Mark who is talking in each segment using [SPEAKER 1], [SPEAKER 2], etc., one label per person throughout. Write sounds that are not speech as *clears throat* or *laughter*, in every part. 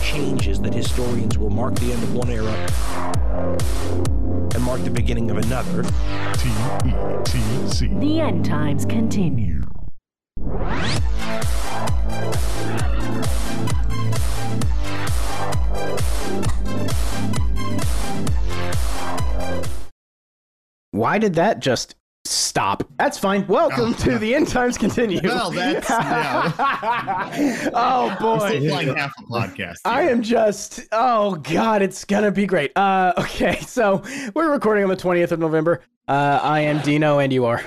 [SPEAKER 1] changes that historians will mark the end of one era and mark the beginning of another.
[SPEAKER 2] T E T C.
[SPEAKER 3] The end times continue.
[SPEAKER 4] Why did that just stop? That's fine. Welcome to the end times continue.
[SPEAKER 5] Oh, *laughs* Well, that's yeah.
[SPEAKER 4] *laughs* oh boy.
[SPEAKER 5] It's like half a podcast.
[SPEAKER 4] I am just oh god, it's gonna be great. Uh, okay, *laughs* so we're recording on the twentieth of November. Uh, I am Dino, and you are.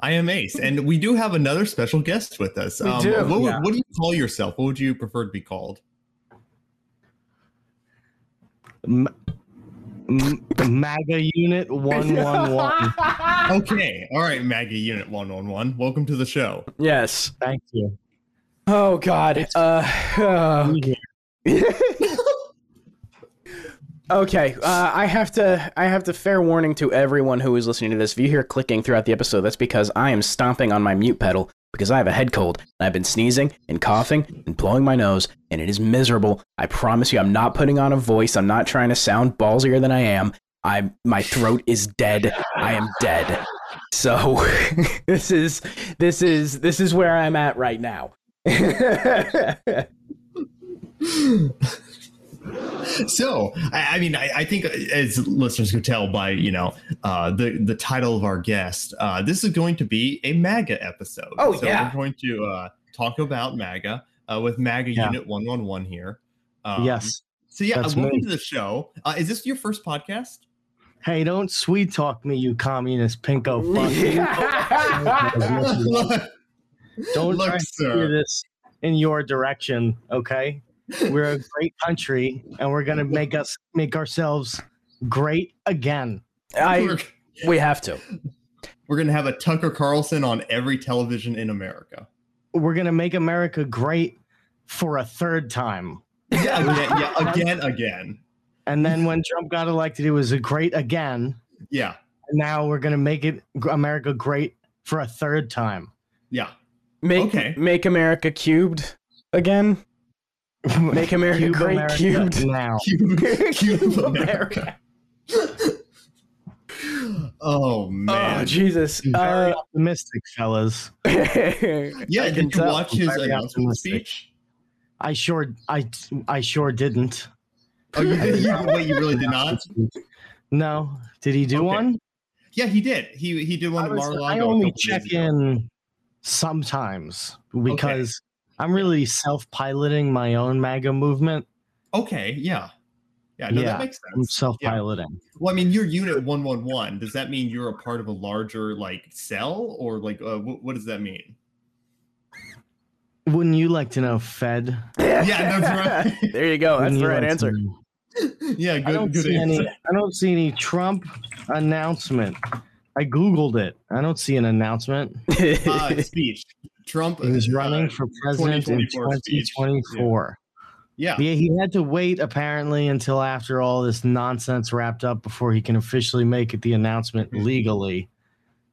[SPEAKER 5] I am Ace, and we do have another special guest with us. Um,
[SPEAKER 4] We do,
[SPEAKER 5] What, would-
[SPEAKER 4] yeah.
[SPEAKER 5] what do you call yourself? What would you prefer to be called?
[SPEAKER 6] M- MAGA unit one one one.
[SPEAKER 5] Okay, all right, Maggie Unit One One One. Welcome to the show. *laughs*
[SPEAKER 4] Yes.
[SPEAKER 6] Thank you.
[SPEAKER 4] Oh god. Uh, oh, *laughs* Okay, uh, I have to. I have to. Fair warning to everyone who is listening to this: if you hear clicking throughout the episode, that's because I am stomping on my mute pedal because I have a head cold. And I've been sneezing and coughing and blowing my nose, and it is miserable. I promise you, I'm not putting on a voice. I'm not trying to sound ballsier than I am. I my throat is dead. I am dead. So *laughs* this is this is this is where I'm at right now. *laughs*
[SPEAKER 5] So, I, I mean, I, I think uh, as listeners could tell by you know uh, the the title of our guest, uh, this is going to be a MAGA episode.
[SPEAKER 4] Oh,
[SPEAKER 5] so
[SPEAKER 4] yeah.
[SPEAKER 5] we're going to uh, talk about MAGA uh, with MAGA
[SPEAKER 6] Yeah.
[SPEAKER 5] Unit One One One here. Um,
[SPEAKER 6] yes.
[SPEAKER 5] So yeah,
[SPEAKER 6] that's
[SPEAKER 5] welcome
[SPEAKER 6] me.
[SPEAKER 5] to the show. Uh, is this your first
[SPEAKER 6] *laughs*
[SPEAKER 5] podcast?
[SPEAKER 6] Hey, don't sweet talk me, you
[SPEAKER 4] *laughs*
[SPEAKER 6] communist pinko fuck.
[SPEAKER 5] *laughs*
[SPEAKER 6] Don't
[SPEAKER 5] Look,
[SPEAKER 6] try to
[SPEAKER 5] sir.
[SPEAKER 6] steer this in your direction, okay? We're a great country, and we're gonna make us make ourselves great again.
[SPEAKER 4] I
[SPEAKER 5] we're,
[SPEAKER 4] we have to.
[SPEAKER 5] we're gonna have a Tucker Carlson on every television in America.
[SPEAKER 6] *laughs* We're gonna make America great for a third time.
[SPEAKER 5] Yeah,
[SPEAKER 6] *laughs*
[SPEAKER 5] yeah, yeah again, again.
[SPEAKER 6] And then when Trump got elected, it was a great again.
[SPEAKER 5] Yeah,
[SPEAKER 6] And now we're gonna make it America great for a third time.
[SPEAKER 5] yeah. *laughs*
[SPEAKER 4] Make
[SPEAKER 5] Okay.
[SPEAKER 4] make America cubed again.
[SPEAKER 6] *laughs*
[SPEAKER 4] Make America
[SPEAKER 6] Cube
[SPEAKER 4] great
[SPEAKER 6] America
[SPEAKER 4] cubed.
[SPEAKER 6] now. *laughs*
[SPEAKER 5] Cube,
[SPEAKER 4] Cube
[SPEAKER 5] America. *laughs* oh man.
[SPEAKER 4] Oh Jesus! *laughs*
[SPEAKER 6] Very
[SPEAKER 4] Uh,
[SPEAKER 6] optimistic, fellas.
[SPEAKER 5] yeah,
[SPEAKER 4] can
[SPEAKER 5] did you
[SPEAKER 4] tell.
[SPEAKER 5] watch his
[SPEAKER 6] Very
[SPEAKER 5] announcement
[SPEAKER 6] optimistic.
[SPEAKER 5] speech?
[SPEAKER 6] I sure, I, I sure didn't.
[SPEAKER 5] Oh, you did. You, wait, you really did
[SPEAKER 6] *laughs*
[SPEAKER 5] not?
[SPEAKER 6] No, did he do
[SPEAKER 5] Okay.
[SPEAKER 6] one?
[SPEAKER 5] Yeah, he did. He he did one
[SPEAKER 6] I,
[SPEAKER 5] at
[SPEAKER 6] was-
[SPEAKER 5] Mar-a-Lago.
[SPEAKER 6] I
[SPEAKER 5] a
[SPEAKER 6] only
[SPEAKER 5] couple days
[SPEAKER 6] check
[SPEAKER 5] ago.
[SPEAKER 6] in sometimes because I'm really self-piloting my own MAGA movement.
[SPEAKER 5] Okay, yeah, yeah. No,
[SPEAKER 6] Yeah,
[SPEAKER 5] that makes
[SPEAKER 6] I'm
[SPEAKER 5] sense.
[SPEAKER 6] self-piloting.
[SPEAKER 5] Well, I mean, you're Unit One One One. Does that mean you're a part of a larger like cell, or like uh, what, what does that mean? *laughs*
[SPEAKER 6] Wouldn't you like to know, Fed?
[SPEAKER 5] Yeah, that's right. *laughs*
[SPEAKER 4] there you go. That's the
[SPEAKER 6] Wouldn't you
[SPEAKER 4] right
[SPEAKER 6] like to
[SPEAKER 4] answer.
[SPEAKER 6] know?
[SPEAKER 5] yeah,
[SPEAKER 6] I
[SPEAKER 5] good,
[SPEAKER 6] don't
[SPEAKER 5] good
[SPEAKER 6] see
[SPEAKER 5] answer.
[SPEAKER 6] any. I don't see any Trump announcement. I googled it. I don't see an announcement.
[SPEAKER 5] *laughs*
[SPEAKER 4] *laughs*
[SPEAKER 5] Uh, speech. Trump
[SPEAKER 6] He was
[SPEAKER 5] uh,
[SPEAKER 6] running for president in
[SPEAKER 5] 2024 speech.
[SPEAKER 6] 2024.
[SPEAKER 5] Yeah,
[SPEAKER 6] Yeah, he had to wait apparently until after all this nonsense wrapped up before he can officially make it the announcement legally.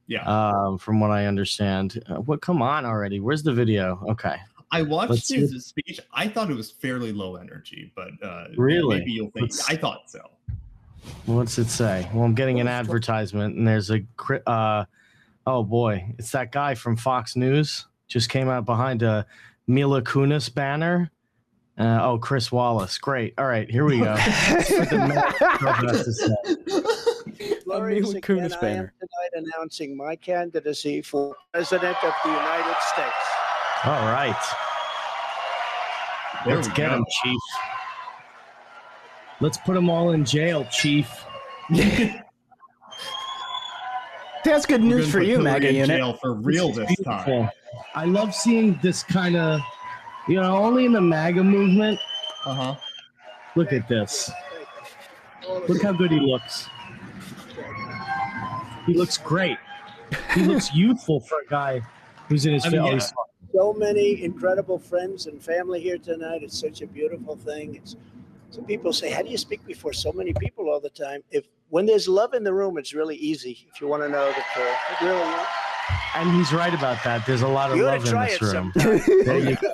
[SPEAKER 5] Mm-hmm. yeah.
[SPEAKER 6] Um, from what I understand, uh, what? Come on already. Where's the video? Okay,
[SPEAKER 5] I watched
[SPEAKER 6] let's
[SPEAKER 5] his speech. I thought it was fairly low energy, but uh,
[SPEAKER 6] Really?
[SPEAKER 5] maybe you'll think.
[SPEAKER 6] Let's-
[SPEAKER 5] I thought so.
[SPEAKER 6] what's it say? Well, I'm getting an advertisement, and there's a. cri- Uh, oh boy, it's that guy from Fox News. Just came out behind a Mila Kunis banner. Uh, oh, Chris Wallace. Great. All right, here we go. What does this say?
[SPEAKER 4] Love
[SPEAKER 7] Lori
[SPEAKER 4] me with Kunis
[SPEAKER 7] Sigan,
[SPEAKER 4] banner.
[SPEAKER 7] I am tonight announcing my candidacy for President of the United States.
[SPEAKER 6] All right.
[SPEAKER 5] There
[SPEAKER 6] Let's
[SPEAKER 5] we
[SPEAKER 6] get
[SPEAKER 5] go.
[SPEAKER 6] him, Chief. Let's put them all in jail, Chief.
[SPEAKER 4] That's good
[SPEAKER 5] We're
[SPEAKER 4] news
[SPEAKER 5] gonna
[SPEAKER 4] for
[SPEAKER 5] put
[SPEAKER 4] you,
[SPEAKER 5] Hillary
[SPEAKER 4] MAGA
[SPEAKER 5] in
[SPEAKER 4] unit.
[SPEAKER 5] Jail for real
[SPEAKER 6] This
[SPEAKER 5] this
[SPEAKER 6] is
[SPEAKER 5] time.
[SPEAKER 6] beautiful. I love seeing this kind of, you know, only in the MAGA movement.
[SPEAKER 5] Uh huh.
[SPEAKER 6] Look at this. Look how good he looks. He looks great. He
[SPEAKER 5] *laughs*
[SPEAKER 6] looks youthful for a guy who's in his
[SPEAKER 5] I mean,
[SPEAKER 6] fifties.
[SPEAKER 7] So many incredible friends and family here tonight. It's such a beautiful thing. It's some people say, "How do you speak before so many people all the time?" If when there's love in the room, it's really easy. If you want to know the truth, it really is.
[SPEAKER 6] And he's right about that. There's a lot of
[SPEAKER 7] You ought
[SPEAKER 6] love
[SPEAKER 7] to
[SPEAKER 6] in
[SPEAKER 7] try
[SPEAKER 6] this
[SPEAKER 7] it
[SPEAKER 6] room.
[SPEAKER 7] sometime.
[SPEAKER 6] There you
[SPEAKER 7] *laughs*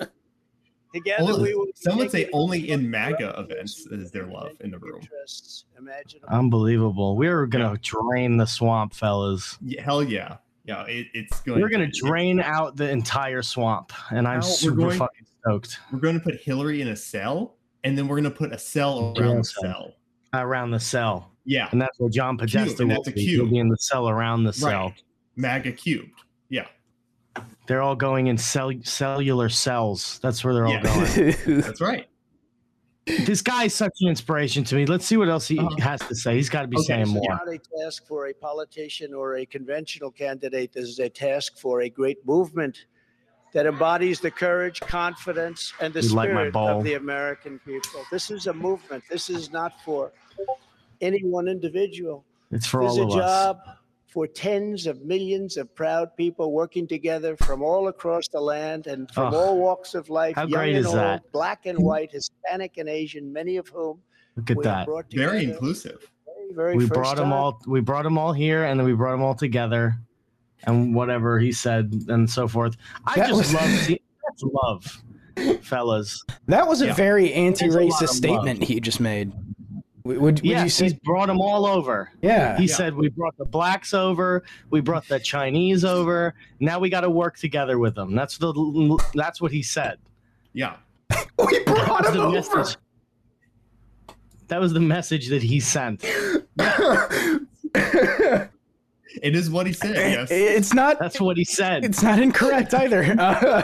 [SPEAKER 7] Together
[SPEAKER 5] Only-
[SPEAKER 7] we will. be
[SPEAKER 5] some would say
[SPEAKER 7] taking
[SPEAKER 5] only in
[SPEAKER 7] on
[SPEAKER 5] MAGA
[SPEAKER 7] corrupt
[SPEAKER 5] events
[SPEAKER 7] forces
[SPEAKER 5] is their
[SPEAKER 7] and
[SPEAKER 5] love in the room.
[SPEAKER 7] interests imaginable.
[SPEAKER 6] Unbelievable. We are gonna drain the swamp, fellas.
[SPEAKER 5] Yeah, hell yeah, yeah. It, it's going.
[SPEAKER 6] We're gonna drain out the entire swamp, and I'm
[SPEAKER 5] Now we're
[SPEAKER 6] super
[SPEAKER 5] going-
[SPEAKER 6] fucking stoked
[SPEAKER 5] We're going to put Hillary in a cell, and then we're going to put a cell around the
[SPEAKER 6] Yes.
[SPEAKER 5] cell.
[SPEAKER 6] around the cell,
[SPEAKER 5] Yeah,
[SPEAKER 6] and that's where John Podesta
[SPEAKER 5] and
[SPEAKER 6] will
[SPEAKER 5] that's a
[SPEAKER 6] be.
[SPEAKER 5] cube.
[SPEAKER 6] He'll be in the cell around the cell.
[SPEAKER 5] right. MAGA cubed. Yeah,
[SPEAKER 6] They're all going in cell- cellular cells. That's where they're all
[SPEAKER 5] Yeah.
[SPEAKER 6] going.
[SPEAKER 5] that's right.
[SPEAKER 6] this guy is such an inspiration to me. Let's see what else he
[SPEAKER 5] Uh-huh.
[SPEAKER 6] has to say. He's got to be
[SPEAKER 5] Okay,
[SPEAKER 6] saying
[SPEAKER 5] so
[SPEAKER 6] more.
[SPEAKER 7] It's not a task for a politician or a conventional candidate. This is a task for a great movement that embodies the courage, confidence, and the
[SPEAKER 6] You like my
[SPEAKER 7] spirit
[SPEAKER 6] ball.
[SPEAKER 7] of the American people. This is a movement. This is not for any one individual.
[SPEAKER 6] It's for
[SPEAKER 7] This is
[SPEAKER 6] all
[SPEAKER 7] a
[SPEAKER 6] of us.
[SPEAKER 7] job for tens of millions of proud people working together from all across the land and from
[SPEAKER 6] Ugh.
[SPEAKER 7] all walks of life,
[SPEAKER 6] How
[SPEAKER 7] young
[SPEAKER 6] great
[SPEAKER 7] and
[SPEAKER 6] is
[SPEAKER 7] old,
[SPEAKER 6] that?
[SPEAKER 7] black and white, Hispanic and Asian, many of whom
[SPEAKER 6] Look at
[SPEAKER 7] we have
[SPEAKER 6] that.
[SPEAKER 7] brought together.
[SPEAKER 5] Very inclusive.
[SPEAKER 7] very, very
[SPEAKER 6] We
[SPEAKER 7] first
[SPEAKER 6] brought them
[SPEAKER 7] time.
[SPEAKER 6] all. We brought them all here, and then we brought them all together, and whatever he said, and so forth. I
[SPEAKER 4] That
[SPEAKER 6] just
[SPEAKER 4] was-
[SPEAKER 6] love. See, that's love, fellas.
[SPEAKER 4] *laughs* That was a
[SPEAKER 5] Yeah.
[SPEAKER 4] very
[SPEAKER 6] There's a lot
[SPEAKER 4] anti-racist
[SPEAKER 6] of
[SPEAKER 4] statement he just made. Would, would
[SPEAKER 6] Yeah,
[SPEAKER 4] you
[SPEAKER 6] he's
[SPEAKER 4] say?
[SPEAKER 6] brought them all over.
[SPEAKER 4] Yeah.
[SPEAKER 6] He
[SPEAKER 5] Yeah.
[SPEAKER 6] said we brought the blacks over, we brought the Chinese over. Now we got to work together with them. That's the. That's what he said.
[SPEAKER 5] Yeah,
[SPEAKER 4] *laughs* We brought
[SPEAKER 6] That was the
[SPEAKER 4] *laughs*
[SPEAKER 6] message. That was the message that he sent.
[SPEAKER 5] it is what he said. Yes.
[SPEAKER 4] It's not.
[SPEAKER 6] That's what he said.
[SPEAKER 4] It's not incorrect either. *laughs* Uh,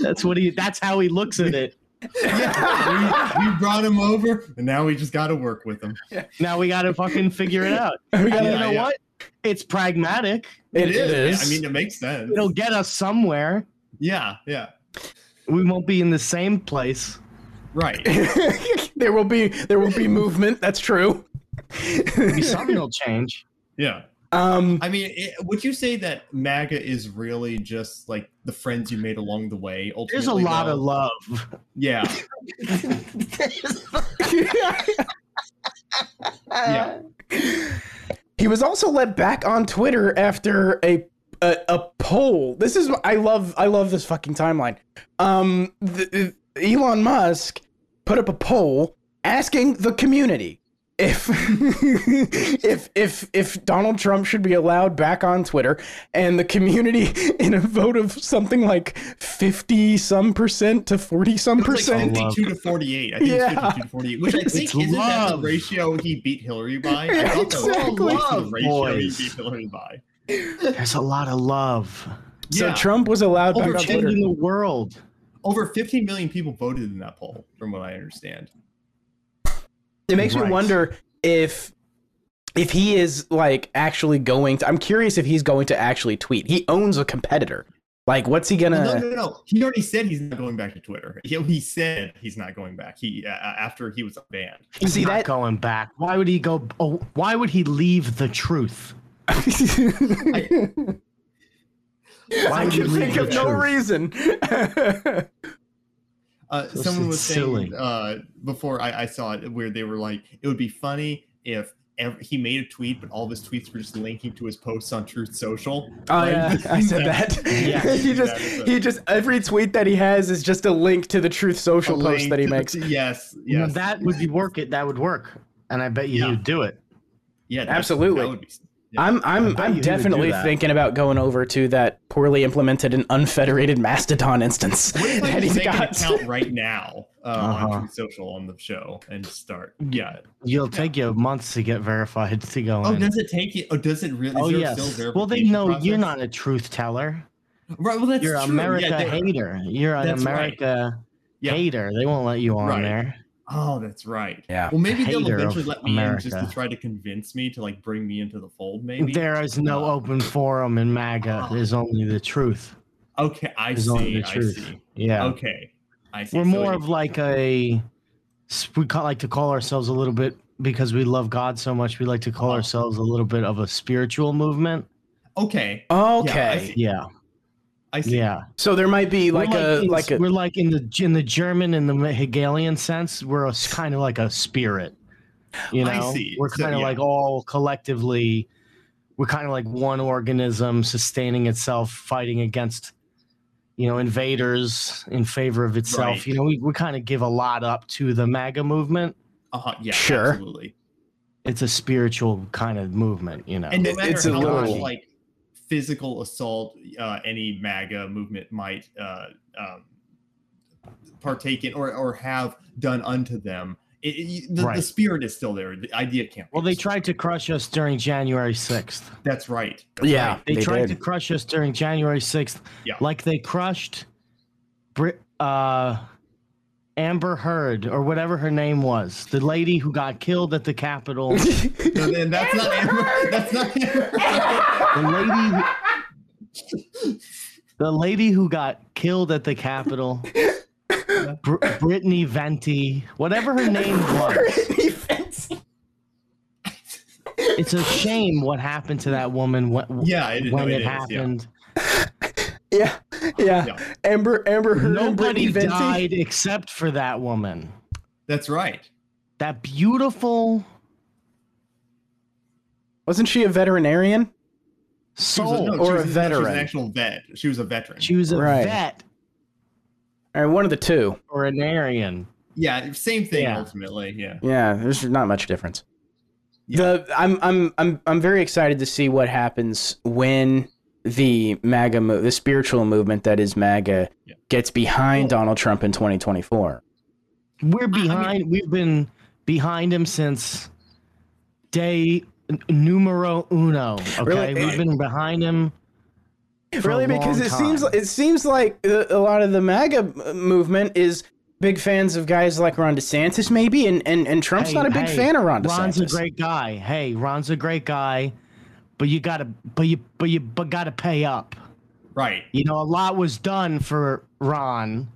[SPEAKER 6] That's what he. That's how he looks at it.
[SPEAKER 5] yeah, we, we brought him over, and now we just got to work with him.
[SPEAKER 6] Now we got to fucking figure it out.
[SPEAKER 4] we gotta-
[SPEAKER 6] And you
[SPEAKER 5] Yeah,
[SPEAKER 6] know
[SPEAKER 5] yeah.
[SPEAKER 6] what? It's pragmatic.
[SPEAKER 5] I mean, it makes sense.
[SPEAKER 6] It'll get us somewhere.
[SPEAKER 5] Yeah, yeah,
[SPEAKER 6] We won't be in the same place.
[SPEAKER 5] right.
[SPEAKER 4] *laughs* there will be there will be movement. That's true.
[SPEAKER 6] Maybe something will change.
[SPEAKER 5] Yeah.
[SPEAKER 4] Um,
[SPEAKER 5] I mean, it, would you say that MAGA is really just like the friends you made along the way? Ultimately,
[SPEAKER 6] There's a lot
[SPEAKER 5] though?
[SPEAKER 6] of love.
[SPEAKER 5] Yeah.
[SPEAKER 4] *laughs*
[SPEAKER 5] yeah.
[SPEAKER 4] he was also let back on Twitter after a a, a poll. This is I love I love this fucking timeline. Um, the, Elon Musk put up a poll asking the community if *laughs* if if if Donald Trump should be allowed back on Twitter and the community *laughs* in a vote of something like 50 some percent to 40 some
[SPEAKER 5] It was like
[SPEAKER 4] percent
[SPEAKER 5] 52 to 48. I think
[SPEAKER 4] Yeah.
[SPEAKER 5] it's 52 to 48, which I think
[SPEAKER 6] It's
[SPEAKER 5] isn't that the
[SPEAKER 6] love.
[SPEAKER 5] ratio he beat Hillary by? I thought that was
[SPEAKER 4] Exactly.
[SPEAKER 5] the ratio
[SPEAKER 6] Boys.
[SPEAKER 5] he beat Hillary by.
[SPEAKER 6] There's a lot of love.
[SPEAKER 4] so
[SPEAKER 5] yeah.
[SPEAKER 4] Trump was allowed back
[SPEAKER 6] We're
[SPEAKER 4] on Twitter.
[SPEAKER 6] changing the world.
[SPEAKER 5] Over 15 million people voted in that poll, from what I understand.
[SPEAKER 4] It makes me
[SPEAKER 6] Right.
[SPEAKER 4] wonder if if he is like actually going to I'm curious if he's going to actually tweet. He owns a competitor. Like what's he gonna
[SPEAKER 5] Well, no, no, no. He already said he's not going back to Twitter. He, he said he's not going back. He uh, after he was banned.
[SPEAKER 6] He's
[SPEAKER 4] See
[SPEAKER 6] not
[SPEAKER 4] *laughs* that-
[SPEAKER 6] going back. Why would he go? Oh, why would he leave the truth? Why
[SPEAKER 4] I
[SPEAKER 6] would he
[SPEAKER 4] can
[SPEAKER 6] leave
[SPEAKER 4] think of
[SPEAKER 6] the
[SPEAKER 4] no
[SPEAKER 6] truth?
[SPEAKER 4] reason. *laughs*
[SPEAKER 5] Uh,
[SPEAKER 6] So
[SPEAKER 5] someone was
[SPEAKER 6] it's silly.
[SPEAKER 5] saying uh, before I, I saw it where they were like, it would be funny if ev- he made a tweet, but all of his tweets were just linking to his posts on Truth Social.
[SPEAKER 4] oh
[SPEAKER 5] Like,
[SPEAKER 4] yeah, *laughs* I said
[SPEAKER 5] *laughs*
[SPEAKER 4] that.
[SPEAKER 6] Yeah,
[SPEAKER 4] he just
[SPEAKER 5] that is a-
[SPEAKER 4] he just every tweet that he has is just a link to the Truth
[SPEAKER 5] a
[SPEAKER 4] Social post
[SPEAKER 5] link *laughs*
[SPEAKER 4] that he
[SPEAKER 5] to the-
[SPEAKER 4] makes.
[SPEAKER 5] Yes,
[SPEAKER 6] You know,
[SPEAKER 5] yes,
[SPEAKER 6] that would be work. It that would work, and I bet you
[SPEAKER 5] Yeah.
[SPEAKER 6] he'd do it.
[SPEAKER 5] yeah, that-
[SPEAKER 4] Absolutely.
[SPEAKER 5] that would be- yeah.
[SPEAKER 4] I'm
[SPEAKER 6] I
[SPEAKER 4] I'm
[SPEAKER 6] bet you
[SPEAKER 4] I'm
[SPEAKER 6] he would do
[SPEAKER 4] definitely
[SPEAKER 6] that.
[SPEAKER 4] thinking about going over to that poorly implemented and unfederated Mastodon instance
[SPEAKER 5] What if I
[SPEAKER 4] that
[SPEAKER 5] just
[SPEAKER 4] he's
[SPEAKER 5] make an
[SPEAKER 4] got.
[SPEAKER 6] *laughs*
[SPEAKER 5] account right now uh,
[SPEAKER 6] Uh-huh.
[SPEAKER 5] on Truth Social on the show and start? Yeah.
[SPEAKER 6] You'll take you months to get verified to go
[SPEAKER 5] Oh,
[SPEAKER 6] in.
[SPEAKER 5] does it take you? Oh, does it really?
[SPEAKER 6] oh
[SPEAKER 5] is there
[SPEAKER 6] yes.
[SPEAKER 5] still a
[SPEAKER 6] Well, they
[SPEAKER 5] verification
[SPEAKER 6] know you're
[SPEAKER 5] process?
[SPEAKER 6] not a truth teller.
[SPEAKER 5] Right. Well, that's
[SPEAKER 6] You're an
[SPEAKER 5] true.
[SPEAKER 6] America
[SPEAKER 5] yeah, they-
[SPEAKER 6] hater. You're an
[SPEAKER 5] That's right.
[SPEAKER 6] America
[SPEAKER 5] Yeah.
[SPEAKER 6] hater. They won't let you on
[SPEAKER 5] Right.
[SPEAKER 6] there.
[SPEAKER 5] Oh, that's right.
[SPEAKER 4] Yeah.
[SPEAKER 5] Well, maybe they'll
[SPEAKER 6] Hater of
[SPEAKER 5] eventually let me in just
[SPEAKER 6] America.
[SPEAKER 5] to try to convince me to like bring me into the fold. Maybe.
[SPEAKER 6] There is no
[SPEAKER 5] uh,
[SPEAKER 6] open forum in MAGA. There's only the truth.
[SPEAKER 5] okay, Ah. I
[SPEAKER 6] There's
[SPEAKER 5] see.
[SPEAKER 6] only the
[SPEAKER 5] I
[SPEAKER 6] truth.
[SPEAKER 5] see.
[SPEAKER 6] Yeah.
[SPEAKER 5] Okay, I see.
[SPEAKER 6] We're
[SPEAKER 5] So
[SPEAKER 6] more
[SPEAKER 5] it-
[SPEAKER 6] of like a. We ca- like to call ourselves a little bit because we love God so much. We like to call
[SPEAKER 5] Uh-huh.
[SPEAKER 6] ourselves a little bit of a spiritual movement.
[SPEAKER 5] okay. Yeah, I
[SPEAKER 4] *laughs* Okay.
[SPEAKER 5] see.
[SPEAKER 6] Yeah,
[SPEAKER 5] I see.
[SPEAKER 6] yeah.
[SPEAKER 4] So there might be
[SPEAKER 6] We're
[SPEAKER 4] like, a
[SPEAKER 6] in-
[SPEAKER 4] like a
[SPEAKER 6] we're like in the in the German and the Hegelian sense. We're a s kind of like a spirit. You know,
[SPEAKER 5] I see.
[SPEAKER 6] we're
[SPEAKER 5] So,
[SPEAKER 6] kind of
[SPEAKER 5] yeah.
[SPEAKER 6] like all collectively. We're kind of like one organism sustaining itself, fighting against you know, invaders in favor of itself.
[SPEAKER 5] Right.
[SPEAKER 6] You know, we, we kind of give a lot up to the MAGA movement.
[SPEAKER 5] Uh-huh, yeah,
[SPEAKER 4] Sure.
[SPEAKER 5] absolutely.
[SPEAKER 6] It's a spiritual kind of movement, you know.
[SPEAKER 5] And no
[SPEAKER 4] Uh, It-
[SPEAKER 5] matter
[SPEAKER 4] it's a
[SPEAKER 5] how much
[SPEAKER 4] little-
[SPEAKER 5] like physical assault uh, any MAGA movement might uh, um, partake in or, or have done unto them, it, it- the, the
[SPEAKER 6] Right.
[SPEAKER 5] spirit is still there. The idea can't.
[SPEAKER 6] well, they tried to crush us during January 6th.
[SPEAKER 5] That's right.
[SPEAKER 4] yeah,
[SPEAKER 6] They, tried
[SPEAKER 4] did.
[SPEAKER 6] to crush us during January 6th,
[SPEAKER 5] Yeah.
[SPEAKER 6] like they crushed Brit, uh, Amber Heard or whatever her name was, the lady who got killed at the Capitol. the
[SPEAKER 5] No, then that's not Amber. *laughs* That's not
[SPEAKER 4] *laughs*
[SPEAKER 5] Amber.
[SPEAKER 6] lady, who- the lady who got killed at the Capitol. Br- Brittany Venti, whatever her name was. It's a shame what happened to that woman when,
[SPEAKER 5] yeah, it, no,
[SPEAKER 6] when
[SPEAKER 5] it
[SPEAKER 6] it,
[SPEAKER 5] is, yeah.
[SPEAKER 6] happened.
[SPEAKER 4] yeah, yeah,
[SPEAKER 5] Yeah.
[SPEAKER 4] Amber, Amber Heard, and
[SPEAKER 6] Nobody
[SPEAKER 4] Brittany Venti.
[SPEAKER 6] died except for that woman.
[SPEAKER 5] That's right.
[SPEAKER 6] That beautiful
[SPEAKER 4] Wasn't she a veterinarian?
[SPEAKER 5] She was
[SPEAKER 6] soul.
[SPEAKER 5] no, she
[SPEAKER 4] Oh, or
[SPEAKER 5] was-
[SPEAKER 4] a
[SPEAKER 5] no, She was
[SPEAKER 4] veteran.
[SPEAKER 5] an actual vet. She was a veteran.
[SPEAKER 6] She was a
[SPEAKER 4] Right.
[SPEAKER 6] vet
[SPEAKER 4] All right, one of the two.
[SPEAKER 6] or an Aryan.
[SPEAKER 5] yeah, same thing
[SPEAKER 6] Yeah.
[SPEAKER 5] ultimately. Yeah.
[SPEAKER 4] Yeah, there's not much difference.
[SPEAKER 5] Yeah.
[SPEAKER 4] The I'm I'm I'm I'm very excited to see what happens when the MAGA mo- the spiritual movement that is MAGA
[SPEAKER 5] Yeah.
[SPEAKER 4] gets behind
[SPEAKER 5] Well-
[SPEAKER 4] Donald Trump in 2024.
[SPEAKER 6] We're behind. we've been behind him since day n- numero uno. Okay,
[SPEAKER 4] Really?
[SPEAKER 6] we've been behind him. for a
[SPEAKER 4] Really, because
[SPEAKER 6] long
[SPEAKER 4] it seems
[SPEAKER 6] time.
[SPEAKER 4] it seems like a a lot of the MAGA movement is big fans of guys like Ron DeSantis, maybe, and and, and Trump's
[SPEAKER 6] Hey,
[SPEAKER 4] not a big
[SPEAKER 6] hey,
[SPEAKER 4] fan of Ron DeSantis.
[SPEAKER 6] Ron's a great guy. Hey, Ron's a great guy, but you gotta, but you, but you, but gotta pay up.
[SPEAKER 5] Right.
[SPEAKER 6] You know, a lot was done for Ron.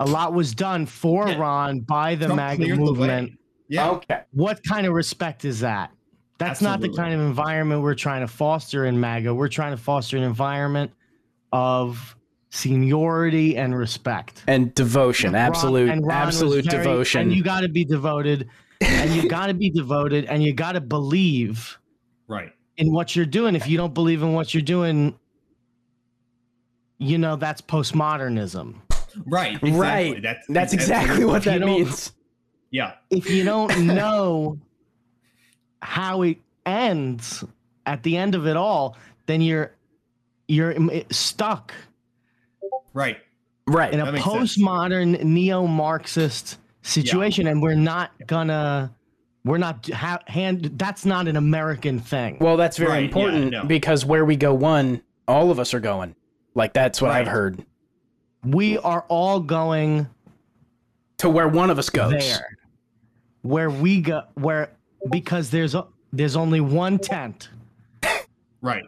[SPEAKER 6] A lot was done for
[SPEAKER 5] Yeah.
[SPEAKER 6] Ron by the
[SPEAKER 5] Trump
[SPEAKER 6] MAGA
[SPEAKER 5] cleared the way.
[SPEAKER 6] movement.
[SPEAKER 5] Yeah.
[SPEAKER 4] Okay.
[SPEAKER 6] what kind of respect is that? That's not
[SPEAKER 5] Absolutely.
[SPEAKER 6] the kind of environment we're trying to foster in MAGA. We're trying to foster an environment of seniority and respect.
[SPEAKER 4] And devotion,
[SPEAKER 6] Ron-
[SPEAKER 4] absolute,
[SPEAKER 6] and Ron was
[SPEAKER 4] absolute
[SPEAKER 6] very-
[SPEAKER 4] devotion.
[SPEAKER 6] And you got to be devoted, and you got to be devoted, and you got to believe
[SPEAKER 5] Right.
[SPEAKER 6] in what you're doing. If you don't believe in what you're doing, you know that's postmodernism.
[SPEAKER 5] Right. Exactly.
[SPEAKER 4] Right.
[SPEAKER 5] That's
[SPEAKER 4] That's
[SPEAKER 5] that's-
[SPEAKER 4] exactly what
[SPEAKER 6] You
[SPEAKER 4] that
[SPEAKER 6] don't-
[SPEAKER 4] means.
[SPEAKER 5] Yeah.
[SPEAKER 6] if
[SPEAKER 5] *laughs*
[SPEAKER 6] you don't know how it ends at the end of it all, then you're you're im- stuck
[SPEAKER 5] Right.
[SPEAKER 4] Right.
[SPEAKER 6] in a
[SPEAKER 5] That makes sense.
[SPEAKER 6] postmodern neo-Marxist situation, and we're not gonna we're not ha- hand. That's not an American thing.
[SPEAKER 4] Well, that's very
[SPEAKER 5] Right, yeah,
[SPEAKER 4] important
[SPEAKER 5] no.
[SPEAKER 4] because where we go one, all of us are going. Like that's what I've
[SPEAKER 5] Right.
[SPEAKER 4] heard.
[SPEAKER 6] we are all going
[SPEAKER 4] To where one of us goes.
[SPEAKER 6] there, where we go, where because there's o- there's only one tent.
[SPEAKER 5] Right.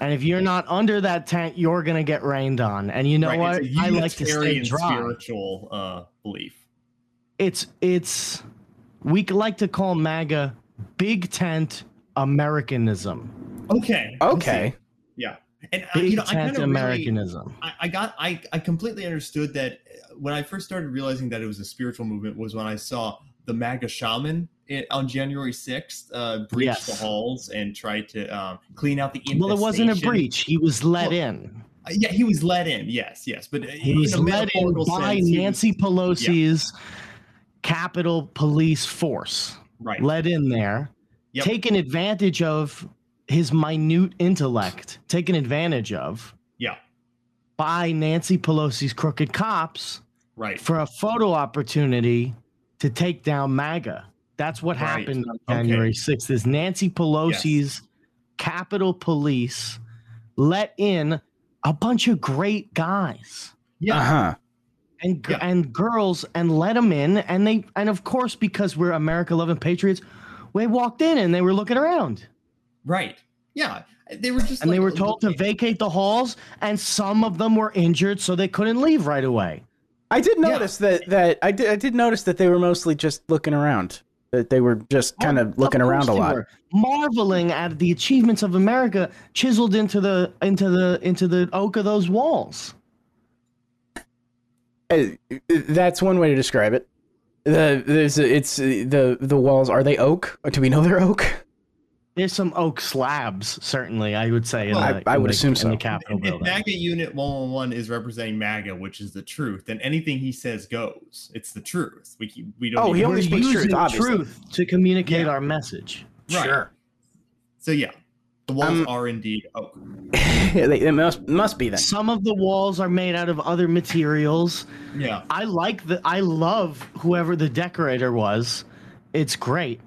[SPEAKER 6] And if you're not under that tent, you're gonna get rained on. And you know
[SPEAKER 5] right.
[SPEAKER 6] what?
[SPEAKER 5] It's a
[SPEAKER 6] I like to stay
[SPEAKER 5] Unitarian
[SPEAKER 6] dry.
[SPEAKER 5] spiritual uh, belief.
[SPEAKER 6] It's it's we c- like to call MAGA big tent Americanism.
[SPEAKER 5] Okay. I see.
[SPEAKER 4] Okay.
[SPEAKER 5] Yeah. And I,
[SPEAKER 6] Big
[SPEAKER 5] you know, I
[SPEAKER 6] tent
[SPEAKER 5] kind of really,
[SPEAKER 6] Americanism.
[SPEAKER 5] I, I got I, I completely understood that uh, when I first started realizing that it was a spiritual movement was when I saw the MAGA shaman i on January sixth uh, breach the
[SPEAKER 6] Yes.
[SPEAKER 5] halls and try to um, clean out the
[SPEAKER 6] well, it wasn't a
[SPEAKER 5] infestation.
[SPEAKER 6] breach. He was let
[SPEAKER 5] Well,
[SPEAKER 6] in.
[SPEAKER 5] Uh, yeah, he was let in. Yes, yes, but uh,
[SPEAKER 6] He was let in by Nancy Pelosi's Capitol Police force.
[SPEAKER 5] right.
[SPEAKER 6] Let in there,
[SPEAKER 5] Yep.
[SPEAKER 6] taken advantage of his minute intellect, taken advantage of.
[SPEAKER 5] yeah.
[SPEAKER 6] by Nancy Pelosi's crooked cops
[SPEAKER 5] Right.
[SPEAKER 6] for a photo opportunity to take down MAGA. That's what
[SPEAKER 5] Right.
[SPEAKER 6] happened on
[SPEAKER 5] Okay.
[SPEAKER 6] January 6th is Nancy Pelosi's Capitol Police let in a bunch of great guys
[SPEAKER 5] Yeah.
[SPEAKER 4] Uh huh.
[SPEAKER 6] and gir-
[SPEAKER 5] Yeah.
[SPEAKER 6] and girls and let them in and they and of course because we're America loving patriots we walked in and they were looking around
[SPEAKER 5] Right. Yeah. They were just
[SPEAKER 6] and they
[SPEAKER 5] like,
[SPEAKER 6] were told to
[SPEAKER 5] looking-
[SPEAKER 6] vacate the halls and some of them were injured so they couldn't leave right away
[SPEAKER 4] I did
[SPEAKER 5] Yeah.
[SPEAKER 4] notice that that I did I did notice that they were mostly just looking around. That they were just kind of looking
[SPEAKER 6] Oh, Of
[SPEAKER 4] around a
[SPEAKER 6] course they
[SPEAKER 4] lot.
[SPEAKER 6] were. marveling at the achievements of America chiseled into the into the into the oak of those walls.
[SPEAKER 4] Uh, That's one way to describe it. The there's it's uh, the the walls are they oak? *laughs* Do we know they're oak?
[SPEAKER 6] There's some oak slabs, certainly. I would say.
[SPEAKER 5] Well,
[SPEAKER 6] in
[SPEAKER 4] I-
[SPEAKER 6] the,
[SPEAKER 4] I
[SPEAKER 6] in
[SPEAKER 4] would
[SPEAKER 6] the-
[SPEAKER 4] assume
[SPEAKER 6] in
[SPEAKER 4] so.
[SPEAKER 6] the Capitol
[SPEAKER 5] If
[SPEAKER 6] building.
[SPEAKER 5] MAGA Unit 111 is representing MAGA, which is the truth, then anything he says goes. It's the truth. We keep, we don't.
[SPEAKER 4] Oh,
[SPEAKER 5] even-
[SPEAKER 4] he
[SPEAKER 6] We're
[SPEAKER 4] only speaks truth,
[SPEAKER 6] using
[SPEAKER 4] obviously.
[SPEAKER 6] truth to communicate
[SPEAKER 5] Yeah.
[SPEAKER 6] our message.
[SPEAKER 5] Right.
[SPEAKER 4] Sure.
[SPEAKER 5] *laughs* So yeah, the walls
[SPEAKER 4] Um,
[SPEAKER 5] are indeed oh, oak.
[SPEAKER 4] They- it must must be then.
[SPEAKER 6] Some of the walls are made out of other materials.
[SPEAKER 5] Yeah,
[SPEAKER 6] I like the. I love whoever the decorator was. It's great.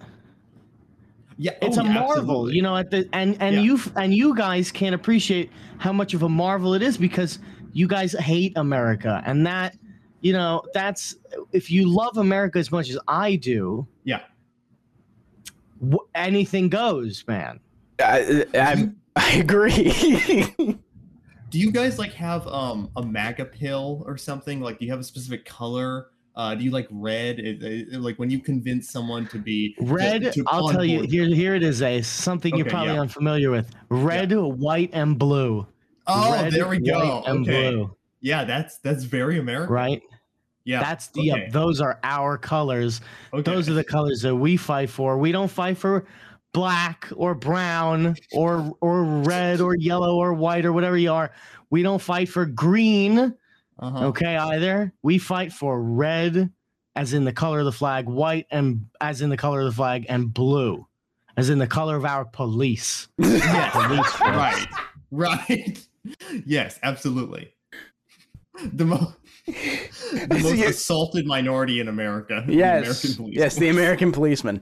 [SPEAKER 5] yeah.
[SPEAKER 6] It's
[SPEAKER 5] oh,
[SPEAKER 6] a
[SPEAKER 5] yeah,
[SPEAKER 6] marvel,
[SPEAKER 5] absolutely.
[SPEAKER 6] you know. At the and and
[SPEAKER 5] Yeah.
[SPEAKER 6] you f- and you guys can't appreciate how much of a marvel it is because you guys hate America, and that you know that's if you love America as much as I do,
[SPEAKER 5] Yeah.
[SPEAKER 6] wh- anything goes, man.
[SPEAKER 4] I, I, *laughs* I agree.
[SPEAKER 5] Do you guys like have um a MAGA pill or something? Like, do you have a specific color? Uh, do you like red? Is- is- like when you convince someone to be to-
[SPEAKER 6] Red,
[SPEAKER 5] to
[SPEAKER 6] I'll
[SPEAKER 5] on
[SPEAKER 6] tell you
[SPEAKER 5] board.
[SPEAKER 6] here. Here it is, Ace. Something you're
[SPEAKER 5] Okay,
[SPEAKER 6] probably
[SPEAKER 5] yeah.
[SPEAKER 6] unfamiliar with: red, white, and blue.
[SPEAKER 5] Oh,
[SPEAKER 6] Red,
[SPEAKER 5] there we go.
[SPEAKER 6] white, And
[SPEAKER 5] Okay.
[SPEAKER 6] blue,
[SPEAKER 5] Yeah, that's that's very American.
[SPEAKER 6] right?
[SPEAKER 5] Yeah.
[SPEAKER 6] That's the.
[SPEAKER 5] okay,
[SPEAKER 6] those are our colors.
[SPEAKER 5] okay.
[SPEAKER 6] Those are the colors that we fight for. We don't fight for black or brown or or red or yellow or white or whatever you are. We don't fight for green,
[SPEAKER 5] Uh-huh.
[SPEAKER 6] okay, either. We fight for red as in the color of the flag, white and as in the color of the flag and blue as in the color of our police.
[SPEAKER 5] *laughs* Yes.
[SPEAKER 6] Police force.
[SPEAKER 5] right. *laughs* Right. Yes, absolutely. The,
[SPEAKER 6] *laughs*
[SPEAKER 5] mo- the most
[SPEAKER 4] you-
[SPEAKER 5] assaulted minority in America. the American
[SPEAKER 4] yes,
[SPEAKER 5] police
[SPEAKER 4] yes, the
[SPEAKER 5] force.
[SPEAKER 4] American policeman.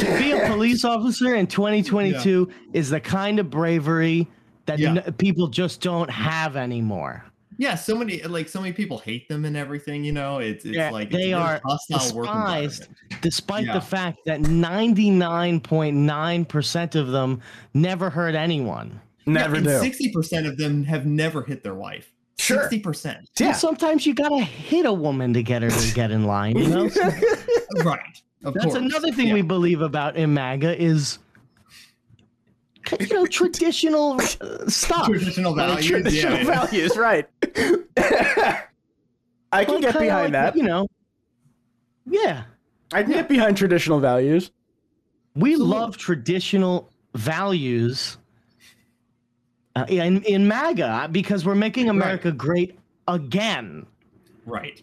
[SPEAKER 6] to be a police officer in 2022 is the kind of bravery that
[SPEAKER 5] Yeah.
[SPEAKER 6] n- people just don't have anymore.
[SPEAKER 5] Yeah, so many like so many people hate them and everything. You know, it's it's
[SPEAKER 6] Yeah,
[SPEAKER 5] like
[SPEAKER 6] they
[SPEAKER 5] it's a very
[SPEAKER 6] are
[SPEAKER 5] hostile work
[SPEAKER 6] despised.
[SPEAKER 5] environment.
[SPEAKER 6] despite
[SPEAKER 5] Yeah.
[SPEAKER 6] the fact that 99.9% of them never hurt anyone.
[SPEAKER 4] Never do.
[SPEAKER 5] Sixty percent of them have never hit their wife.
[SPEAKER 4] Sure.
[SPEAKER 5] Sixty percent.
[SPEAKER 4] Yeah.
[SPEAKER 6] Sometimes you gotta hit a woman to get her to get in line, you know? So
[SPEAKER 5] Right. Of
[SPEAKER 6] that's
[SPEAKER 5] course.
[SPEAKER 6] another thing
[SPEAKER 5] Yeah.
[SPEAKER 6] we believe about in MAGA is you know traditional uh,
[SPEAKER 5] *laughs*
[SPEAKER 6] stuff.
[SPEAKER 5] traditional values. yeah,
[SPEAKER 4] Traditional *laughs*
[SPEAKER 5] yeah.
[SPEAKER 4] values, right? I can get
[SPEAKER 6] Like, kinda
[SPEAKER 4] behind
[SPEAKER 6] like,
[SPEAKER 4] that.
[SPEAKER 6] You know. Yeah.
[SPEAKER 4] I can get behind traditional values.
[SPEAKER 6] We love traditional values uh, in, in MAGA because we're making America great again.
[SPEAKER 5] Right.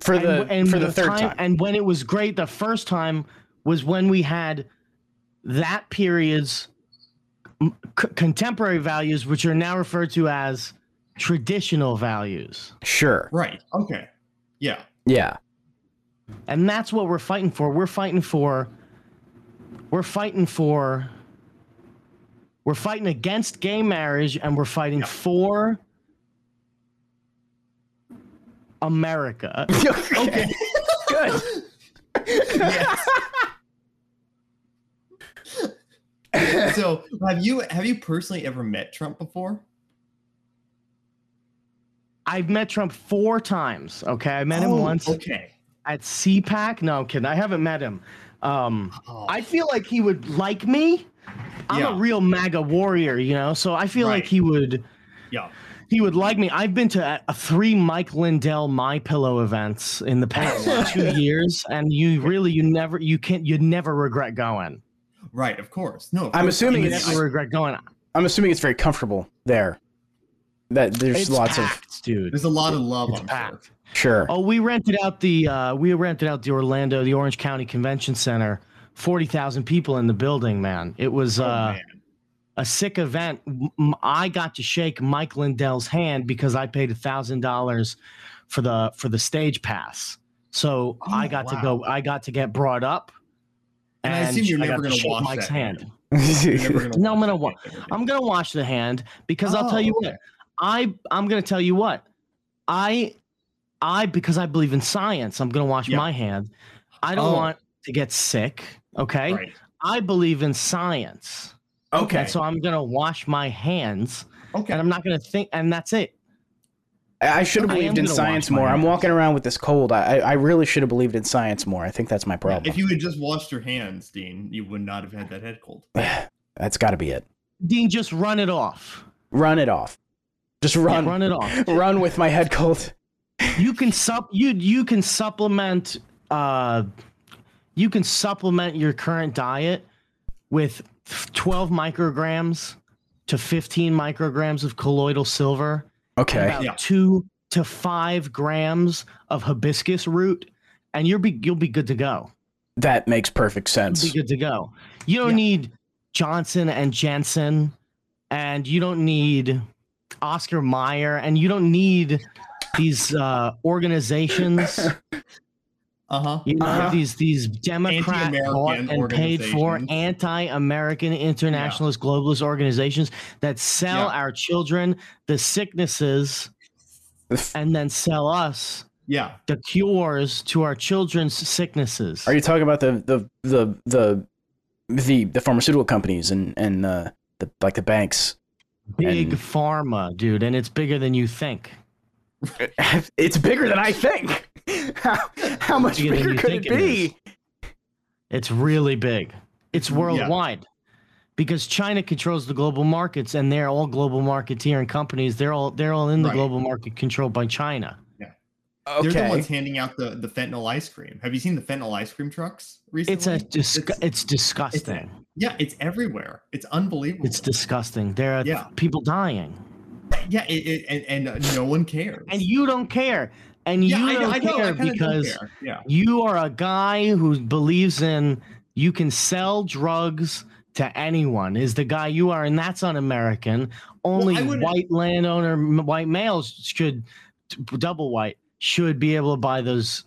[SPEAKER 4] For the
[SPEAKER 6] w- and
[SPEAKER 4] for the third time.
[SPEAKER 6] And when it was great the first time was when we had that period's m- c- contemporary values, which are now referred to as traditional values.
[SPEAKER 4] Sure.
[SPEAKER 5] Right. Okay.
[SPEAKER 6] *laughs*
[SPEAKER 5] Yeah.
[SPEAKER 4] Yeah.
[SPEAKER 6] And that's what we're fighting for. We're fighting for, we're fighting for, we're fighting against gay marriage and we're fighting for
[SPEAKER 5] *laughs*
[SPEAKER 6] America.
[SPEAKER 4] okay. Good.
[SPEAKER 5] so have you have you personally ever met Trump before?
[SPEAKER 6] I've met Trump four times. Okay, I met him
[SPEAKER 5] Oh,
[SPEAKER 6] once
[SPEAKER 5] Okay.
[SPEAKER 6] at CPAC. No, I'm kidding. I haven't met him. Um,
[SPEAKER 5] Oh,
[SPEAKER 6] I feel like he would like me. I'm
[SPEAKER 5] Yeah.
[SPEAKER 6] a real MAGA warrior, you know. So I feel like
[SPEAKER 5] Right.
[SPEAKER 6] he would
[SPEAKER 5] yeah.
[SPEAKER 6] he would like me. I've been to a, a three Mike Lindell My Pillow events in
[SPEAKER 5] *laughs*
[SPEAKER 6] the past two years, and you really you never you can't you never regret going.
[SPEAKER 5] Right. Of course. No. of
[SPEAKER 4] I'm
[SPEAKER 5] course.
[SPEAKER 4] assuming
[SPEAKER 6] You
[SPEAKER 5] I mean,
[SPEAKER 4] it's-
[SPEAKER 6] never regret going.
[SPEAKER 4] I'm assuming it's very comfortable there. That there's
[SPEAKER 6] It's
[SPEAKER 4] lots
[SPEAKER 6] packed, dude.
[SPEAKER 5] there's a lot of love.
[SPEAKER 6] It's
[SPEAKER 5] I'm
[SPEAKER 6] packed.
[SPEAKER 5] sure.
[SPEAKER 4] of sure.
[SPEAKER 6] Oh, we rented out the uh, we rented out the Orlando, the Orange County Convention Center. Forty thousand people in the building, man. It was
[SPEAKER 5] Oh,
[SPEAKER 6] uh,
[SPEAKER 5] man.
[SPEAKER 6] a sick event. M- I got to shake Mike Lindell's hand because I paid thousand dollars for the for the stage pass. So
[SPEAKER 5] Oh,
[SPEAKER 6] I got to
[SPEAKER 5] wow.
[SPEAKER 6] go. I got to get brought up.
[SPEAKER 5] And I assume you're
[SPEAKER 6] sh-
[SPEAKER 5] never
[SPEAKER 6] got to
[SPEAKER 5] gonna
[SPEAKER 6] shake
[SPEAKER 5] wash
[SPEAKER 6] Mike's
[SPEAKER 5] that
[SPEAKER 6] hand.
[SPEAKER 5] You're never gonna
[SPEAKER 6] *laughs* No, I'm
[SPEAKER 5] watch
[SPEAKER 6] gonna
[SPEAKER 5] it,
[SPEAKER 6] wa-
[SPEAKER 5] I think.
[SPEAKER 6] I'm gonna wash the hand because I'll tell
[SPEAKER 5] Oh,
[SPEAKER 6] you
[SPEAKER 5] okay.
[SPEAKER 6] what. I I'm gonna tell you what. I I because I believe in science, I'm gonna wash
[SPEAKER 5] Yeah.
[SPEAKER 6] my hand. I
[SPEAKER 5] Oh.
[SPEAKER 6] don't want to get sick. Okay.
[SPEAKER 5] Right.
[SPEAKER 6] I believe in science.
[SPEAKER 5] Okay.
[SPEAKER 6] And so I'm gonna wash my hands
[SPEAKER 5] okay.
[SPEAKER 6] and I'm not gonna think and that's it.
[SPEAKER 4] *laughs* I should have
[SPEAKER 6] I am
[SPEAKER 4] believed in
[SPEAKER 6] gonna
[SPEAKER 4] science
[SPEAKER 6] wash my
[SPEAKER 4] more. I'm
[SPEAKER 6] hands.
[SPEAKER 4] walking around with this cold. I, I I really should have believed in science more. I think that's my problem.
[SPEAKER 5] If you had just washed your hands, Dean, you would not have had that head cold.
[SPEAKER 4] that's got to be it.
[SPEAKER 6] Dean, just run it off.
[SPEAKER 4] Run it off. Just run. *laughs*
[SPEAKER 6] Run it off.
[SPEAKER 4] Run with my head cold.
[SPEAKER 6] you can sup you you can supplement uh you can supplement your current diet with 12 micrograms to 15 micrograms of colloidal silver,
[SPEAKER 4] Okay.
[SPEAKER 6] about
[SPEAKER 5] Yeah.
[SPEAKER 6] two to five grams of hibiscus root, and you're be, you'll be good to go.
[SPEAKER 4] That makes perfect
[SPEAKER 6] You'll
[SPEAKER 4] sense.
[SPEAKER 6] be good to go. You don't
[SPEAKER 5] Yeah.
[SPEAKER 6] need Johnson and Jensen, and you don't need Oscar Meyer, and you don't need these uh, organizations.
[SPEAKER 5] Uh huh.
[SPEAKER 6] You know,
[SPEAKER 4] Uh-huh.
[SPEAKER 6] these these Democrat
[SPEAKER 5] Anti-American
[SPEAKER 6] bought and paid for
[SPEAKER 5] organizations.
[SPEAKER 6] anti-American internationalist globalist organizations that sell
[SPEAKER 5] Yeah.
[SPEAKER 6] our children the sicknesses and then sell us
[SPEAKER 5] Yeah.
[SPEAKER 6] the cures to our children's sicknesses.
[SPEAKER 4] Are you talking about the the the the the, the pharmaceutical companies and and the, the like the banks?
[SPEAKER 6] Big
[SPEAKER 4] and-
[SPEAKER 6] pharma, dude, and it's bigger than you think.
[SPEAKER 4] *laughs* it's bigger than I think. How, how much
[SPEAKER 6] Bigger than
[SPEAKER 4] bigger
[SPEAKER 6] you
[SPEAKER 4] could it
[SPEAKER 6] think it
[SPEAKER 4] be?
[SPEAKER 6] It's really big. It's worldwide. Because China controls the global markets and they're all global marketeering companies. They're all they're all in the
[SPEAKER 5] Right.
[SPEAKER 6] global market controlled by China.
[SPEAKER 5] They're the
[SPEAKER 4] Okay.
[SPEAKER 5] ones handing out the, the fentanyl ice cream. Have you seen the fentanyl ice cream trucks recently?
[SPEAKER 6] It's a dis- it's,
[SPEAKER 5] It's-
[SPEAKER 6] disgusting.
[SPEAKER 5] yeah, it's everywhere. It's unbelievable.
[SPEAKER 6] It's disgusting. There are
[SPEAKER 5] Yeah.
[SPEAKER 6] people dying.
[SPEAKER 5] yeah, it, it, and, and uh, no one cares.
[SPEAKER 6] And you don't care. And
[SPEAKER 5] yeah,
[SPEAKER 6] you don't care
[SPEAKER 5] kinda don't
[SPEAKER 6] because
[SPEAKER 5] care. yeah,
[SPEAKER 6] you are a guy who believes in you can sell drugs to anyone is the guy you are and that's un-american only
[SPEAKER 5] I wouldn't-
[SPEAKER 6] white landowner m- white males should double white should be able to buy those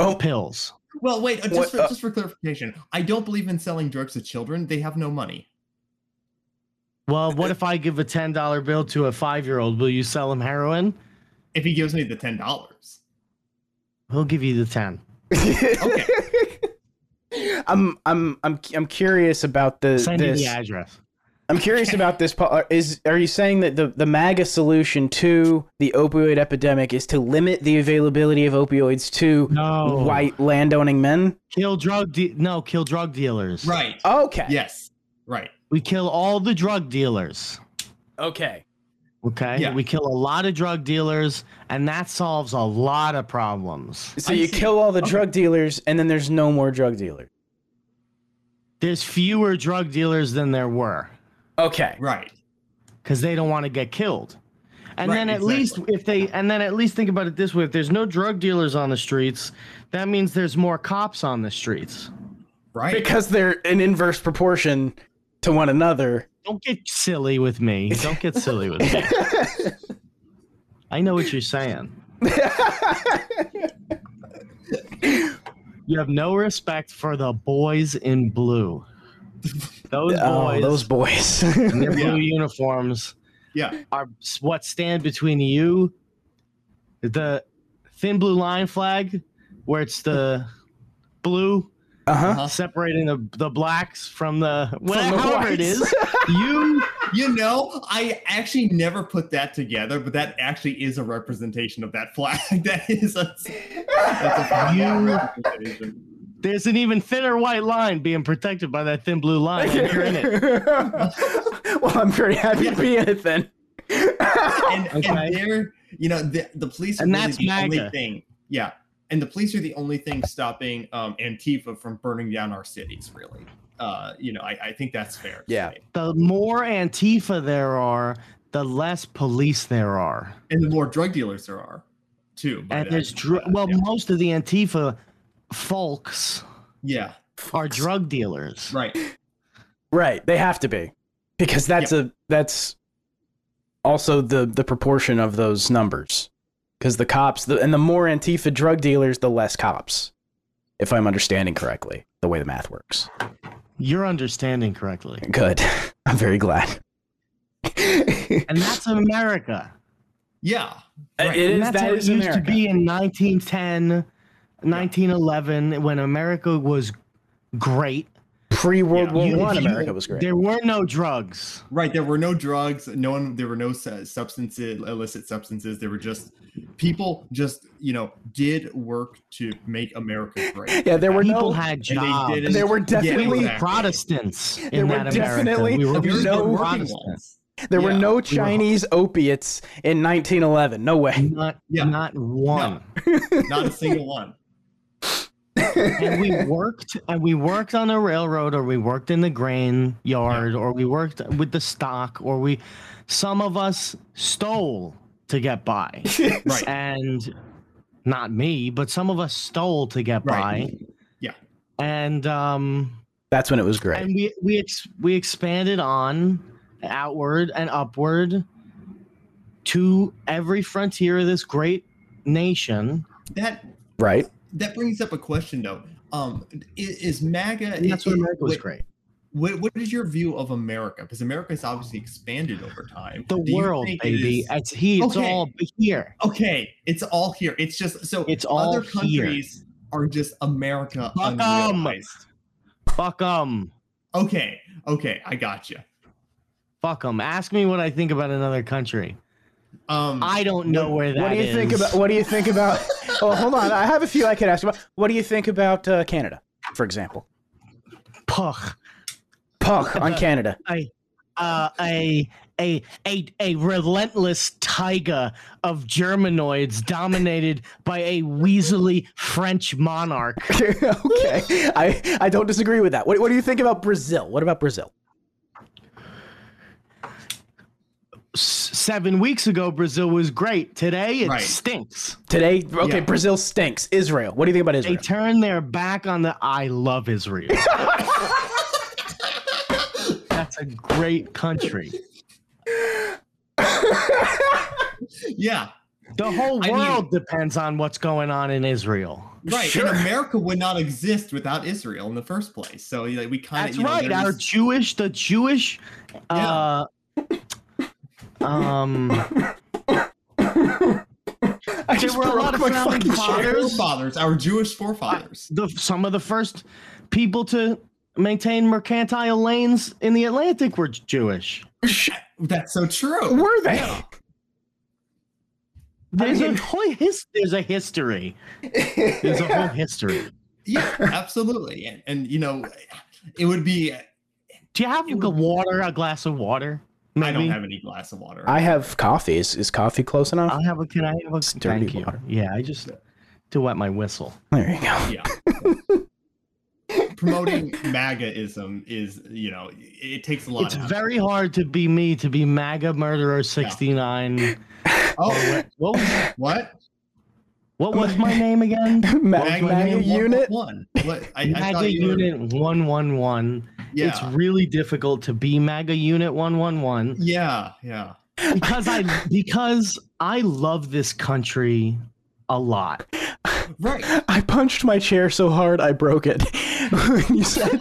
[SPEAKER 4] Oh.
[SPEAKER 6] pills
[SPEAKER 5] Well, wait, uh, just,
[SPEAKER 4] What,
[SPEAKER 5] for,
[SPEAKER 4] uh,
[SPEAKER 5] just for clarification, I don't believe in selling drugs to children. They have no money.
[SPEAKER 6] well what if i give a $10 bill to a five-year-old will you sell him heroin
[SPEAKER 5] If he gives me the ten
[SPEAKER 6] *laughs*
[SPEAKER 5] dollars,
[SPEAKER 6] he'll give you the 10
[SPEAKER 4] I'm I'm I'm I'm curious about the
[SPEAKER 6] send
[SPEAKER 4] this.
[SPEAKER 6] you the address
[SPEAKER 4] I'm curious about this. Paul. Is are you saying that the the MAGA solution to the opioid epidemic is to limit the availability of opioids to
[SPEAKER 6] no
[SPEAKER 4] white landowning men?
[SPEAKER 6] kill drug de- no kill drug dealers
[SPEAKER 5] right?
[SPEAKER 4] Okay.
[SPEAKER 5] *laughs* Yes, right.
[SPEAKER 6] we kill all the drug dealers
[SPEAKER 4] Okay.
[SPEAKER 6] Okay.
[SPEAKER 5] Yeah.
[SPEAKER 6] We kill a lot of drug dealers, and that solves a lot of problems.
[SPEAKER 4] So
[SPEAKER 5] I
[SPEAKER 4] you
[SPEAKER 5] see.
[SPEAKER 4] kill all the drug dealers, and then there's no more drug dealers.
[SPEAKER 6] There's fewer drug dealers than there were
[SPEAKER 4] Okay.
[SPEAKER 5] Right.
[SPEAKER 6] because they don't want to get killed. And
[SPEAKER 5] Right,
[SPEAKER 6] then at least
[SPEAKER 5] exactly.
[SPEAKER 6] if they, and then at least think about it this way: if there's no drug dealers on the streets, that means there's more cops on the streets.
[SPEAKER 5] Right.
[SPEAKER 4] Because they're in inverse proportion to one another. *laughs*
[SPEAKER 6] Don't get silly with me. Don't get silly with me. I know what you're saying. you have no respect for the boys in blue. Those boys,
[SPEAKER 4] Oh, those boys. *laughs*
[SPEAKER 6] in their
[SPEAKER 5] Yeah.
[SPEAKER 6] blue uniforms
[SPEAKER 5] yeah.
[SPEAKER 6] are s- what stand between you, the thin blue line flag, where it's the blue
[SPEAKER 4] uh huh.
[SPEAKER 6] separating the, the blacks from the whatever it
[SPEAKER 4] whites.
[SPEAKER 6] is. You
[SPEAKER 5] You know, I actually never put that together, but that actually is a representation of that flag. *laughs* that is a. That's a
[SPEAKER 6] You-
[SPEAKER 5] representation.
[SPEAKER 6] There's an even thinner white line being protected by that thin blue line. and You're in
[SPEAKER 4] *laughs*
[SPEAKER 6] it. *laughs*
[SPEAKER 4] well, I'm pretty happy to be in it then.
[SPEAKER 5] and,
[SPEAKER 6] Okay.
[SPEAKER 5] and they're you know the, the police are
[SPEAKER 6] And
[SPEAKER 5] really
[SPEAKER 6] that's
[SPEAKER 5] the
[SPEAKER 6] MAGA.
[SPEAKER 5] only thing yeah and the police are the only thing stopping um, antifa from burning down our cities really uh, you know I, I think that's fair to
[SPEAKER 4] Yeah.
[SPEAKER 5] say.
[SPEAKER 6] The more Antifa there are, the less police there are.
[SPEAKER 5] and the more drug dealers there are too by
[SPEAKER 6] And
[SPEAKER 5] that-
[SPEAKER 6] there's dr-
[SPEAKER 5] uh,
[SPEAKER 6] well,
[SPEAKER 5] yeah.
[SPEAKER 6] most of the Antifa folks
[SPEAKER 5] yeah
[SPEAKER 6] are drug dealers.
[SPEAKER 5] right
[SPEAKER 4] Right, they have to be, because that's a that's also the the proportion of those numbers. Because the cops, the, and the more Antifa drug dealers, the less cops. If I'm understanding correctly, the way the math works.
[SPEAKER 6] You're understanding correctly.
[SPEAKER 4] Good, *laughs* I'm very
[SPEAKER 6] *laughs*
[SPEAKER 4] glad.
[SPEAKER 6] And that's America.
[SPEAKER 5] yeah right.
[SPEAKER 4] It
[SPEAKER 6] And
[SPEAKER 4] is
[SPEAKER 6] that's
[SPEAKER 4] that
[SPEAKER 6] how
[SPEAKER 4] is
[SPEAKER 6] it used
[SPEAKER 4] America.
[SPEAKER 6] to be in 1910, 1911, when America was great.
[SPEAKER 4] Pre World
[SPEAKER 5] Yeah.
[SPEAKER 4] War
[SPEAKER 6] You-
[SPEAKER 4] One,
[SPEAKER 6] if you-
[SPEAKER 4] America was great.
[SPEAKER 6] There were no drugs.
[SPEAKER 5] right there were no drugs no one there were no su- substances illicit substances there were just people just you know did work to make america
[SPEAKER 6] *laughs*
[SPEAKER 5] great
[SPEAKER 4] Yeah, there were
[SPEAKER 6] People
[SPEAKER 4] no.
[SPEAKER 6] had
[SPEAKER 5] and
[SPEAKER 6] jobs.
[SPEAKER 5] they did
[SPEAKER 4] There were
[SPEAKER 6] we were
[SPEAKER 4] definitely
[SPEAKER 5] exactly.
[SPEAKER 6] Protestants in
[SPEAKER 4] There were
[SPEAKER 6] that
[SPEAKER 4] definitely-
[SPEAKER 6] America. We were
[SPEAKER 4] there were
[SPEAKER 6] no
[SPEAKER 4] no
[SPEAKER 6] Protestants.
[SPEAKER 4] There were
[SPEAKER 5] yeah,
[SPEAKER 4] no Chinese opiates in 1911. No way.
[SPEAKER 6] Not,
[SPEAKER 5] Yeah.
[SPEAKER 6] not one.
[SPEAKER 5] not a single one
[SPEAKER 6] and we worked and we worked on a railroad or we worked in the grain yard or we worked with the stock or we some of us stole to get *laughs* by
[SPEAKER 5] Right.
[SPEAKER 6] and not me but some of us stole to get
[SPEAKER 5] Right.
[SPEAKER 6] by
[SPEAKER 5] Yeah.
[SPEAKER 6] and um
[SPEAKER 4] That's when it was great.
[SPEAKER 6] and we we ex- we expanded on outward and upward to every frontier of this great nation
[SPEAKER 5] That
[SPEAKER 4] right?
[SPEAKER 5] that brings up a question though. Um, i- is, is MAGA?
[SPEAKER 6] and that's
[SPEAKER 5] i-
[SPEAKER 6] what
[SPEAKER 5] i-
[SPEAKER 6] america was
[SPEAKER 5] wait,
[SPEAKER 6] great
[SPEAKER 5] What, what is your view of America? Because America has obviously expanded over time.
[SPEAKER 6] the
[SPEAKER 5] Do you
[SPEAKER 6] world
[SPEAKER 5] think it
[SPEAKER 6] baby
[SPEAKER 5] is-
[SPEAKER 6] it's he it's
[SPEAKER 5] Okay.
[SPEAKER 6] all here
[SPEAKER 5] okay, it's all here. It's just so
[SPEAKER 6] It's all
[SPEAKER 5] other
[SPEAKER 6] here.
[SPEAKER 5] countries are just America
[SPEAKER 6] Fuck 'em.
[SPEAKER 5] unrealized.
[SPEAKER 6] fuck 'em.
[SPEAKER 5] Okay, okay, I got you.
[SPEAKER 6] fuck 'em. ask me what i think about another country
[SPEAKER 5] Um,
[SPEAKER 6] i don't know where that
[SPEAKER 4] What do you think
[SPEAKER 6] is.
[SPEAKER 4] about? What do you think
[SPEAKER 6] *laughs*
[SPEAKER 4] about? oh, hold on. I have a few I could ask about. What do you think about uh, Canada, for example?
[SPEAKER 6] Puck.
[SPEAKER 4] Puck
[SPEAKER 6] *laughs*
[SPEAKER 4] on Canada.
[SPEAKER 6] uh, a a a a relentless tiger of Germanoids dominated by a weaselly French monarch.
[SPEAKER 4] *laughs* okay, I, I don't disagree with that. What, what do you think about Brazil? What about Brazil?
[SPEAKER 6] S- seven weeks ago, Brazil was great. Today, it
[SPEAKER 5] Right.
[SPEAKER 6] stinks.
[SPEAKER 4] Today, okay,
[SPEAKER 5] Yeah.
[SPEAKER 4] Brazil stinks. Israel. What do you think about
[SPEAKER 6] They
[SPEAKER 4] Israel?
[SPEAKER 6] turned their back on the "I love Israel." That's a great country.
[SPEAKER 5] yeah,
[SPEAKER 6] The whole
[SPEAKER 5] I mean-
[SPEAKER 6] world depends on what's going on in Israel.
[SPEAKER 5] right.
[SPEAKER 4] Sure.
[SPEAKER 5] And America would not exist without Israel in the first place. So like, we kind of
[SPEAKER 6] That's right. Our Jewish, the Jewish, uh,
[SPEAKER 4] *laughs*
[SPEAKER 6] um,
[SPEAKER 4] I
[SPEAKER 6] there were a lot of
[SPEAKER 4] broke
[SPEAKER 6] founding
[SPEAKER 4] fucking
[SPEAKER 5] our
[SPEAKER 6] fathers.
[SPEAKER 5] forefathers, our Jewish forefathers.
[SPEAKER 6] the some of the first people to maintain mercantile lanes in the Atlantic were Jewish.
[SPEAKER 5] That's so true.
[SPEAKER 4] Were they?
[SPEAKER 6] There's a whole his, there's a history. There's a whole history.
[SPEAKER 5] Yeah, absolutely. And, and you know, it would be.
[SPEAKER 6] Do you have the water? A glass of water?
[SPEAKER 5] I don't have any glass of water.
[SPEAKER 4] I have coffee. Is, is coffee close enough?
[SPEAKER 6] I'll have a. Can I have a?
[SPEAKER 4] dirty
[SPEAKER 6] Thank you.
[SPEAKER 4] water.
[SPEAKER 6] Yeah, I just to wet my whistle.
[SPEAKER 4] there you go. *laughs*
[SPEAKER 5] yeah.
[SPEAKER 6] *laughs*
[SPEAKER 5] Promoting MAGAism is, you know, it takes a lot.
[SPEAKER 6] It's
[SPEAKER 5] out of
[SPEAKER 6] very hard to be me to be MAGA murderer sixty
[SPEAKER 5] *laughs*
[SPEAKER 6] nine.
[SPEAKER 5] it. Oh,
[SPEAKER 6] What was,
[SPEAKER 5] what?
[SPEAKER 6] what was my name again?
[SPEAKER 4] Ma-
[SPEAKER 5] Mag-
[SPEAKER 4] Magna unit.
[SPEAKER 5] One. What? I, I
[SPEAKER 6] MAGA
[SPEAKER 5] thought you were-
[SPEAKER 6] Unit One One One.
[SPEAKER 5] yeah.
[SPEAKER 6] It's really difficult to be MAGA Unit One One One.
[SPEAKER 5] *laughs* yeah. Yeah.
[SPEAKER 6] because I because I love this country a lot.
[SPEAKER 5] Right.
[SPEAKER 4] I punched my chair so hard I broke it. *laughs* When you said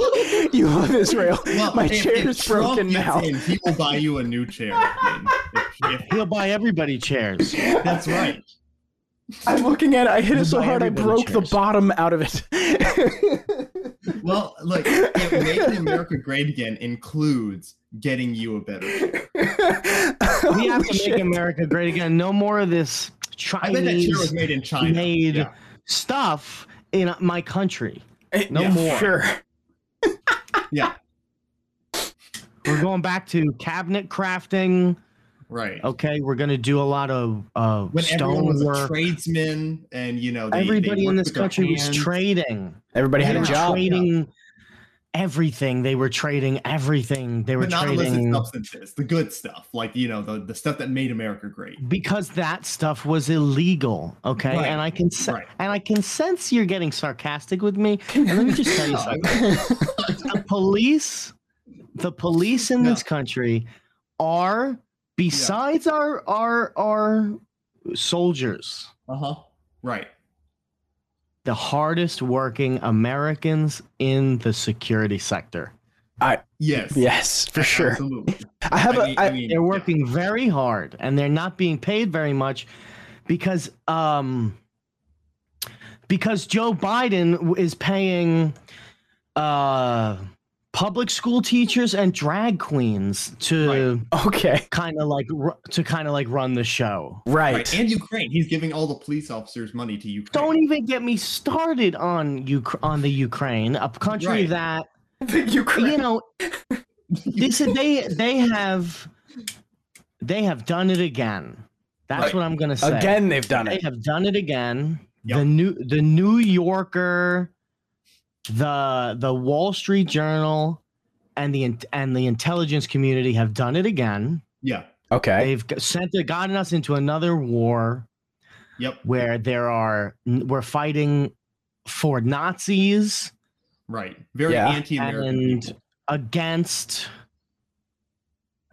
[SPEAKER 4] you love Israel.
[SPEAKER 5] Well,
[SPEAKER 4] my
[SPEAKER 5] if- if
[SPEAKER 4] chair is
[SPEAKER 5] Trump
[SPEAKER 4] broken
[SPEAKER 5] gets
[SPEAKER 4] now.
[SPEAKER 5] in, he will buy you a new chair. Ian. If- if-
[SPEAKER 6] He'll buy everybody chairs.
[SPEAKER 5] that's right.
[SPEAKER 4] I'm looking at it. I hit it so
[SPEAKER 6] Buy
[SPEAKER 4] hard I
[SPEAKER 6] everybody
[SPEAKER 4] broke the
[SPEAKER 6] chairs.
[SPEAKER 4] bottom out of it.
[SPEAKER 5] Well, look, if making America great again includes getting you a better chair.
[SPEAKER 6] We have
[SPEAKER 4] Holy
[SPEAKER 6] to
[SPEAKER 4] shit.
[SPEAKER 6] make America great again. No more of this
[SPEAKER 5] I bet that chair was
[SPEAKER 6] Chinese
[SPEAKER 5] made in China.
[SPEAKER 6] made
[SPEAKER 5] Yeah. Eh,
[SPEAKER 6] stuff in my country.
[SPEAKER 5] No
[SPEAKER 4] Yeah,
[SPEAKER 5] more.
[SPEAKER 6] *laughs*
[SPEAKER 4] Sure.
[SPEAKER 5] Yeah.
[SPEAKER 6] We're going back to cabinet crafting.
[SPEAKER 5] Right.
[SPEAKER 6] Okay, we're gonna do a lot of uh,
[SPEAKER 5] When everyone was
[SPEAKER 6] stone
[SPEAKER 5] a
[SPEAKER 6] work.
[SPEAKER 5] tradesman and, you know, they,
[SPEAKER 6] Everybody
[SPEAKER 5] they
[SPEAKER 6] in
[SPEAKER 5] worked
[SPEAKER 6] this
[SPEAKER 5] with their
[SPEAKER 6] country was
[SPEAKER 5] hands.
[SPEAKER 6] trading.
[SPEAKER 4] Everybody had
[SPEAKER 6] They
[SPEAKER 4] a
[SPEAKER 6] were
[SPEAKER 4] job.
[SPEAKER 6] trading everything. They were trading everything. They were
[SPEAKER 5] But not illicit
[SPEAKER 6] trading.
[SPEAKER 5] substances, the good stuff, like, you know, the, the stuff that made America great.
[SPEAKER 6] because that stuff was illegal okay
[SPEAKER 5] Right,
[SPEAKER 6] and i can se-
[SPEAKER 5] right.
[SPEAKER 6] and i can sense you're getting sarcastic with me and let me just tell you something the police the police in this country are besides our our our soldiers
[SPEAKER 5] Uh huh. Right.
[SPEAKER 6] the hardest working americans in the security sector
[SPEAKER 5] Yes.
[SPEAKER 4] Yes, for sure.
[SPEAKER 5] Absolutely.
[SPEAKER 4] I have a.
[SPEAKER 5] I mean,
[SPEAKER 4] I-
[SPEAKER 5] I mean,
[SPEAKER 6] they're
[SPEAKER 5] yeah.
[SPEAKER 6] working very hard and they're not being paid very much because um because Joe Biden w- is paying uh public school teachers and drag queens to
[SPEAKER 4] okay.
[SPEAKER 6] kind of like ru- to kind of like run the show.
[SPEAKER 4] Right.
[SPEAKER 5] Right. And Ukraine. He's giving all the police officers money to Ukraine.
[SPEAKER 6] Don't even get me started on Uk- on the Ukraine, a country
[SPEAKER 5] Right.
[SPEAKER 6] that
[SPEAKER 5] *laughs*
[SPEAKER 4] Ukraine.
[SPEAKER 6] you know this is they they have they have done it again that's
[SPEAKER 5] Right.
[SPEAKER 6] what i'm gonna say
[SPEAKER 4] Again, they've done
[SPEAKER 6] they
[SPEAKER 4] it.
[SPEAKER 6] have done it again
[SPEAKER 5] Yep.
[SPEAKER 6] the new the new yorker the the Wall Street Journal and the in- and the intelligence community have done it again.
[SPEAKER 5] Yeah.
[SPEAKER 4] Okay.
[SPEAKER 6] They've g- sent gotten us into another war
[SPEAKER 5] Yep.
[SPEAKER 6] where there are we're fighting for Nazis
[SPEAKER 5] Right. Very
[SPEAKER 4] Yeah.
[SPEAKER 5] anti-American.
[SPEAKER 6] and
[SPEAKER 5] people.
[SPEAKER 6] against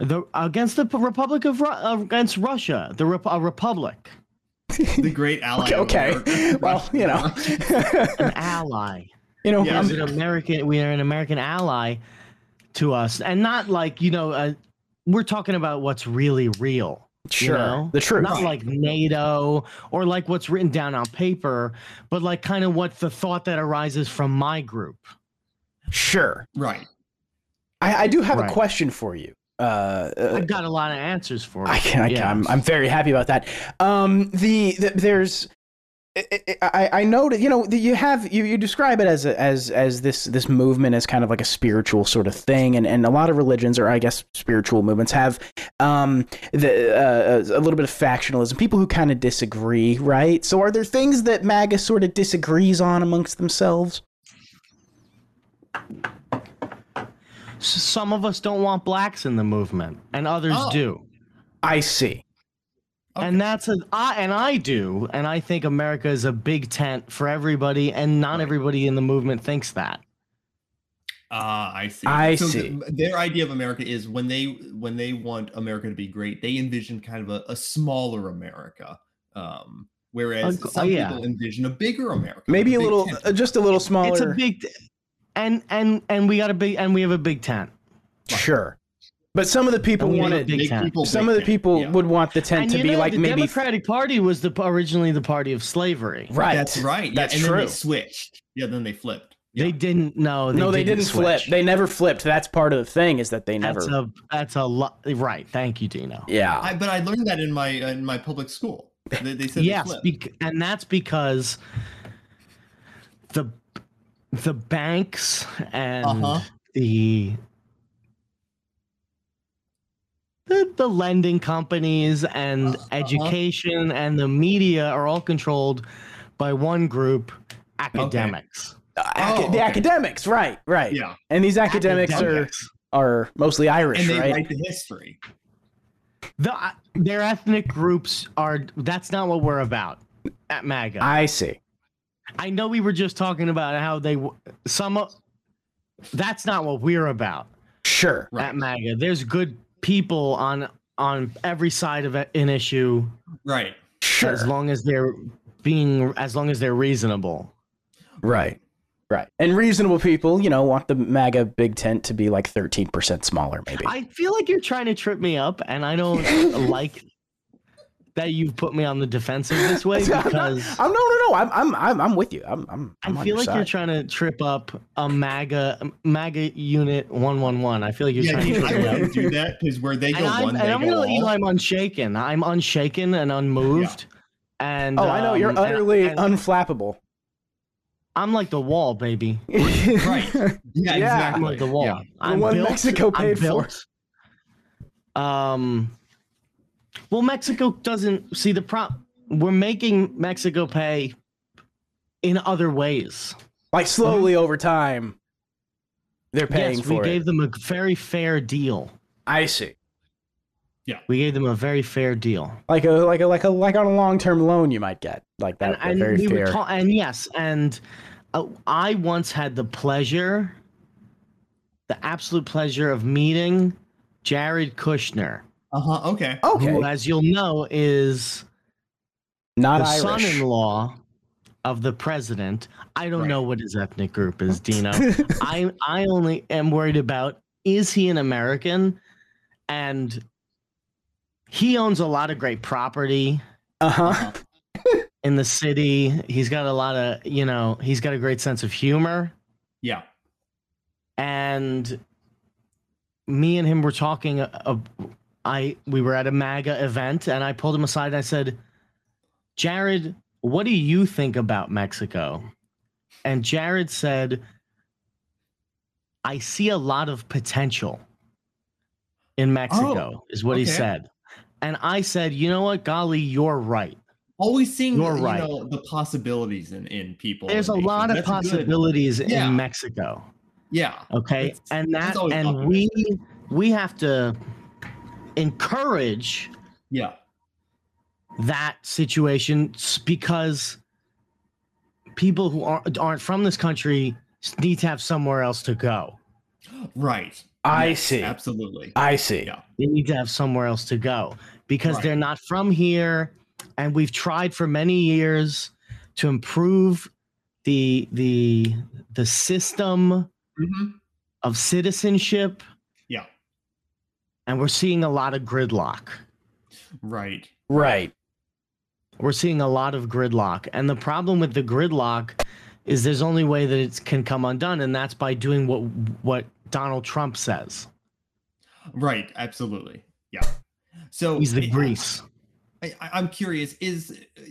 [SPEAKER 6] the against the Republic of Ru- against Russia, the Rep- a republic,
[SPEAKER 5] the great
[SPEAKER 4] *laughs*
[SPEAKER 5] ally.
[SPEAKER 4] Okay.
[SPEAKER 5] of
[SPEAKER 4] okay.
[SPEAKER 5] America.
[SPEAKER 4] *laughs* Well, you know,
[SPEAKER 6] an ally.
[SPEAKER 4] you know,
[SPEAKER 5] Yeah.
[SPEAKER 6] is
[SPEAKER 4] I'm-
[SPEAKER 6] an American. We are an American ally to us, and not like you know. Uh, we're talking about what's really real. you
[SPEAKER 4] sure
[SPEAKER 6] know?
[SPEAKER 4] the truth.
[SPEAKER 6] Not like NATO or like what's written down on paper, but like kind of what the thought that arises from my group.
[SPEAKER 4] Sure.
[SPEAKER 5] *laughs* Right.
[SPEAKER 4] I, I do have
[SPEAKER 6] Right.
[SPEAKER 4] a question for you. Uh, uh,
[SPEAKER 6] I've got a lot of answers for it.
[SPEAKER 4] I can, I can,
[SPEAKER 6] Yeah.
[SPEAKER 4] I'm, I'm very happy about that. Um, the, the there's, I, I, I noted, you know, that you have you, you describe it as a, as as this this movement as kind of like a spiritual sort of thing, and, and a lot of religions or I guess spiritual movements have um the uh, a little bit of factionalism, people who kind of disagree, right? So are there things that MAGA sort of disagrees on amongst themselves?
[SPEAKER 6] S- Some of us don't want blacks in the movement, and others
[SPEAKER 5] Oh.
[SPEAKER 6] do.
[SPEAKER 4] I see.
[SPEAKER 6] And that's a I and I do, and I think America is a big tent for everybody, and not everybody in the movement thinks that.
[SPEAKER 5] Ah, I see.
[SPEAKER 4] I
[SPEAKER 5] so
[SPEAKER 4] see.
[SPEAKER 5] th- their idea of America is when they when they want America to be great, they envision kind of a, a smaller America. Um, whereas
[SPEAKER 6] Unc- oh,
[SPEAKER 5] some
[SPEAKER 6] yeah.
[SPEAKER 5] people envision a bigger America. with
[SPEAKER 4] Maybe a
[SPEAKER 5] big
[SPEAKER 4] little,
[SPEAKER 5] tent.
[SPEAKER 4] uh, just a little smaller.
[SPEAKER 6] It's a big, t- and and and we got a big, and we have a big tent.
[SPEAKER 4] sure. But some of the people
[SPEAKER 6] And we
[SPEAKER 4] want
[SPEAKER 6] have
[SPEAKER 4] it
[SPEAKER 6] a big
[SPEAKER 5] Make
[SPEAKER 6] tent.
[SPEAKER 5] people
[SPEAKER 4] some
[SPEAKER 5] big
[SPEAKER 4] of the
[SPEAKER 5] tent,
[SPEAKER 4] people
[SPEAKER 5] yeah.
[SPEAKER 4] would want the tent
[SPEAKER 6] And
[SPEAKER 4] to
[SPEAKER 6] you
[SPEAKER 4] be
[SPEAKER 6] know,
[SPEAKER 4] like
[SPEAKER 6] the
[SPEAKER 4] maybe
[SPEAKER 6] Democratic Party was the originally the party of slavery.
[SPEAKER 4] right.
[SPEAKER 5] That's right. Yeah,
[SPEAKER 4] That's
[SPEAKER 5] and then
[SPEAKER 4] true.
[SPEAKER 5] they switched. Yeah, then they flipped. Yeah.
[SPEAKER 6] They didn't know.
[SPEAKER 4] no, they didn't flip. They never flipped. That's part of the thing is that they never.
[SPEAKER 6] That's a that's a lot. Right. Thank you, Dino.
[SPEAKER 4] yeah.
[SPEAKER 5] I, but I learned that in my uh, in my public school. They, they said they
[SPEAKER 6] yes,
[SPEAKER 5] flipped.
[SPEAKER 6] bec- and that's because the the banks and
[SPEAKER 5] Uh-huh.
[SPEAKER 6] the the, the lending companies and
[SPEAKER 5] Uh-huh.
[SPEAKER 6] education and the media are all controlled by one group academics
[SPEAKER 4] Ac-
[SPEAKER 5] Oh,
[SPEAKER 4] The
[SPEAKER 5] okay.
[SPEAKER 4] academics, right, right.
[SPEAKER 5] yeah,
[SPEAKER 4] And these academics, are are mostly Irish,
[SPEAKER 5] and they
[SPEAKER 4] right?
[SPEAKER 5] write the history.
[SPEAKER 6] the, uh, their ethnic groups are that's not what we're about at maga
[SPEAKER 4] I see.
[SPEAKER 6] I know we were just talking about how they w- some. o- That's not what we're about
[SPEAKER 4] Sure.
[SPEAKER 5] Right,
[SPEAKER 6] at MAGA. There's good people on on every side of a- an issue,
[SPEAKER 5] right,
[SPEAKER 4] Sure.
[SPEAKER 6] as long as they're being as long as they're reasonable.
[SPEAKER 4] Right. Right. And reasonable people, you know, want the MAGA big tent to be like 13% smaller, maybe.
[SPEAKER 6] I feel like you're trying to trip me up, and I don't like that you've put me on the defensive this
[SPEAKER 4] *laughs*
[SPEAKER 6] way
[SPEAKER 4] *laughs* I'm not-
[SPEAKER 6] because
[SPEAKER 4] I'm, no, no, no. I'm, I'm, I'm, I'm with you. I'm, I'm, I'm
[SPEAKER 6] I
[SPEAKER 4] on
[SPEAKER 6] feel
[SPEAKER 4] your
[SPEAKER 6] like
[SPEAKER 4] side.
[SPEAKER 6] you're trying to trip up a MAGA MAGA unit one one one. I feel like you're
[SPEAKER 5] yeah,
[SPEAKER 6] trying to
[SPEAKER 5] I
[SPEAKER 6] trip me up.
[SPEAKER 5] wouldn't do that because where they go
[SPEAKER 6] and I'm,
[SPEAKER 5] one,
[SPEAKER 6] and
[SPEAKER 5] they
[SPEAKER 6] I'm
[SPEAKER 5] go
[SPEAKER 6] gonna let you know
[SPEAKER 5] all.
[SPEAKER 6] I'm unshaken. I'm unshaken and unmoved. And
[SPEAKER 4] Oh, I know. You're
[SPEAKER 6] um, and-
[SPEAKER 4] utterly
[SPEAKER 6] and
[SPEAKER 4] unflappable.
[SPEAKER 6] I'm like the wall, baby. *laughs*
[SPEAKER 5] Right. Yeah,
[SPEAKER 4] Yeah.
[SPEAKER 6] I'm like
[SPEAKER 5] exactly.
[SPEAKER 6] the wall.
[SPEAKER 5] Yeah.
[SPEAKER 6] I'm
[SPEAKER 4] one
[SPEAKER 6] built,
[SPEAKER 4] Mexico paid
[SPEAKER 6] I'm built. Um. Well, Mexico doesn't see the problem. We're making Mexico pay in other ways.
[SPEAKER 4] Like slowly over time, they're paying
[SPEAKER 6] yes,
[SPEAKER 4] for
[SPEAKER 6] we
[SPEAKER 4] it.
[SPEAKER 6] gave them a very fair deal.
[SPEAKER 4] I see.
[SPEAKER 6] We gave them a very fair deal.
[SPEAKER 4] Like a like a like a like on a long term loan, you might get like that.
[SPEAKER 6] and,
[SPEAKER 4] but
[SPEAKER 6] and
[SPEAKER 4] very
[SPEAKER 6] we
[SPEAKER 4] fair.
[SPEAKER 6] were ta- and yes and uh, i once had the pleasure the absolute pleasure of meeting jared kushner
[SPEAKER 5] Uh huh. Okay.
[SPEAKER 4] okay,
[SPEAKER 6] who as you'll know is
[SPEAKER 4] not
[SPEAKER 6] the
[SPEAKER 4] Irish.
[SPEAKER 6] son-in-law of the president i don't
[SPEAKER 5] Right.
[SPEAKER 6] know what his ethnic group is dino i i only am worried about is he an american and he owns a lot of great property
[SPEAKER 4] Uh
[SPEAKER 6] Uh-huh.
[SPEAKER 5] Uh-huh.
[SPEAKER 4] huh.
[SPEAKER 6] in the city. He's got a lot of, you know, he's got a great sense of humor.
[SPEAKER 5] Yeah.
[SPEAKER 6] And me and him were talking. uh, uh, I we were at a MAGA event, and I pulled him aside and I said, "Jared, what do you think about Mexico?" And Jared said, "I see a lot of potential in Mexico," is what he
[SPEAKER 5] Oh, okay.
[SPEAKER 6] said. And I said, "You know what, golly, you're right."
[SPEAKER 5] always seeing
[SPEAKER 6] You're
[SPEAKER 5] you
[SPEAKER 6] right.
[SPEAKER 5] know, the possibilities in, in people.
[SPEAKER 6] There's a
[SPEAKER 5] and nations.
[SPEAKER 6] lot of
[SPEAKER 5] That's good.
[SPEAKER 6] possibilities
[SPEAKER 5] Yeah.
[SPEAKER 6] in Mexico.
[SPEAKER 5] Yeah.
[SPEAKER 6] okay
[SPEAKER 5] It's-
[SPEAKER 6] and that
[SPEAKER 5] it's always
[SPEAKER 6] and we
[SPEAKER 5] optimistic.
[SPEAKER 6] we have to encourage
[SPEAKER 5] Yeah.
[SPEAKER 6] that situation s- because people who aren't, aren't from this country s- need to have somewhere else to go
[SPEAKER 5] Right.
[SPEAKER 4] I
[SPEAKER 5] Yes,
[SPEAKER 4] see.
[SPEAKER 5] Absolutely.
[SPEAKER 4] I see.
[SPEAKER 5] Yeah.
[SPEAKER 6] they need to have somewhere else to go because
[SPEAKER 5] Right.
[SPEAKER 6] they're not from here and we've tried for many years to improve the the the system
[SPEAKER 5] Mhm.
[SPEAKER 6] of citizenship
[SPEAKER 5] Yeah.
[SPEAKER 6] and we're seeing a lot of gridlock
[SPEAKER 5] Right.
[SPEAKER 4] Right.
[SPEAKER 6] we're seeing a lot of gridlock and the problem with the gridlock is there's only way that it can come undone and that's by doing what what donald trump says
[SPEAKER 5] Right. Absolutely. Yeah. So
[SPEAKER 6] he's the
[SPEAKER 5] I-
[SPEAKER 6] grease
[SPEAKER 5] I, I, I'm curious: is uh,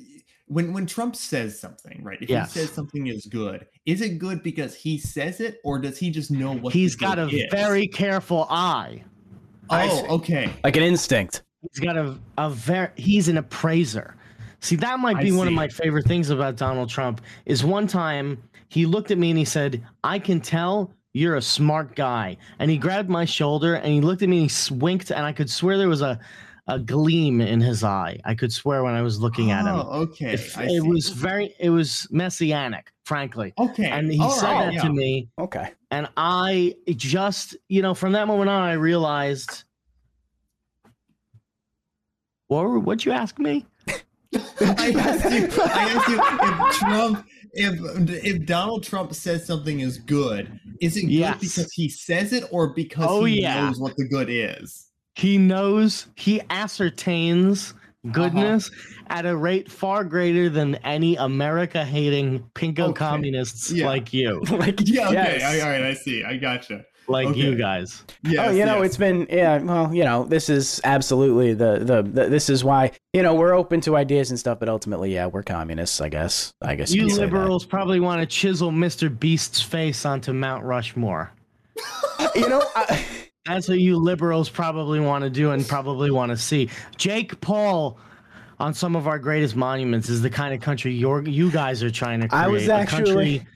[SPEAKER 5] when when Trump says something, right? If
[SPEAKER 6] Yes.
[SPEAKER 5] he says something is good, is it good because he says it, or does he just know what? the
[SPEAKER 6] he's got a
[SPEAKER 5] good is?
[SPEAKER 6] very careful eye
[SPEAKER 4] I
[SPEAKER 5] Oh,
[SPEAKER 4] see.
[SPEAKER 5] okay.
[SPEAKER 4] Like an instinct.
[SPEAKER 6] he's got a, a very he's an appraiser see that might
[SPEAKER 5] I
[SPEAKER 6] be one of
[SPEAKER 5] see.
[SPEAKER 6] my favorite things about donald trump is one time he looked at me and he said i can tell you're a smart guy and he grabbed my shoulder and he looked at me and he s- winked and i could swear there was a a gleam in his eye i could swear when i was looking at him
[SPEAKER 5] Oh, okay.
[SPEAKER 6] If-
[SPEAKER 5] I
[SPEAKER 6] it
[SPEAKER 5] see.
[SPEAKER 6] was very it was messianic frankly
[SPEAKER 5] okay,
[SPEAKER 6] and he
[SPEAKER 5] all
[SPEAKER 6] said
[SPEAKER 5] right,
[SPEAKER 6] that
[SPEAKER 5] yeah.
[SPEAKER 6] to me
[SPEAKER 4] Okay.
[SPEAKER 6] and I it just, you know, from that moment on, I realized. What were- what'd you ask me?
[SPEAKER 5] I asked you. I asked
[SPEAKER 6] *laughs*
[SPEAKER 5] you if Trump, if if Donald Trump says something is good, is it
[SPEAKER 6] Yes.
[SPEAKER 5] good because he says it or because
[SPEAKER 6] Oh,
[SPEAKER 5] he
[SPEAKER 6] yeah.
[SPEAKER 5] knows what the good is? *laughs*
[SPEAKER 6] He knows he ascertains goodness at a rate far greater than any America hating pinko
[SPEAKER 5] Okay.
[SPEAKER 6] communists
[SPEAKER 5] Yeah.
[SPEAKER 6] like you,
[SPEAKER 4] *laughs* like
[SPEAKER 5] Yeah. Okay.
[SPEAKER 4] yes.
[SPEAKER 5] all right. I see. I gotcha.
[SPEAKER 6] like you
[SPEAKER 5] Okay.
[SPEAKER 6] guys.
[SPEAKER 5] Yeah.
[SPEAKER 4] oh, you know, it's been yeah. Well, you know, this is absolutely the, the the this is why you know we're open to ideas and stuff, but ultimately, yeah, we're communists. I guess. I guess
[SPEAKER 6] You
[SPEAKER 4] could say that.
[SPEAKER 6] liberals probably want to chisel Mr. Beast's face onto Mount Rushmore.
[SPEAKER 4] You know,
[SPEAKER 5] *laughs*
[SPEAKER 4] I,
[SPEAKER 6] That's what you liberals probably want to do and probably want to see. Jake Paul on some of our greatest monuments is the kind of country you're, you guys are trying to create.
[SPEAKER 4] I was
[SPEAKER 6] a
[SPEAKER 4] actually-
[SPEAKER 6] country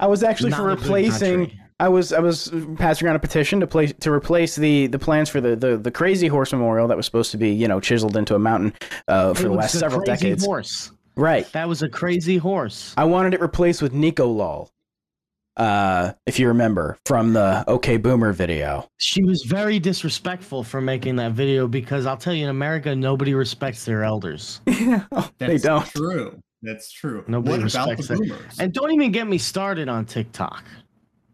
[SPEAKER 4] I was actually
[SPEAKER 6] not
[SPEAKER 4] for
[SPEAKER 6] a good
[SPEAKER 4] replacing.
[SPEAKER 6] country.
[SPEAKER 4] I was I was passing around a petition to place to replace the the plans for the, the the Crazy Horse Memorial that was supposed to be you know chiseled into a mountain uh, for
[SPEAKER 6] It
[SPEAKER 4] the
[SPEAKER 6] was
[SPEAKER 4] last
[SPEAKER 6] a
[SPEAKER 4] several
[SPEAKER 6] crazy
[SPEAKER 4] decades.
[SPEAKER 6] Horse.
[SPEAKER 4] Right.
[SPEAKER 6] That was a crazy horse.
[SPEAKER 4] I wanted it replaced with Nico Lol. Uh, if you remember from the OK Boomer
[SPEAKER 6] *laughs*
[SPEAKER 4] video.
[SPEAKER 6] She was very disrespectful for making that video because I'll tell you, in America, nobody respects their elders.
[SPEAKER 5] That's
[SPEAKER 4] they don't.
[SPEAKER 5] True. That's true.
[SPEAKER 6] Nobody
[SPEAKER 5] what about
[SPEAKER 6] respects
[SPEAKER 5] the
[SPEAKER 6] it.
[SPEAKER 5] boomers?
[SPEAKER 6] And don't even get me started on TikTok.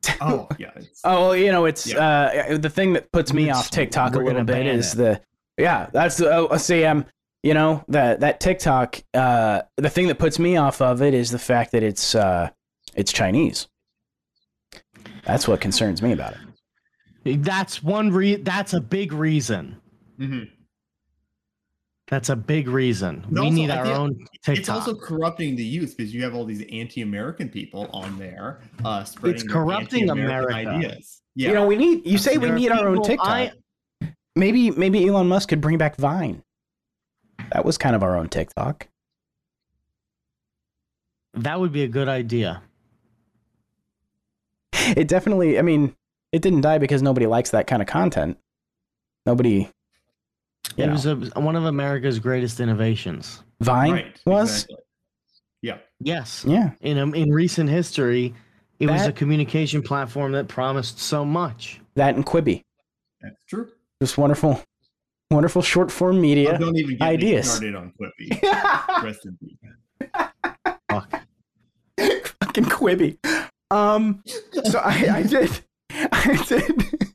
[SPEAKER 6] *laughs*
[SPEAKER 5] oh, yeah. It's,
[SPEAKER 4] Oh, well, you know, it's uh, the thing that puts me
[SPEAKER 6] It's-
[SPEAKER 4] off TikTok a
[SPEAKER 6] we're
[SPEAKER 4] little
[SPEAKER 6] gonna
[SPEAKER 4] bit
[SPEAKER 6] ban
[SPEAKER 4] is
[SPEAKER 6] it.
[SPEAKER 4] the yeah, that's the oh, see, um, you know that that TikTok. Uh, the thing that puts me off of it is the fact that it's uh, it's Chinese. That's what concerns me about it.
[SPEAKER 6] That's one re. That's a big reason.
[SPEAKER 5] mhm.
[SPEAKER 6] That's a big reason.
[SPEAKER 5] But
[SPEAKER 6] we
[SPEAKER 5] also,
[SPEAKER 6] need
[SPEAKER 5] I
[SPEAKER 6] our
[SPEAKER 5] think
[SPEAKER 6] own TikTok.
[SPEAKER 5] It's also corrupting the youth because you have all these anti-American people on there uh, spreading their
[SPEAKER 6] corrupting
[SPEAKER 5] anti-American
[SPEAKER 6] America.
[SPEAKER 5] ideas. Yeah.
[SPEAKER 4] You know, we need. You say we
[SPEAKER 6] There are
[SPEAKER 4] need our own
[SPEAKER 6] people
[SPEAKER 4] TikTok.
[SPEAKER 6] I-
[SPEAKER 4] Maybe maybe Elon Musk could bring back Vine. That was kind of our own TikTok.
[SPEAKER 6] That would be a good idea.
[SPEAKER 4] It definitely. I mean, it didn't die because nobody likes that kind of content. Nobody. You
[SPEAKER 6] it
[SPEAKER 4] know,
[SPEAKER 6] was a, one of America's greatest innovations.
[SPEAKER 4] Vine
[SPEAKER 5] right,
[SPEAKER 4] was.
[SPEAKER 5] exactly. Yeah.
[SPEAKER 6] Yes,
[SPEAKER 4] Yeah.
[SPEAKER 6] in um, in recent history, it was
[SPEAKER 4] That-
[SPEAKER 6] a communication platform that promised so much.
[SPEAKER 4] that and Quibi.
[SPEAKER 5] That's true.
[SPEAKER 4] Just wonderful, wonderful short form media. *laughs*
[SPEAKER 5] *laughs* Oh, don't even get
[SPEAKER 4] ideas.
[SPEAKER 5] me started on
[SPEAKER 6] *laughs*
[SPEAKER 5] Quippy. Rest in peace.
[SPEAKER 6] Fuck.
[SPEAKER 4] Fucking Quibi. Um, so I, I did, *laughs* I did.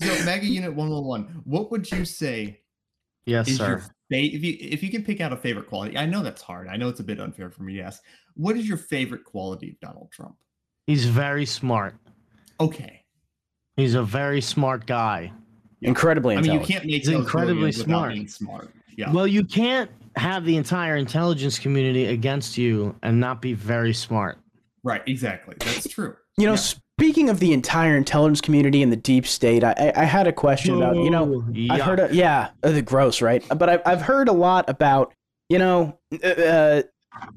[SPEAKER 5] So, Mega Unit 111, what would you say
[SPEAKER 6] Yes,
[SPEAKER 5] is your
[SPEAKER 6] sir.
[SPEAKER 5] fa- if you if you can pick out a favorite quality? I know that's hard. I know it's a bit unfair for me to ask. What is your favorite quality of Donald Trump?
[SPEAKER 6] He's very smart.
[SPEAKER 5] Okay.
[SPEAKER 6] He's a very smart guy.
[SPEAKER 4] Incredibly
[SPEAKER 5] I mean, you
[SPEAKER 4] intelligent.
[SPEAKER 5] can't make
[SPEAKER 6] He's
[SPEAKER 5] those
[SPEAKER 6] incredibly
[SPEAKER 5] billions without
[SPEAKER 6] smart.
[SPEAKER 5] being smart. Yeah.
[SPEAKER 6] Well, you can't have the entire intelligence community against you and not be very smart.
[SPEAKER 5] right. Exactly. That's true.
[SPEAKER 4] you know,
[SPEAKER 5] Yeah.
[SPEAKER 4] speaking of the entire intelligence community and the deep state, I, I, I had a question about you know.
[SPEAKER 6] Whoa.
[SPEAKER 4] I've heard, a, yeah, uh, the gross, right? But I've, I've heard a lot about, you you know, uh, uh,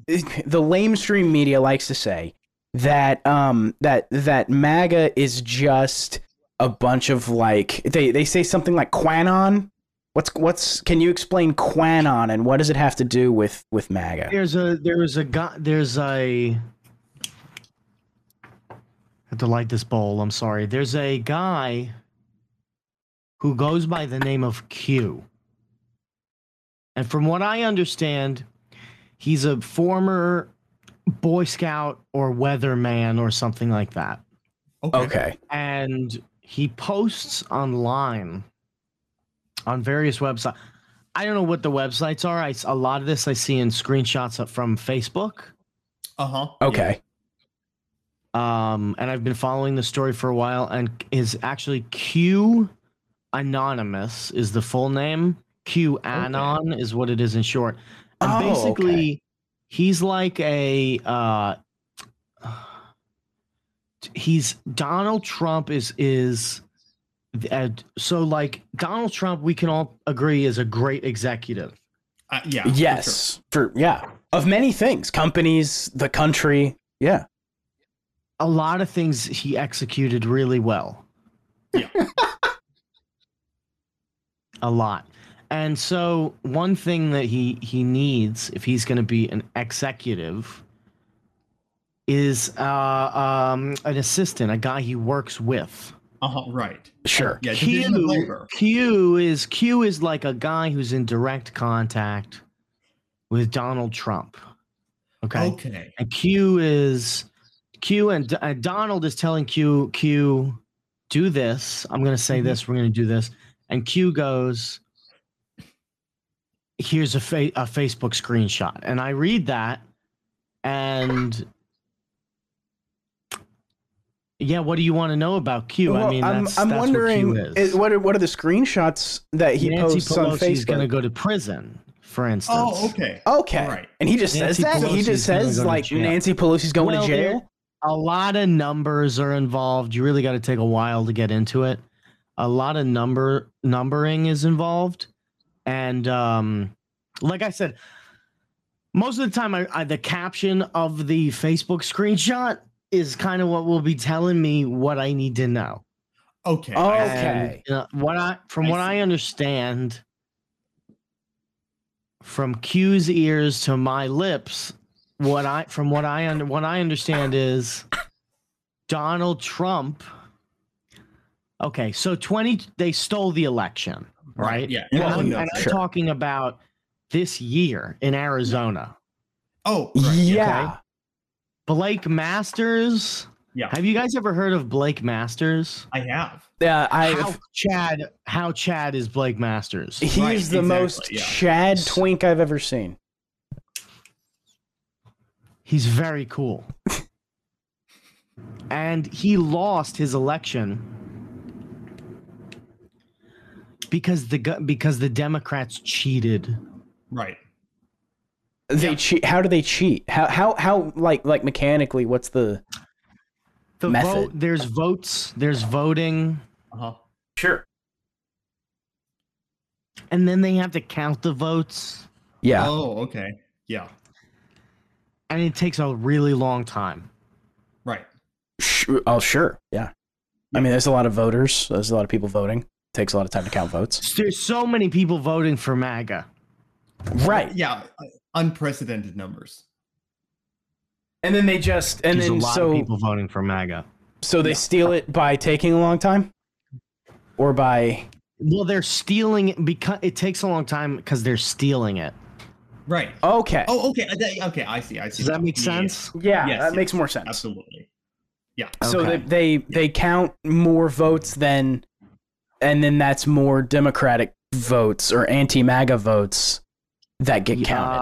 [SPEAKER 4] the lamestream media likes to say that um that that MAGA is just a bunch of like they they say something like QAnon. What's what's can you explain QAnon and what does it have to do with with MAGA?
[SPEAKER 6] There's a there's a go- there's a I have to light this bowl. I'm sorry. There's a guy who goes by the name of Q. And from what I understand, he's a former Boy Scout or weatherman or something like that.
[SPEAKER 4] Okay.
[SPEAKER 6] And he posts online on various websites. I don't know what the websites are. I, a lot of this I see in screenshots from Facebook.
[SPEAKER 5] Uh huh.
[SPEAKER 4] Okay.
[SPEAKER 6] um, and I've been following the story for a while. And is actually Q Anonymous is the full name. Q Anon is what it is in short. And
[SPEAKER 4] Oh, okay.
[SPEAKER 6] basically, he's like a uh, he's Donald Trump is is uh, so like Donald Trump. We can all agree is a great executive.
[SPEAKER 5] Uh, yeah. for sure.
[SPEAKER 4] yes. For yeah. Of many things, companies, the country. Yeah.
[SPEAKER 6] a lot of things he executed really well.
[SPEAKER 5] Yeah.
[SPEAKER 6] *laughs* a lot. And so one thing that he he needs if he's going to be an executive is uh, um, an assistant, a guy he works with.
[SPEAKER 5] Uh-huh, right.
[SPEAKER 4] Sure.
[SPEAKER 5] Yeah. Division of
[SPEAKER 6] Q,
[SPEAKER 5] labor.
[SPEAKER 6] Q is Q is like a guy who's in direct contact with Donald Trump. Okay.
[SPEAKER 5] Okay.
[SPEAKER 6] And Q is Q and uh, Donald is telling Q Q do this. I'm going to
[SPEAKER 4] Mm-hmm.
[SPEAKER 6] say this. We're going to do this. And Q goes, "Here's a fa- a Facebook screenshot." And I read that, and yeah, what do you want to know about Q? I
[SPEAKER 4] Well,
[SPEAKER 6] mean,
[SPEAKER 4] I'm,
[SPEAKER 6] that's,
[SPEAKER 4] I'm
[SPEAKER 6] that's
[SPEAKER 4] wondering
[SPEAKER 6] what Q
[SPEAKER 4] is-
[SPEAKER 6] is.
[SPEAKER 4] what are, what are the screenshots that he
[SPEAKER 6] Nancy
[SPEAKER 4] posts
[SPEAKER 6] Pelosi's
[SPEAKER 4] on Facebook?
[SPEAKER 6] going to go to prison, for instance.
[SPEAKER 5] Oh, okay.
[SPEAKER 4] Okay.
[SPEAKER 5] Right.
[SPEAKER 4] And he just
[SPEAKER 6] Nancy
[SPEAKER 4] says that? he
[SPEAKER 6] Pelosi's
[SPEAKER 4] just
[SPEAKER 6] gonna
[SPEAKER 4] says,
[SPEAKER 6] go to
[SPEAKER 4] like,
[SPEAKER 6] jail.
[SPEAKER 4] Nancy Pelosi's going
[SPEAKER 6] Well,
[SPEAKER 4] to jail?
[SPEAKER 6] a lot of numbers are involved. You really got to take a while to get into it. A lot of number numbering is involved, and um, like I said, most of the time, I, I the caption of the Facebook screenshot is kind of what will be telling me what I need to know.
[SPEAKER 5] Okay.
[SPEAKER 4] Oh,
[SPEAKER 5] I-
[SPEAKER 6] And,
[SPEAKER 4] Okay.
[SPEAKER 6] you know, what I from
[SPEAKER 5] I
[SPEAKER 6] what
[SPEAKER 5] see.
[SPEAKER 6] I understand from Q's ears to my lips, what I from what I under, what I understand is Donald Trump. Okay, so 20 they stole the election, right?
[SPEAKER 5] Yeah. Oh,
[SPEAKER 6] And,
[SPEAKER 5] yeah.
[SPEAKER 6] I'm,
[SPEAKER 4] yeah,
[SPEAKER 6] and I'm
[SPEAKER 4] sure.
[SPEAKER 6] talking about this year in Arizona.
[SPEAKER 5] Oh, right,
[SPEAKER 4] yeah.
[SPEAKER 6] Blake Masters.
[SPEAKER 5] Yeah.
[SPEAKER 6] Have you guys ever heard of Blake Masters?
[SPEAKER 5] I have.
[SPEAKER 4] Yeah, I.
[SPEAKER 6] how Chad how Chad is Blake Masters.
[SPEAKER 4] He's
[SPEAKER 5] Right,
[SPEAKER 4] the
[SPEAKER 5] exactly,
[SPEAKER 4] most
[SPEAKER 5] yeah.
[SPEAKER 4] Chad twink I've ever seen.
[SPEAKER 6] He's
[SPEAKER 4] *laughs*
[SPEAKER 6] very cool. and he lost his election because the gu- because the Democrats cheated.
[SPEAKER 5] Right.
[SPEAKER 4] They cheat. How do they cheat? How how how like like mechanically? What's the
[SPEAKER 6] The
[SPEAKER 4] Method.
[SPEAKER 6] vote there's votes, there's voting,
[SPEAKER 5] Uh-huh.
[SPEAKER 4] sure?
[SPEAKER 6] and then they have to count the votes
[SPEAKER 4] Yeah.
[SPEAKER 5] Oh, okay. Yeah.
[SPEAKER 6] and it takes a really long time.
[SPEAKER 5] Right.
[SPEAKER 4] Sh- oh, sure. Yeah. I mean, there's a lot of voters. There's a lot of people voting. Takes a lot of time to count votes.
[SPEAKER 6] There's so many people voting for MAGA.
[SPEAKER 4] Right.
[SPEAKER 5] Yeah. uh, Unprecedented numbers.
[SPEAKER 4] And then they just and
[SPEAKER 6] there's
[SPEAKER 4] then
[SPEAKER 6] a lot
[SPEAKER 4] so
[SPEAKER 6] of people voting for MAGA.
[SPEAKER 4] so they steal it by taking a long time, or by
[SPEAKER 6] Well, they're stealing it because it takes a long time because they're stealing it.
[SPEAKER 5] Right.
[SPEAKER 4] okay.
[SPEAKER 5] Oh, okay. I- that- okay. I see. I see.
[SPEAKER 6] Does that make
[SPEAKER 5] Yeah,
[SPEAKER 6] sense?
[SPEAKER 4] yeah,
[SPEAKER 5] yes,
[SPEAKER 4] that
[SPEAKER 5] yes,
[SPEAKER 4] makes more sense.
[SPEAKER 5] Absolutely.
[SPEAKER 4] So
[SPEAKER 6] Okay.
[SPEAKER 4] they, they they count more votes than, and then that's more Democratic votes or anti-MAGA votes that get counted.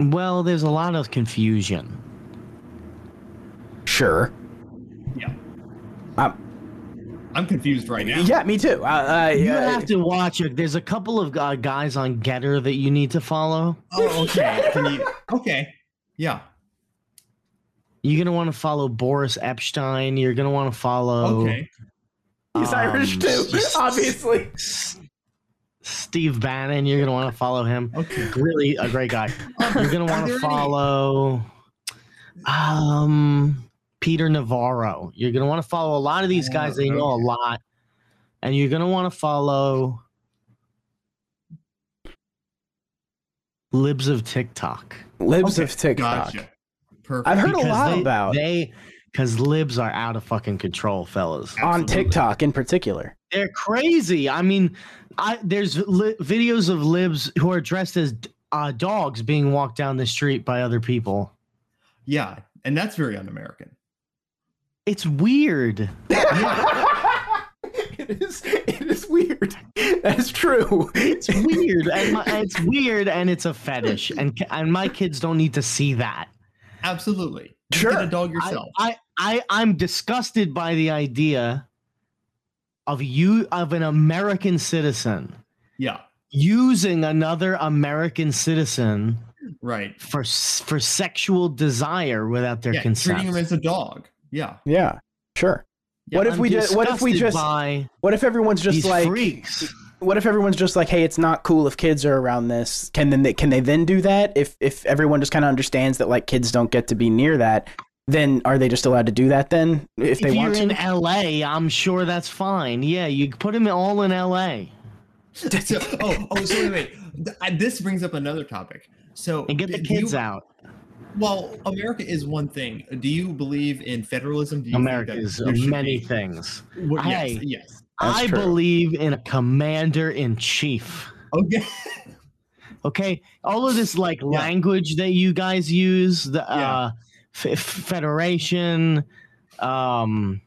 [SPEAKER 6] Um, well, there's a lot of confusion.
[SPEAKER 4] sure.
[SPEAKER 5] Yeah.
[SPEAKER 4] Um,
[SPEAKER 5] I'm confused right now.
[SPEAKER 4] yeah, me too. I, uh, I,
[SPEAKER 6] You
[SPEAKER 4] I-
[SPEAKER 6] have to watch it. There's a couple of uh, guys on Getter that you need to follow.
[SPEAKER 5] Oh, okay. Can you, okay. Yeah.
[SPEAKER 6] You're gonna want to follow Boris Epstein. You're gonna Oh. want to follow.
[SPEAKER 5] Okay. *laughs*
[SPEAKER 4] he's Irish
[SPEAKER 6] um,
[SPEAKER 4] too, obviously.
[SPEAKER 6] Steve Bannon. You're gonna want to follow him. Okay. Really a great
[SPEAKER 4] *laughs*
[SPEAKER 6] guy. You're gonna
[SPEAKER 5] there
[SPEAKER 6] want to
[SPEAKER 5] any-
[SPEAKER 6] follow um Peter Navarro. You're gonna want to follow a lot of these guys. They
[SPEAKER 4] Oh,
[SPEAKER 6] know a lot, and you're gonna want to follow libs of TikTok.
[SPEAKER 4] Libs
[SPEAKER 5] Okay,
[SPEAKER 4] of TikTok.
[SPEAKER 5] Gotcha. Perfect.
[SPEAKER 4] I've heard a
[SPEAKER 6] Because
[SPEAKER 4] lot
[SPEAKER 6] they,
[SPEAKER 4] about
[SPEAKER 6] they because libs are out of fucking control, fellas.
[SPEAKER 4] on
[SPEAKER 5] Absolutely.
[SPEAKER 4] TikTok in particular.
[SPEAKER 6] They're crazy. I mean, I there's li- videos of libs who are dressed as uh, dogs being walked down the street by other people.
[SPEAKER 5] Yeah, and that's very un-American.
[SPEAKER 6] It's weird.
[SPEAKER 4] *laughs* it is. It is weird. *laughs* That's true.
[SPEAKER 6] It's weird. and my, it's weird, and it's a fetish. And ki- and my kids don't need to see that.
[SPEAKER 5] Absolutely. You
[SPEAKER 4] Sure.
[SPEAKER 5] Get a dog
[SPEAKER 6] I,
[SPEAKER 5] yourself.
[SPEAKER 6] I I I'm disgusted by the idea of you of an American citizen
[SPEAKER 5] yeah.
[SPEAKER 6] using another American citizen
[SPEAKER 5] Right.
[SPEAKER 6] for s- for sexual desire without their
[SPEAKER 5] Yeah,
[SPEAKER 6] consent.
[SPEAKER 5] treating him as a dog. Yeah.
[SPEAKER 4] Yeah. Sure. what if
[SPEAKER 6] I'm
[SPEAKER 4] we just? What if we
[SPEAKER 6] disgusted
[SPEAKER 4] just?
[SPEAKER 6] by
[SPEAKER 4] What if everyone's just
[SPEAKER 6] these
[SPEAKER 4] like?
[SPEAKER 6] freaks?
[SPEAKER 4] What if everyone's just like, "Hey, it's not cool if kids are around this." Can then they, can they then do that? If if everyone just kind of understands that like kids don't get to be near that, then are they just allowed to do that then if
[SPEAKER 6] If,
[SPEAKER 4] they
[SPEAKER 6] you're
[SPEAKER 4] want
[SPEAKER 6] in
[SPEAKER 4] to?
[SPEAKER 6] LA, I'm sure that's fine. Yeah, you put them all in LA
[SPEAKER 5] So, oh, oh, so wait, wait. Th- I- This brings up another topic. So
[SPEAKER 6] and get the
[SPEAKER 5] do- do you-
[SPEAKER 6] kids out.
[SPEAKER 5] Well, America is one thing. Do you believe in federalism? Do you think
[SPEAKER 6] America
[SPEAKER 5] that
[SPEAKER 6] is
[SPEAKER 5] there should
[SPEAKER 6] many
[SPEAKER 5] be-
[SPEAKER 6] things.
[SPEAKER 5] Well, yes,
[SPEAKER 6] Hey.
[SPEAKER 5] yes.
[SPEAKER 4] That's
[SPEAKER 6] I
[SPEAKER 4] true.
[SPEAKER 6] believe in a commander in chief.
[SPEAKER 5] Okay.
[SPEAKER 6] Okay, all of this like language that you guys use, the uh, f- federation, um,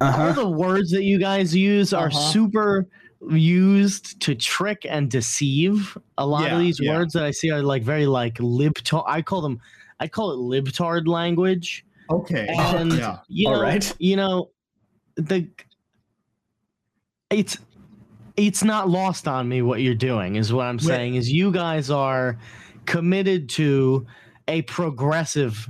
[SPEAKER 4] Uh
[SPEAKER 6] all
[SPEAKER 4] huh.
[SPEAKER 6] the words that you guys use are
[SPEAKER 5] Uh-huh.
[SPEAKER 6] super used to trick and deceive. A lot
[SPEAKER 5] Yeah,
[SPEAKER 6] of these
[SPEAKER 5] yeah.
[SPEAKER 6] words that I see are like very like libtard. I call them, I call it libtard language.
[SPEAKER 5] Okay.
[SPEAKER 6] And
[SPEAKER 5] yeah.
[SPEAKER 6] you
[SPEAKER 4] All
[SPEAKER 6] know,
[SPEAKER 4] right.
[SPEAKER 6] you know, the it's it's not lost on me what you're doing is what I'm
[SPEAKER 5] Wait.
[SPEAKER 6] saying is you guys are committed to a progressive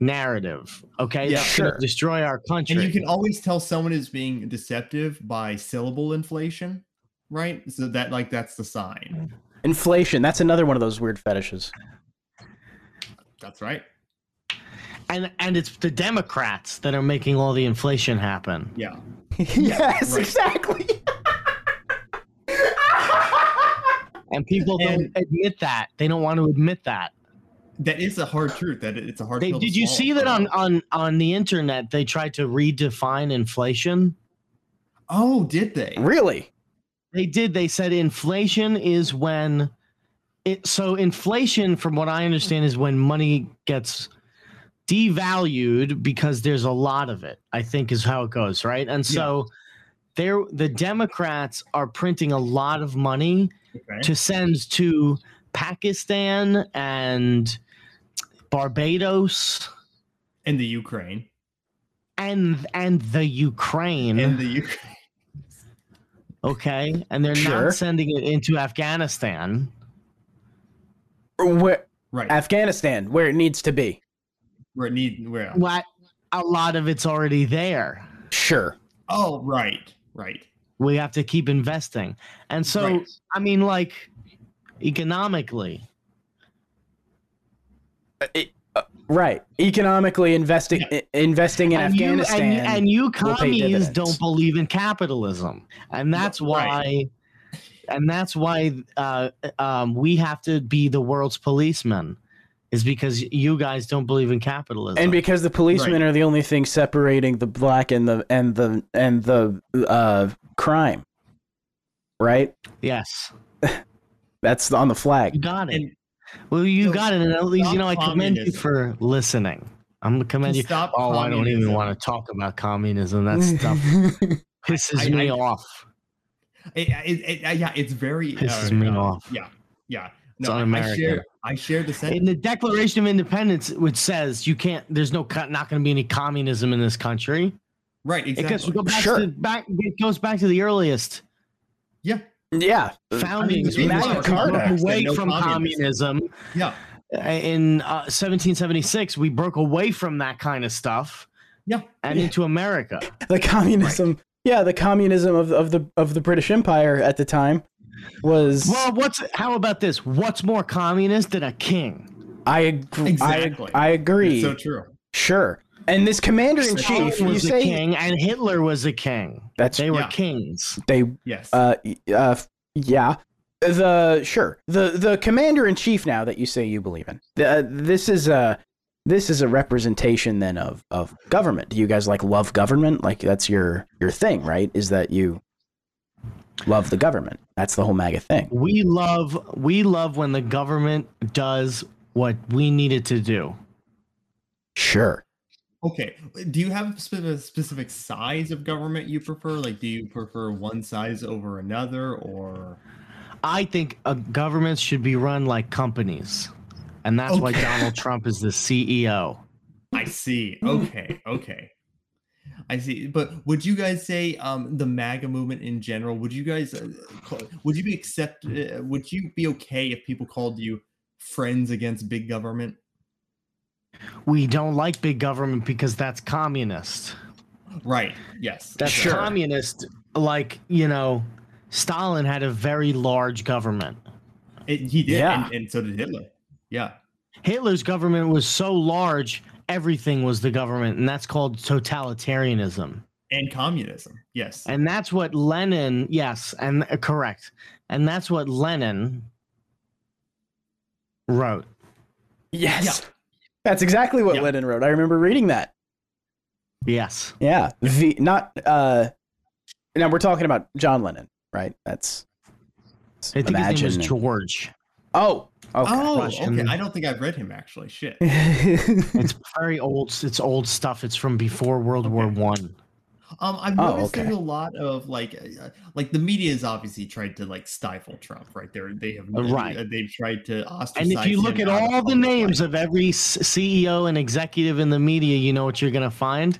[SPEAKER 6] narrative. Okay,
[SPEAKER 5] Yeah,
[SPEAKER 6] that's gonna
[SPEAKER 4] sure.
[SPEAKER 6] destroy our country.
[SPEAKER 5] And you can always tell someone is being deceptive by syllable inflation, right? So that like that's the
[SPEAKER 6] Mm.
[SPEAKER 5] sign.
[SPEAKER 4] Inflation. That's another one of those weird
[SPEAKER 6] *laughs*
[SPEAKER 4] fetishes.
[SPEAKER 5] That's right.
[SPEAKER 6] and and it's the Democrats that are making all the inflation happen.
[SPEAKER 5] Yeah.
[SPEAKER 4] yes,
[SPEAKER 5] right.
[SPEAKER 4] exactly.
[SPEAKER 6] And people don't
[SPEAKER 5] And-
[SPEAKER 6] admit that. They don't want to admit that.
[SPEAKER 5] That is a hard truth. That it's a hard.
[SPEAKER 6] They,
[SPEAKER 5] pill to
[SPEAKER 6] did you
[SPEAKER 5] swallow
[SPEAKER 6] see
[SPEAKER 5] for
[SPEAKER 6] that
[SPEAKER 5] a
[SPEAKER 6] on,
[SPEAKER 5] lot.
[SPEAKER 6] on on the internet? They tried to redefine inflation.
[SPEAKER 5] Oh, did they?
[SPEAKER 4] Really?
[SPEAKER 6] They did. They said inflation is when it so inflation from what I understand is when money gets devalued because there's a lot of it. I think is how it goes, right? And so there the Democrats are printing a lot of money
[SPEAKER 5] Okay.
[SPEAKER 6] to send to Pakistan and Barbados
[SPEAKER 5] In the Ukraine.
[SPEAKER 6] and and the Ukraine.
[SPEAKER 5] In the Ukraine.
[SPEAKER 6] okay. And they're
[SPEAKER 4] Sure.
[SPEAKER 6] not sending it into Afghanistan.
[SPEAKER 4] Where
[SPEAKER 5] Right.
[SPEAKER 4] Afghanistan, where it needs to be.
[SPEAKER 5] Where it need where.
[SPEAKER 6] what a lot of it's already there.
[SPEAKER 4] Sure.
[SPEAKER 5] Oh, right. Right.
[SPEAKER 6] We have to keep investing. And so,
[SPEAKER 5] Right.
[SPEAKER 6] I mean, like economically,
[SPEAKER 4] Right. Economically investing i- investing in
[SPEAKER 6] and, you, and,
[SPEAKER 4] Afghanistan.
[SPEAKER 6] and you
[SPEAKER 4] pay
[SPEAKER 6] commies
[SPEAKER 4] dividends.
[SPEAKER 6] don't believe in capitalism. And that's why.
[SPEAKER 5] Right.
[SPEAKER 6] And that's why uh, um, we have to be the world's policemen, is because you guys don't believe in capitalism.
[SPEAKER 4] And because the policemen
[SPEAKER 5] Right.
[SPEAKER 4] are the only thing separating the black and the and the and the uh crime. Right?
[SPEAKER 6] yes,
[SPEAKER 4] That's on the
[SPEAKER 6] you
[SPEAKER 4] flag.
[SPEAKER 6] got it.
[SPEAKER 5] And-
[SPEAKER 6] well, you
[SPEAKER 5] So
[SPEAKER 6] got it. And at least you know I
[SPEAKER 5] stop
[SPEAKER 6] commend you
[SPEAKER 5] communism.
[SPEAKER 6] for listening. I'm gonna commend you.
[SPEAKER 5] Stop.
[SPEAKER 6] Oh, I don't even
[SPEAKER 5] communism.
[SPEAKER 6] want to talk about communism. *laughs* That stuff pisses
[SPEAKER 5] I-
[SPEAKER 6] me
[SPEAKER 5] I-
[SPEAKER 6] off.
[SPEAKER 5] It, it, it- yeah, it's very. uh,
[SPEAKER 6] Pisses me off.
[SPEAKER 5] Yeah. Yeah.
[SPEAKER 6] It's
[SPEAKER 5] No, I- I
[SPEAKER 6] un-American.
[SPEAKER 5] share. I share the sentiment.
[SPEAKER 6] In the Declaration of Independence, which says you can't, there's no, co- not going to be any communism in this country.
[SPEAKER 5] Right.
[SPEAKER 6] It
[SPEAKER 5] Exactly.
[SPEAKER 6] goes, go back
[SPEAKER 4] Sure.
[SPEAKER 6] to, back, it goes back to the earliest
[SPEAKER 5] yeah.
[SPEAKER 4] *laughs* yeah.
[SPEAKER 5] Uh,
[SPEAKER 6] foundings.
[SPEAKER 5] Magna
[SPEAKER 6] which was
[SPEAKER 4] Carta
[SPEAKER 6] broke
[SPEAKER 5] said
[SPEAKER 6] away
[SPEAKER 5] no
[SPEAKER 6] from
[SPEAKER 5] communism.
[SPEAKER 6] communism.
[SPEAKER 5] Yeah.
[SPEAKER 6] Uh, In uh, 1776, we broke away from that kind of stuff
[SPEAKER 5] Yeah.
[SPEAKER 6] and into America.
[SPEAKER 4] The communism Yeah, the communism of of the of the British Empire at the time was.
[SPEAKER 6] Well, what's how about this? What's more communist than a king?
[SPEAKER 4] I agree.
[SPEAKER 5] Exactly.
[SPEAKER 4] I, I agree.
[SPEAKER 5] It's so true.
[SPEAKER 4] sure. And this commander in chief,
[SPEAKER 6] Stalin
[SPEAKER 4] Oh, you
[SPEAKER 6] was a
[SPEAKER 4] say
[SPEAKER 6] king, and Hitler was a king.
[SPEAKER 4] That's-
[SPEAKER 6] they were
[SPEAKER 5] Yeah.
[SPEAKER 6] kings.
[SPEAKER 4] they
[SPEAKER 5] Yes.
[SPEAKER 4] uh, y- uh, f- yeah. The sure the the commander in chief now that you say you believe in. The, uh, this is a this is a representation then of of government. Do you guys like love government? Like that's your your thing, right? Is that you love the government? That's the whole MAGA thing.
[SPEAKER 6] We love we love when the government does what we need it to do.
[SPEAKER 4] Sure.
[SPEAKER 5] okay. uh, Do you have a spe- specific size of government you prefer? Like, do you prefer one size over another, or
[SPEAKER 6] I think uh governments should be run like companies, and that's why
[SPEAKER 5] Okay.
[SPEAKER 6] Donald Trump is the E CEO.
[SPEAKER 5] I see. Okay. Okay. I see. But would you guys say um, the MAGA movement in general? Would you guys uh, call- would you be accept? Uh, would you be okay if people called you friends against big government?
[SPEAKER 6] We don't like big government because that's communist.
[SPEAKER 5] Right. Yes.
[SPEAKER 6] That's
[SPEAKER 4] Sure.
[SPEAKER 6] communist. Like you know, Stalin had a very large government.
[SPEAKER 5] It, he did,
[SPEAKER 4] Yeah.
[SPEAKER 5] and, and so did Hitler. Yeah.
[SPEAKER 6] Hitler's government was so large, everything was the government, and that's called totalitarianism.
[SPEAKER 5] And communism. Yes.
[SPEAKER 6] And that's what Lenin, yes, and uh, correct. And that's what Lenin wrote.
[SPEAKER 4] Yes. That's exactly what
[SPEAKER 5] Yeah.
[SPEAKER 4] Lenin wrote. I remember reading that.
[SPEAKER 6] Yes.
[SPEAKER 4] Yeah. V not uh now we're talking about John Lennon, right? That's
[SPEAKER 6] I think his name
[SPEAKER 4] imagine-
[SPEAKER 6] was George.
[SPEAKER 4] Oh.
[SPEAKER 5] oh,
[SPEAKER 6] Russian.
[SPEAKER 5] okay. I don't think I've read him
[SPEAKER 4] *laughs*
[SPEAKER 5] actually. Shit.
[SPEAKER 4] Okay.
[SPEAKER 5] *laughs*
[SPEAKER 6] It's very old. It's old stuff. It's from before World War
[SPEAKER 5] Okay.
[SPEAKER 6] One.
[SPEAKER 5] Um, I've
[SPEAKER 4] Oh,
[SPEAKER 5] noticed
[SPEAKER 4] okay.
[SPEAKER 5] there's a lot of like, uh, like the media has obviously tried to like stifle Trump, right? There, they have,
[SPEAKER 6] Uh, right.
[SPEAKER 5] uh, They've tried to ostracize.
[SPEAKER 6] And if you look
[SPEAKER 5] him
[SPEAKER 6] at
[SPEAKER 5] out of
[SPEAKER 6] all the
[SPEAKER 5] public life.
[SPEAKER 6] names of every s- CEO and executive in the media, you know what you're going to find?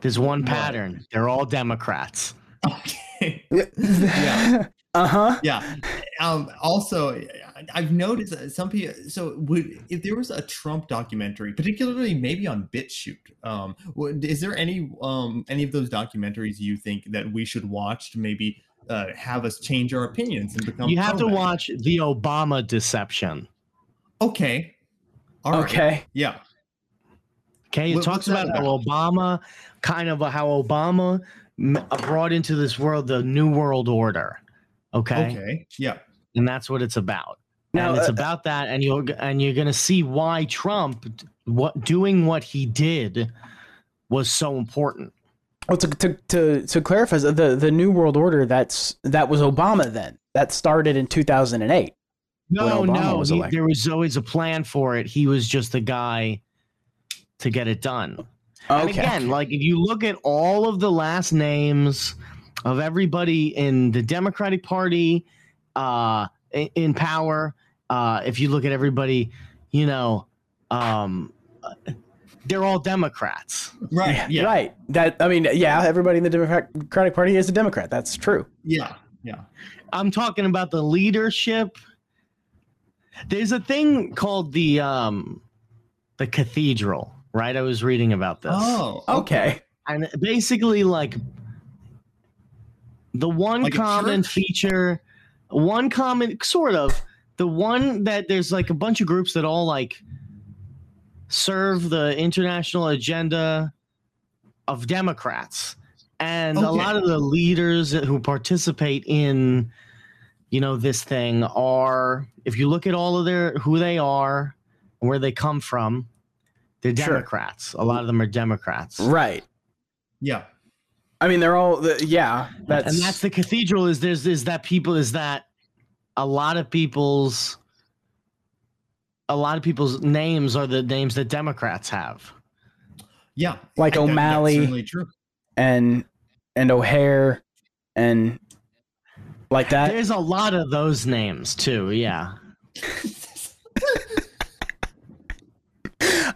[SPEAKER 6] There's one
[SPEAKER 5] What?
[SPEAKER 6] pattern. They're all Democrats.
[SPEAKER 5] *laughs* Okay.
[SPEAKER 4] yeah. Uh huh.
[SPEAKER 5] yeah. Um, also, I- I've noticed that some people. So, would if there was a Trump documentary, particularly maybe on BitChute, um, would, is there any um any of those documentaries you think that we should watch to maybe uh, have us change our opinions and become?
[SPEAKER 6] you have to
[SPEAKER 5] pro-vax?
[SPEAKER 6] watch the Obama deception.
[SPEAKER 5] Okay. All right.
[SPEAKER 4] Okay.
[SPEAKER 5] Yeah.
[SPEAKER 6] Okay, it
[SPEAKER 5] What- what's
[SPEAKER 6] talks
[SPEAKER 5] that
[SPEAKER 6] about how
[SPEAKER 5] about?
[SPEAKER 6] Obama, kind of how Obama m- uh, brought into this world the New World Order. Okay,
[SPEAKER 5] Okay. Yeah.
[SPEAKER 6] and that's what it's about.
[SPEAKER 4] Now,
[SPEAKER 6] and it's
[SPEAKER 4] uh,
[SPEAKER 6] about that, and you're g- and you're gonna see why Trump, d- what doing what he did, was so important.
[SPEAKER 4] Well, to, to to to clarify, so the the New World Order that's that was Obama then. That started in 2008.
[SPEAKER 6] No,
[SPEAKER 4] Obama
[SPEAKER 6] no,
[SPEAKER 4] was
[SPEAKER 6] he-
[SPEAKER 4] elected.
[SPEAKER 6] there was always a plan for it. He was just the guy to get it done. And again, like if you look at all of the last names of everybody in the Democratic Party uh, i- in power, uh, if you look at everybody, you know, um, they're all Democrats.
[SPEAKER 5] Right. Yeah. Yeah.
[SPEAKER 4] Right. That I mean, yeah. Everybody in the Democratic Party is a Democrat. That's true.
[SPEAKER 5] Yeah.
[SPEAKER 6] I'm talking about the leadership. There's a thing called the um, the cathedral, right? I was reading about this.
[SPEAKER 5] Oh.
[SPEAKER 4] Okay.
[SPEAKER 6] and basically like the one
[SPEAKER 5] Like a
[SPEAKER 6] common
[SPEAKER 5] church?
[SPEAKER 6] feature one common sort of the one that there's like a bunch of groups that all like serve the international agenda of democrats and a
[SPEAKER 5] Okay.
[SPEAKER 6] lot of the leaders who participate in you know this thing are if you look at all of their who they are and where they come from they're
[SPEAKER 4] Sure.
[SPEAKER 6] democrats a lot of them are democrats
[SPEAKER 4] Right.
[SPEAKER 5] Yeah.
[SPEAKER 4] I mean, they're all. The, yeah. That's
[SPEAKER 6] and that's the cathedral is there's is that people is that a lot of people's a lot of people's names are the names that democrats have
[SPEAKER 5] Yeah.
[SPEAKER 4] Like
[SPEAKER 5] I- that- that's
[SPEAKER 4] O'Malley.
[SPEAKER 5] certainly true.
[SPEAKER 4] and and O'Hare and like that.
[SPEAKER 6] there's a lot of those names too yeah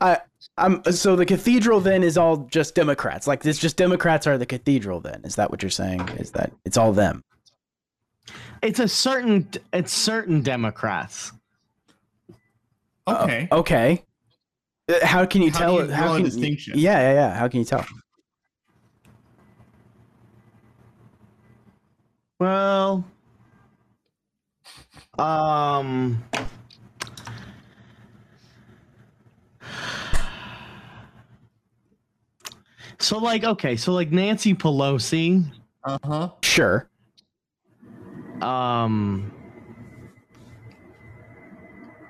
[SPEAKER 4] I. I'm, so the cathedral then is all just Democrats. Like it's just Democrats are the cathedral. Then is that what you're saying? Is that it's all them?
[SPEAKER 6] it's a certain it's certain democrats
[SPEAKER 5] Okay.
[SPEAKER 4] Oh, Okay. Uh, How can you
[SPEAKER 5] How
[SPEAKER 4] tell?
[SPEAKER 5] do you draw a
[SPEAKER 4] can
[SPEAKER 5] distinction?
[SPEAKER 4] Yeah, yeah, yeah. How can you tell?
[SPEAKER 6] Well, um, so like, okay, so like Nancy Pelosi,
[SPEAKER 5] Uh huh.
[SPEAKER 4] Sure.
[SPEAKER 6] um,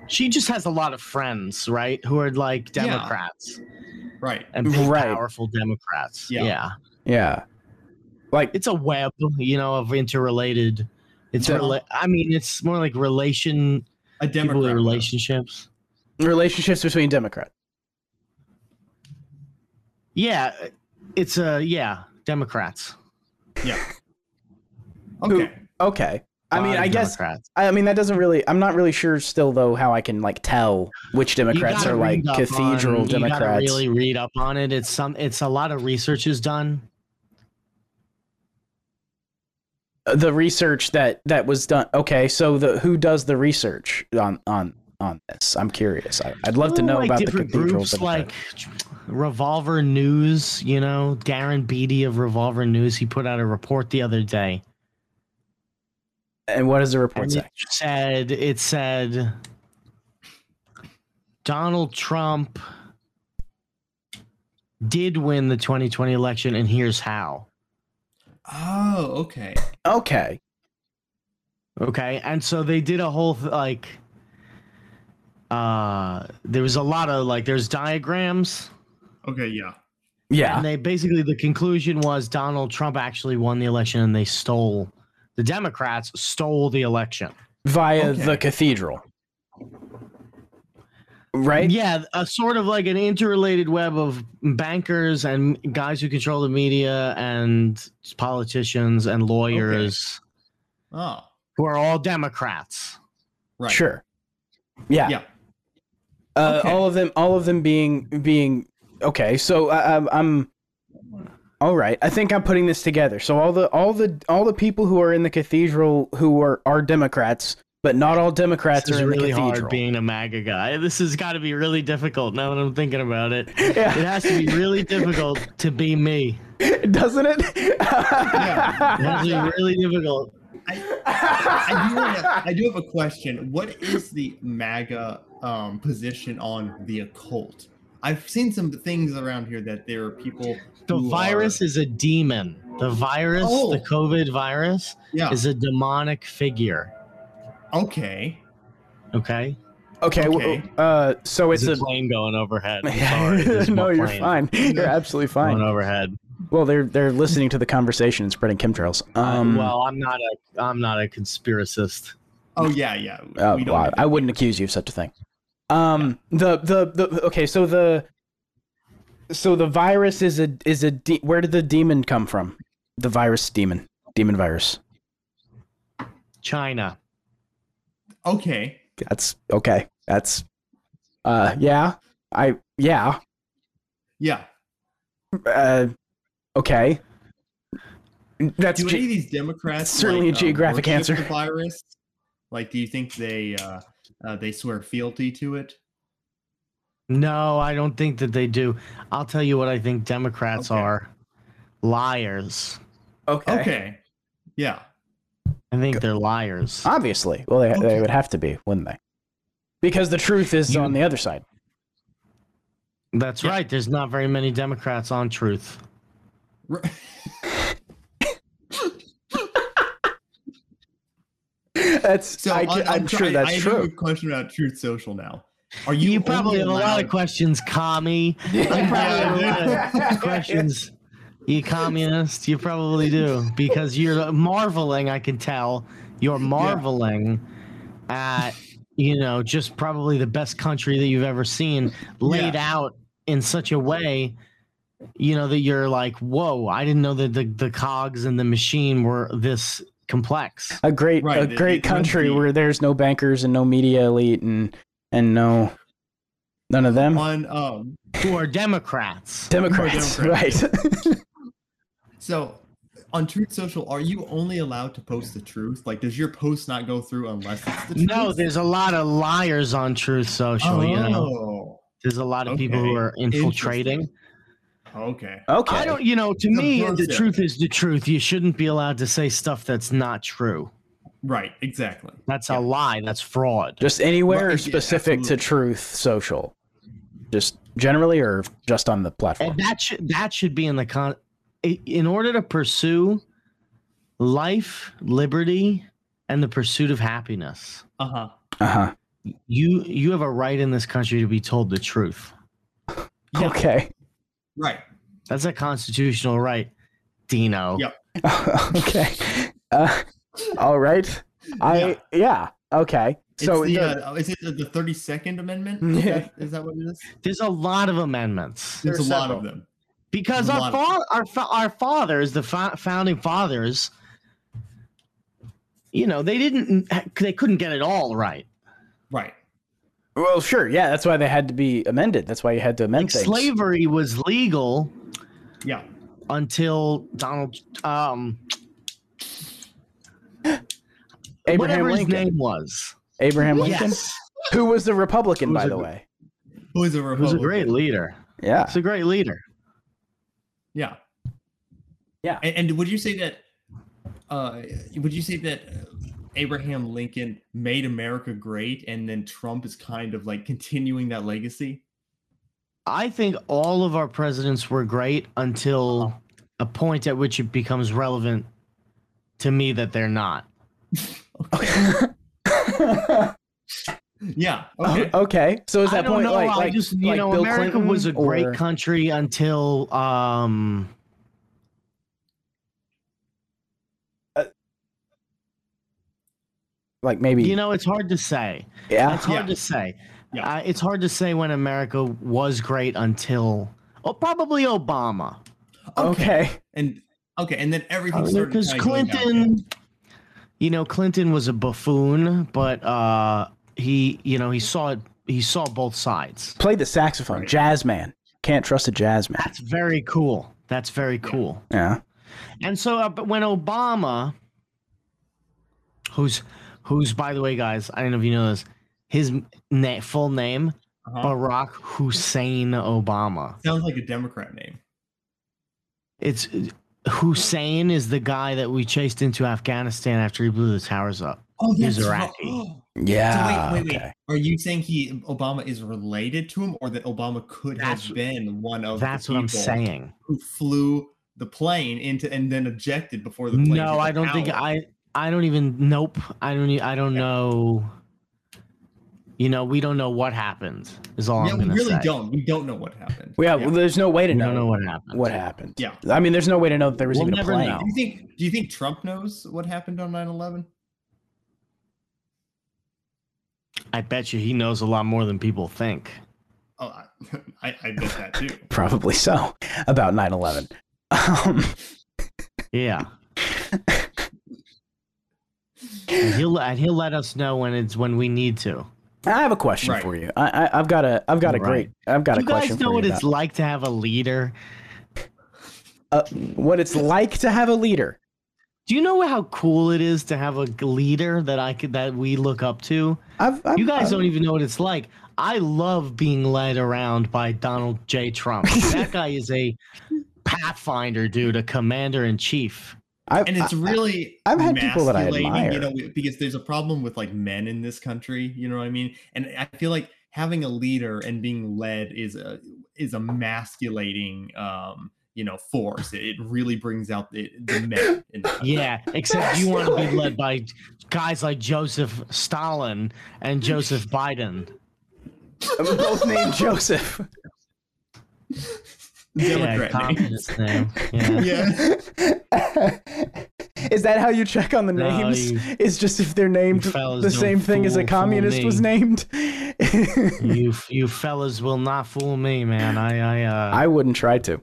[SPEAKER 6] she just has a lot of friends, right? Who are like
[SPEAKER 5] Yeah.
[SPEAKER 6] Democrats
[SPEAKER 5] Right.
[SPEAKER 6] and big,
[SPEAKER 4] Right.
[SPEAKER 6] powerful Democrats.
[SPEAKER 5] Yeah.
[SPEAKER 6] yeah.
[SPEAKER 4] Yeah. Like
[SPEAKER 6] it's a web, you know, of interrelated. It's
[SPEAKER 4] Yeah.
[SPEAKER 6] rela- I mean, it's more like relation
[SPEAKER 5] A
[SPEAKER 6] people
[SPEAKER 5] Democrat.
[SPEAKER 6] in relationships.
[SPEAKER 4] relationships between Democrats.
[SPEAKER 6] Yeah, it's a yeah, Democrats.
[SPEAKER 5] Okay.
[SPEAKER 4] Okay. I
[SPEAKER 6] A lot
[SPEAKER 4] mean,
[SPEAKER 6] of
[SPEAKER 4] I guess.
[SPEAKER 6] Democrats.
[SPEAKER 4] I mean, that doesn't really. I'm not really sure still though how I can like tell which
[SPEAKER 6] You
[SPEAKER 4] Democrats
[SPEAKER 6] gotta
[SPEAKER 4] are like
[SPEAKER 6] read up
[SPEAKER 4] cathedral
[SPEAKER 6] on- You gotta
[SPEAKER 4] Democrats.
[SPEAKER 6] really read up on it. It's some. It's a lot of research is done.
[SPEAKER 4] the research that that was done. Okay, so the who does the research on on on this? I'm curious. I, I'd love to
[SPEAKER 6] Ooh,
[SPEAKER 4] know
[SPEAKER 6] like
[SPEAKER 4] about the
[SPEAKER 6] different
[SPEAKER 4] cathedral
[SPEAKER 6] groups
[SPEAKER 4] Democrats.
[SPEAKER 6] like Revolver News. You know, Darren Beatty of Revolver News. He put out a report the other day.
[SPEAKER 4] and what does the report
[SPEAKER 6] And
[SPEAKER 4] say?
[SPEAKER 6] it said it said Donald Trump did win the 2020 election, and here's how.
[SPEAKER 5] Oh, okay.
[SPEAKER 4] Okay,
[SPEAKER 6] Okay, and so they did a whole th- like. Uh, there was a lot of like, there's diagrams,
[SPEAKER 5] Okay. Yeah.
[SPEAKER 4] yeah,
[SPEAKER 6] and they basically the conclusion was Donald Trump actually won the election, and they stole, the Democrats stole the election.
[SPEAKER 4] via
[SPEAKER 5] okay.
[SPEAKER 4] the cathedral, right?
[SPEAKER 6] Yeah, a sort of like an interrelated web of bankers and guys who control the media and politicians and lawyers
[SPEAKER 5] Oh.
[SPEAKER 6] who are all Democrats.
[SPEAKER 5] Right.
[SPEAKER 4] Sure. Yeah.
[SPEAKER 5] Yeah.
[SPEAKER 4] Uh,
[SPEAKER 5] Okay.
[SPEAKER 4] All of them. All of them being being okay. So I, I'm. I'm all right. I think I'm putting this together. So all the all the all the people who are in the cathedral who are are Democrats, but not all Democrats
[SPEAKER 6] This
[SPEAKER 4] are
[SPEAKER 6] is
[SPEAKER 4] in
[SPEAKER 6] really
[SPEAKER 4] the cathedral.
[SPEAKER 6] hard being a MAGA guy. This has got to be really difficult now that I'm thinking about it.
[SPEAKER 4] *laughs* Yeah.
[SPEAKER 6] It has to be
[SPEAKER 4] *laughs*
[SPEAKER 6] really difficult to be me.
[SPEAKER 4] Doesn't it?
[SPEAKER 6] It has to be really difficult.
[SPEAKER 5] I do, wanna, I do have a question. What is the MAGA um, position on the occult? I've seen some things around here that there are people.
[SPEAKER 6] The
[SPEAKER 5] who
[SPEAKER 6] virus
[SPEAKER 5] are,
[SPEAKER 6] is a demon. The virus,
[SPEAKER 5] Oh.
[SPEAKER 6] the COVID virus,
[SPEAKER 5] yeah.
[SPEAKER 6] is a demonic figure.
[SPEAKER 5] okay.
[SPEAKER 6] Okay.
[SPEAKER 4] *laughs* okay.
[SPEAKER 5] Okay.
[SPEAKER 4] W- uh, so it's
[SPEAKER 6] There's
[SPEAKER 4] a.
[SPEAKER 6] a plane going
[SPEAKER 4] *laughs*
[SPEAKER 6] overhead. I'm sorry. There's
[SPEAKER 4] no,
[SPEAKER 6] one
[SPEAKER 4] you're
[SPEAKER 6] plane
[SPEAKER 4] fine. You're absolutely
[SPEAKER 6] going
[SPEAKER 4] fine.
[SPEAKER 6] overhead.
[SPEAKER 4] Well, they're they're listening to the conversation and spreading chemtrails. Um,
[SPEAKER 6] Um, well, I'm not a I'm not a conspiracist.
[SPEAKER 5] Oh yeah, yeah.
[SPEAKER 4] Uh,
[SPEAKER 5] We don't
[SPEAKER 4] well,
[SPEAKER 5] need to-
[SPEAKER 4] I wouldn't accuse you of such a thing. Um, the, the the okay, so the so the virus is a is a de- where did the demon come from? The virus demon, demon virus.
[SPEAKER 6] China.
[SPEAKER 5] Okay.
[SPEAKER 4] That's okay. That's uh yeah. I yeah.
[SPEAKER 5] Yeah.
[SPEAKER 4] Uh, okay. That's
[SPEAKER 5] Do
[SPEAKER 4] ge-
[SPEAKER 5] any of these Democrats
[SPEAKER 4] certainly a
[SPEAKER 5] like, uh,
[SPEAKER 4] geographic
[SPEAKER 5] worship
[SPEAKER 4] answer.
[SPEAKER 5] The virus. Like, do you think they uh, uh, they swear fealty to it?
[SPEAKER 6] No, I don't think that they do. I'll tell you what I think Democrats
[SPEAKER 5] Okay.
[SPEAKER 6] are. Liars.
[SPEAKER 4] okay.
[SPEAKER 5] Okay. Yeah.
[SPEAKER 6] I think they're liars.
[SPEAKER 4] Obviously. Well, they they
[SPEAKER 5] Okay.
[SPEAKER 4] would have to be, wouldn't they? Because the truth is on the other
[SPEAKER 5] *laughs*
[SPEAKER 4] side.
[SPEAKER 6] That's
[SPEAKER 5] Yeah.
[SPEAKER 6] right. There's not very many Democrats on truth.
[SPEAKER 5] R-
[SPEAKER 4] That's
[SPEAKER 5] So
[SPEAKER 4] I,
[SPEAKER 5] on-
[SPEAKER 4] am
[SPEAKER 5] try-
[SPEAKER 4] sure that's
[SPEAKER 5] I
[SPEAKER 4] true.
[SPEAKER 5] Have a question about Truth Social now. Are you,
[SPEAKER 6] You,
[SPEAKER 5] only
[SPEAKER 6] probably have a lot of
[SPEAKER 5] allowed-
[SPEAKER 6] questions, commie. You probably have a lot of questions, you communist. You probably do because you're marveling. I can tell you're marveling at you know just probably the best country that you've ever seen laid out in such a way. You know that you're like, whoa! I didn't know that the the cogs in the machine were this complex.
[SPEAKER 4] a great
[SPEAKER 5] Right,
[SPEAKER 4] a
[SPEAKER 5] it-
[SPEAKER 4] great
[SPEAKER 5] it would
[SPEAKER 4] country
[SPEAKER 5] be-
[SPEAKER 4] where there's no bankers and no media elite and and no none of them
[SPEAKER 5] on um
[SPEAKER 6] Who are Democrats?
[SPEAKER 4] Democrats, *laughs*
[SPEAKER 5] Democrats.
[SPEAKER 4] right?
[SPEAKER 5] so on Truth Social, are you only allowed to post the truth? Like, does your post not go through unless it's the truth?
[SPEAKER 6] No, there's a lot of liars on Truth
[SPEAKER 5] oh,
[SPEAKER 6] Social. You know. There's a lot of people who
[SPEAKER 5] Okay.
[SPEAKER 6] are infiltrating.
[SPEAKER 5] Oh, Okay.
[SPEAKER 4] Okay.
[SPEAKER 6] I don't, you know, to
[SPEAKER 5] It's
[SPEAKER 6] me, the
[SPEAKER 5] subversive.
[SPEAKER 6] truth is the truth. You shouldn't be allowed to say stuff that's not true.
[SPEAKER 5] Right. Exactly.
[SPEAKER 6] That's a lie. That's fraud.
[SPEAKER 4] Just anywhere
[SPEAKER 5] Right, yeah,
[SPEAKER 4] specific to
[SPEAKER 5] absolutely.
[SPEAKER 4] Truth Social. Just generally or just on the platform?
[SPEAKER 6] And that should that should be in the con. i- In order to pursue life, liberty, and the pursuit of happiness,
[SPEAKER 5] Uh huh.
[SPEAKER 4] Uh huh.
[SPEAKER 6] you you have a right in this country to be told the truth.
[SPEAKER 5] Yeah.
[SPEAKER 4] Okay. *laughs*
[SPEAKER 5] Right.
[SPEAKER 6] That's a constitutional right, Dino.
[SPEAKER 5] Yeah.
[SPEAKER 4] okay. Uh, all right. I yeah. Okay. So
[SPEAKER 5] it's the,
[SPEAKER 4] the-
[SPEAKER 5] uh, is it the Thirty Second *laughs* Amendment? Is
[SPEAKER 4] Yeah.
[SPEAKER 5] that- Is that what it is?
[SPEAKER 6] There's a lot of amendments.
[SPEAKER 5] There's a
[SPEAKER 6] There's
[SPEAKER 5] lot
[SPEAKER 6] several.
[SPEAKER 5] of them.
[SPEAKER 6] because
[SPEAKER 5] There's a
[SPEAKER 6] our,
[SPEAKER 5] lot of
[SPEAKER 6] fa- our fa- our fathers, the fa- founding fathers, you know, they didn't, they couldn't get it all right.
[SPEAKER 5] Right.
[SPEAKER 4] well, sure. Yeah, that's why they had to be amended. That's why you had to amend
[SPEAKER 6] Like
[SPEAKER 4] things.
[SPEAKER 6] slavery was legal
[SPEAKER 5] Yeah.
[SPEAKER 6] until Donald, um,
[SPEAKER 4] Abraham
[SPEAKER 6] whatever
[SPEAKER 4] Lincoln.
[SPEAKER 6] his name was.
[SPEAKER 4] Abraham Lincoln,
[SPEAKER 6] Yes,
[SPEAKER 4] who was the Republican,
[SPEAKER 5] Who was
[SPEAKER 4] by
[SPEAKER 5] a
[SPEAKER 4] the
[SPEAKER 5] good-
[SPEAKER 4] way.
[SPEAKER 5] Who is a
[SPEAKER 6] he was a
[SPEAKER 5] Republican?
[SPEAKER 6] great leader.
[SPEAKER 4] Yeah.
[SPEAKER 6] He's a great leader.
[SPEAKER 5] Yeah.
[SPEAKER 4] Yeah.
[SPEAKER 5] And, and would you say that? Uh, would you say that uh, Abraham Lincoln made America great, and then Trump is kind of like continuing that legacy?
[SPEAKER 6] I think all of our presidents were great until a point at which it becomes relevant to me that they're not.
[SPEAKER 5] Yeah.
[SPEAKER 4] O-
[SPEAKER 5] Uh, Okay.
[SPEAKER 4] *laughs* okay. So is
[SPEAKER 6] I
[SPEAKER 4] that
[SPEAKER 6] don't
[SPEAKER 4] point
[SPEAKER 6] know,
[SPEAKER 4] like,
[SPEAKER 6] I
[SPEAKER 4] like
[SPEAKER 6] just you
[SPEAKER 4] like
[SPEAKER 6] know
[SPEAKER 4] Bill
[SPEAKER 6] America
[SPEAKER 4] Clinton
[SPEAKER 6] was a great
[SPEAKER 4] or-
[SPEAKER 6] country until um
[SPEAKER 4] like maybe
[SPEAKER 6] you know it's hard to say.
[SPEAKER 4] yeah
[SPEAKER 6] It's hard
[SPEAKER 5] Yeah.
[SPEAKER 6] to say.
[SPEAKER 5] Yeah.
[SPEAKER 6] Uh, it's hard to say when America was great until oh probably Obama
[SPEAKER 4] okay
[SPEAKER 5] And okay, and then everything started
[SPEAKER 6] Uh, because
[SPEAKER 5] kinda going downhill.
[SPEAKER 6] Clinton you know Clinton was a buffoon but uh he you know he saw it he saw both sides.
[SPEAKER 4] play the saxophone
[SPEAKER 5] Right.
[SPEAKER 4] jazz man can't trust a jazz man
[SPEAKER 6] That's very cool. That's very cool.
[SPEAKER 4] yeah
[SPEAKER 6] And so uh, but when Obama, who's who's by the way, guys, I don't know if you know this, his na- full name
[SPEAKER 5] Uh-huh.
[SPEAKER 6] Barack Hussein Obama.
[SPEAKER 5] Sounds like a Democrat name.
[SPEAKER 6] It's Hussein is the guy that we chased into Afghanistan after he blew the towers up.
[SPEAKER 5] Oh,
[SPEAKER 6] He's
[SPEAKER 5] that's right.
[SPEAKER 6] Iraqi.
[SPEAKER 4] yeah
[SPEAKER 6] Ah,
[SPEAKER 5] so wait, wait,
[SPEAKER 4] okay.
[SPEAKER 5] wait. Are you saying he Obama is related to him, or that Obama could
[SPEAKER 6] That's-
[SPEAKER 5] have been one of the
[SPEAKER 6] That's what I'm
[SPEAKER 5] people
[SPEAKER 6] saying.
[SPEAKER 5] Who flew the plane into and then ejected before the plane?
[SPEAKER 6] No,
[SPEAKER 5] hit
[SPEAKER 6] I
[SPEAKER 5] the
[SPEAKER 6] don't think
[SPEAKER 5] tower?
[SPEAKER 6] I. I don't even. Nope. I don't. e- I don't know. You know, we don't know what happened. Is all
[SPEAKER 5] yeah,
[SPEAKER 6] I'm
[SPEAKER 5] we
[SPEAKER 6] gonna
[SPEAKER 5] really
[SPEAKER 6] say.
[SPEAKER 5] don't. We don't know what happened.
[SPEAKER 4] yeah, well, there's no way to
[SPEAKER 6] We
[SPEAKER 4] know,
[SPEAKER 6] don't know what happened.
[SPEAKER 4] what happened
[SPEAKER 5] Yeah.
[SPEAKER 4] i mean there's no way to know that there was
[SPEAKER 6] We'll
[SPEAKER 4] even a
[SPEAKER 6] never
[SPEAKER 4] plane
[SPEAKER 6] know.
[SPEAKER 5] Do you think? Do you think Trump knows what happened on 9/11?
[SPEAKER 6] I bet you he knows a lot more than people think.
[SPEAKER 5] Oh, I, *laughs* I, I bet that too.
[SPEAKER 4] *laughs* probably so about 9-11 um,
[SPEAKER 6] Yeah. and he'll and he'll let us know when it's when we need to.
[SPEAKER 4] i have a question
[SPEAKER 5] Right.
[SPEAKER 4] for you I, I i've got a i've got a
[SPEAKER 6] Right.
[SPEAKER 4] great i've got
[SPEAKER 6] Do
[SPEAKER 4] a
[SPEAKER 6] you
[SPEAKER 4] question
[SPEAKER 6] guys know
[SPEAKER 4] for
[SPEAKER 6] what
[SPEAKER 4] you
[SPEAKER 6] it's like to have a leader?
[SPEAKER 4] about, uh, what it's like to have a leader
[SPEAKER 6] Do you know how cool it is to have a g- leader that I could that we look up to?
[SPEAKER 4] I've, I've,
[SPEAKER 6] You guys
[SPEAKER 4] I've-
[SPEAKER 6] don't even know what it's like. I love being led around by Donald J.
[SPEAKER 4] *laughs*
[SPEAKER 6] Trump. that guy is a pathfinder, dude, a commander in chief.
[SPEAKER 4] I've,
[SPEAKER 5] and it's really
[SPEAKER 4] I've had people that I
[SPEAKER 5] emasculating, you
[SPEAKER 4] admire.
[SPEAKER 5] know because there's a problem with like men in this country you know what i mean and i feel like having a leader and being led is a is emasculating um you know force it, it really brings out the, the men in the
[SPEAKER 4] *laughs*
[SPEAKER 5] country.
[SPEAKER 6] Yeah, except you want to be led by guys like Joseph Stalin and Joseph Biden.
[SPEAKER 4] *laughs* *laughs* I'm both named joseph
[SPEAKER 5] *laughs* democrat
[SPEAKER 6] yeah,
[SPEAKER 5] name.
[SPEAKER 6] communist
[SPEAKER 4] *laughs*
[SPEAKER 6] name. Yeah.
[SPEAKER 5] yeah
[SPEAKER 4] *laughs* Is that how you check on the
[SPEAKER 6] No,
[SPEAKER 4] names?
[SPEAKER 6] you-
[SPEAKER 4] Is just if they're named
[SPEAKER 6] you fellas
[SPEAKER 4] the
[SPEAKER 6] don't
[SPEAKER 4] same thing as a
[SPEAKER 6] fool- fool
[SPEAKER 4] communist was
[SPEAKER 6] me.
[SPEAKER 4] named?
[SPEAKER 6] you you fellas will not fool me, man. I I uh,
[SPEAKER 4] *laughs* I wouldn't try to.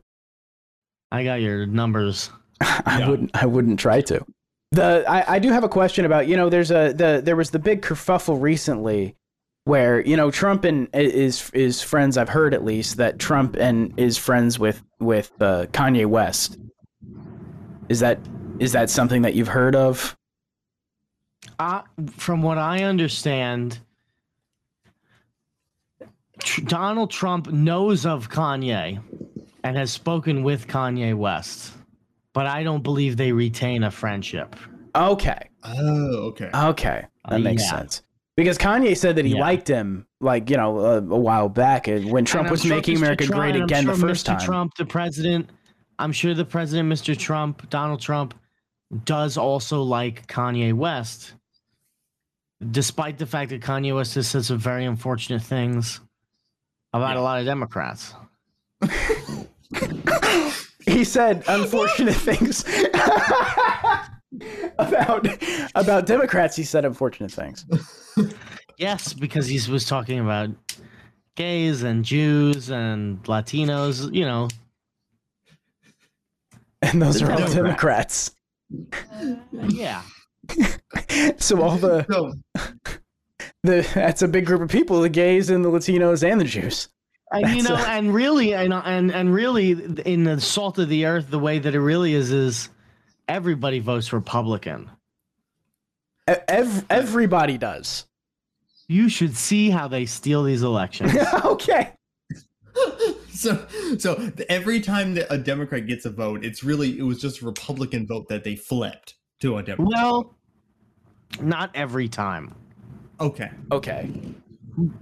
[SPEAKER 4] *laughs*
[SPEAKER 6] I got your numbers.
[SPEAKER 4] I
[SPEAKER 5] Yeah.
[SPEAKER 4] wouldn't. I wouldn't try to. The I, I do have a question about you know there's a the there was the big kerfuffle recently where you know Trump and i- is is friends I've heard at least that Trump and is friends with with uh, Kanye West. Is that is that something that you've heard of?
[SPEAKER 6] I, from what I understand, tr- Donald Trump knows of Kanye and has spoken with Kanye West, but I don't believe they retain a friendship.
[SPEAKER 4] Okay.
[SPEAKER 5] Oh, okay.
[SPEAKER 4] Okay. That
[SPEAKER 6] Uh,
[SPEAKER 4] makes
[SPEAKER 6] yeah.
[SPEAKER 4] sense. Because Kanye said that he
[SPEAKER 6] Yeah.
[SPEAKER 4] liked him, like, you know, a, a while back and when Trump
[SPEAKER 6] And I'm
[SPEAKER 4] was
[SPEAKER 6] sure
[SPEAKER 4] making
[SPEAKER 6] Mr.
[SPEAKER 4] America
[SPEAKER 6] Trump-
[SPEAKER 4] great
[SPEAKER 6] and I'm
[SPEAKER 4] again the
[SPEAKER 6] sure
[SPEAKER 4] first
[SPEAKER 6] Mr.
[SPEAKER 4] time.
[SPEAKER 6] Trump, the president, I'm sure the president, Mr. Trump, Donald Trump, does also like Kanye West, despite the fact that Kanye West has said some very unfortunate things about a lot of Democrats.
[SPEAKER 4] *laughs* He said
[SPEAKER 6] *laughs*
[SPEAKER 4] unfortunate things *laughs* about about Democrats. He said unfortunate things.
[SPEAKER 6] Yes, because he was talking about gays and Jews and Latinos, you know.
[SPEAKER 4] And those
[SPEAKER 6] The
[SPEAKER 4] are all Democrats.
[SPEAKER 6] Democrats. Yeah.
[SPEAKER 4] So all the,
[SPEAKER 5] So
[SPEAKER 4] the that's a big group of people, the gays and the Latinos and the Jews.
[SPEAKER 6] and you
[SPEAKER 4] That's
[SPEAKER 6] know,
[SPEAKER 4] a-
[SPEAKER 6] and really, and and and really, in the salt of the earth, the way that it really is is everybody votes Republican.
[SPEAKER 4] E- ev- everybody does. *laughs*
[SPEAKER 6] You should see how they steal these elections.
[SPEAKER 4] okay.
[SPEAKER 5] so so th- every time that a Democrat gets a vote, it's really it was just a Republican vote that they flipped to a Democrat.
[SPEAKER 6] well, not every time,
[SPEAKER 5] okay,
[SPEAKER 4] Okay.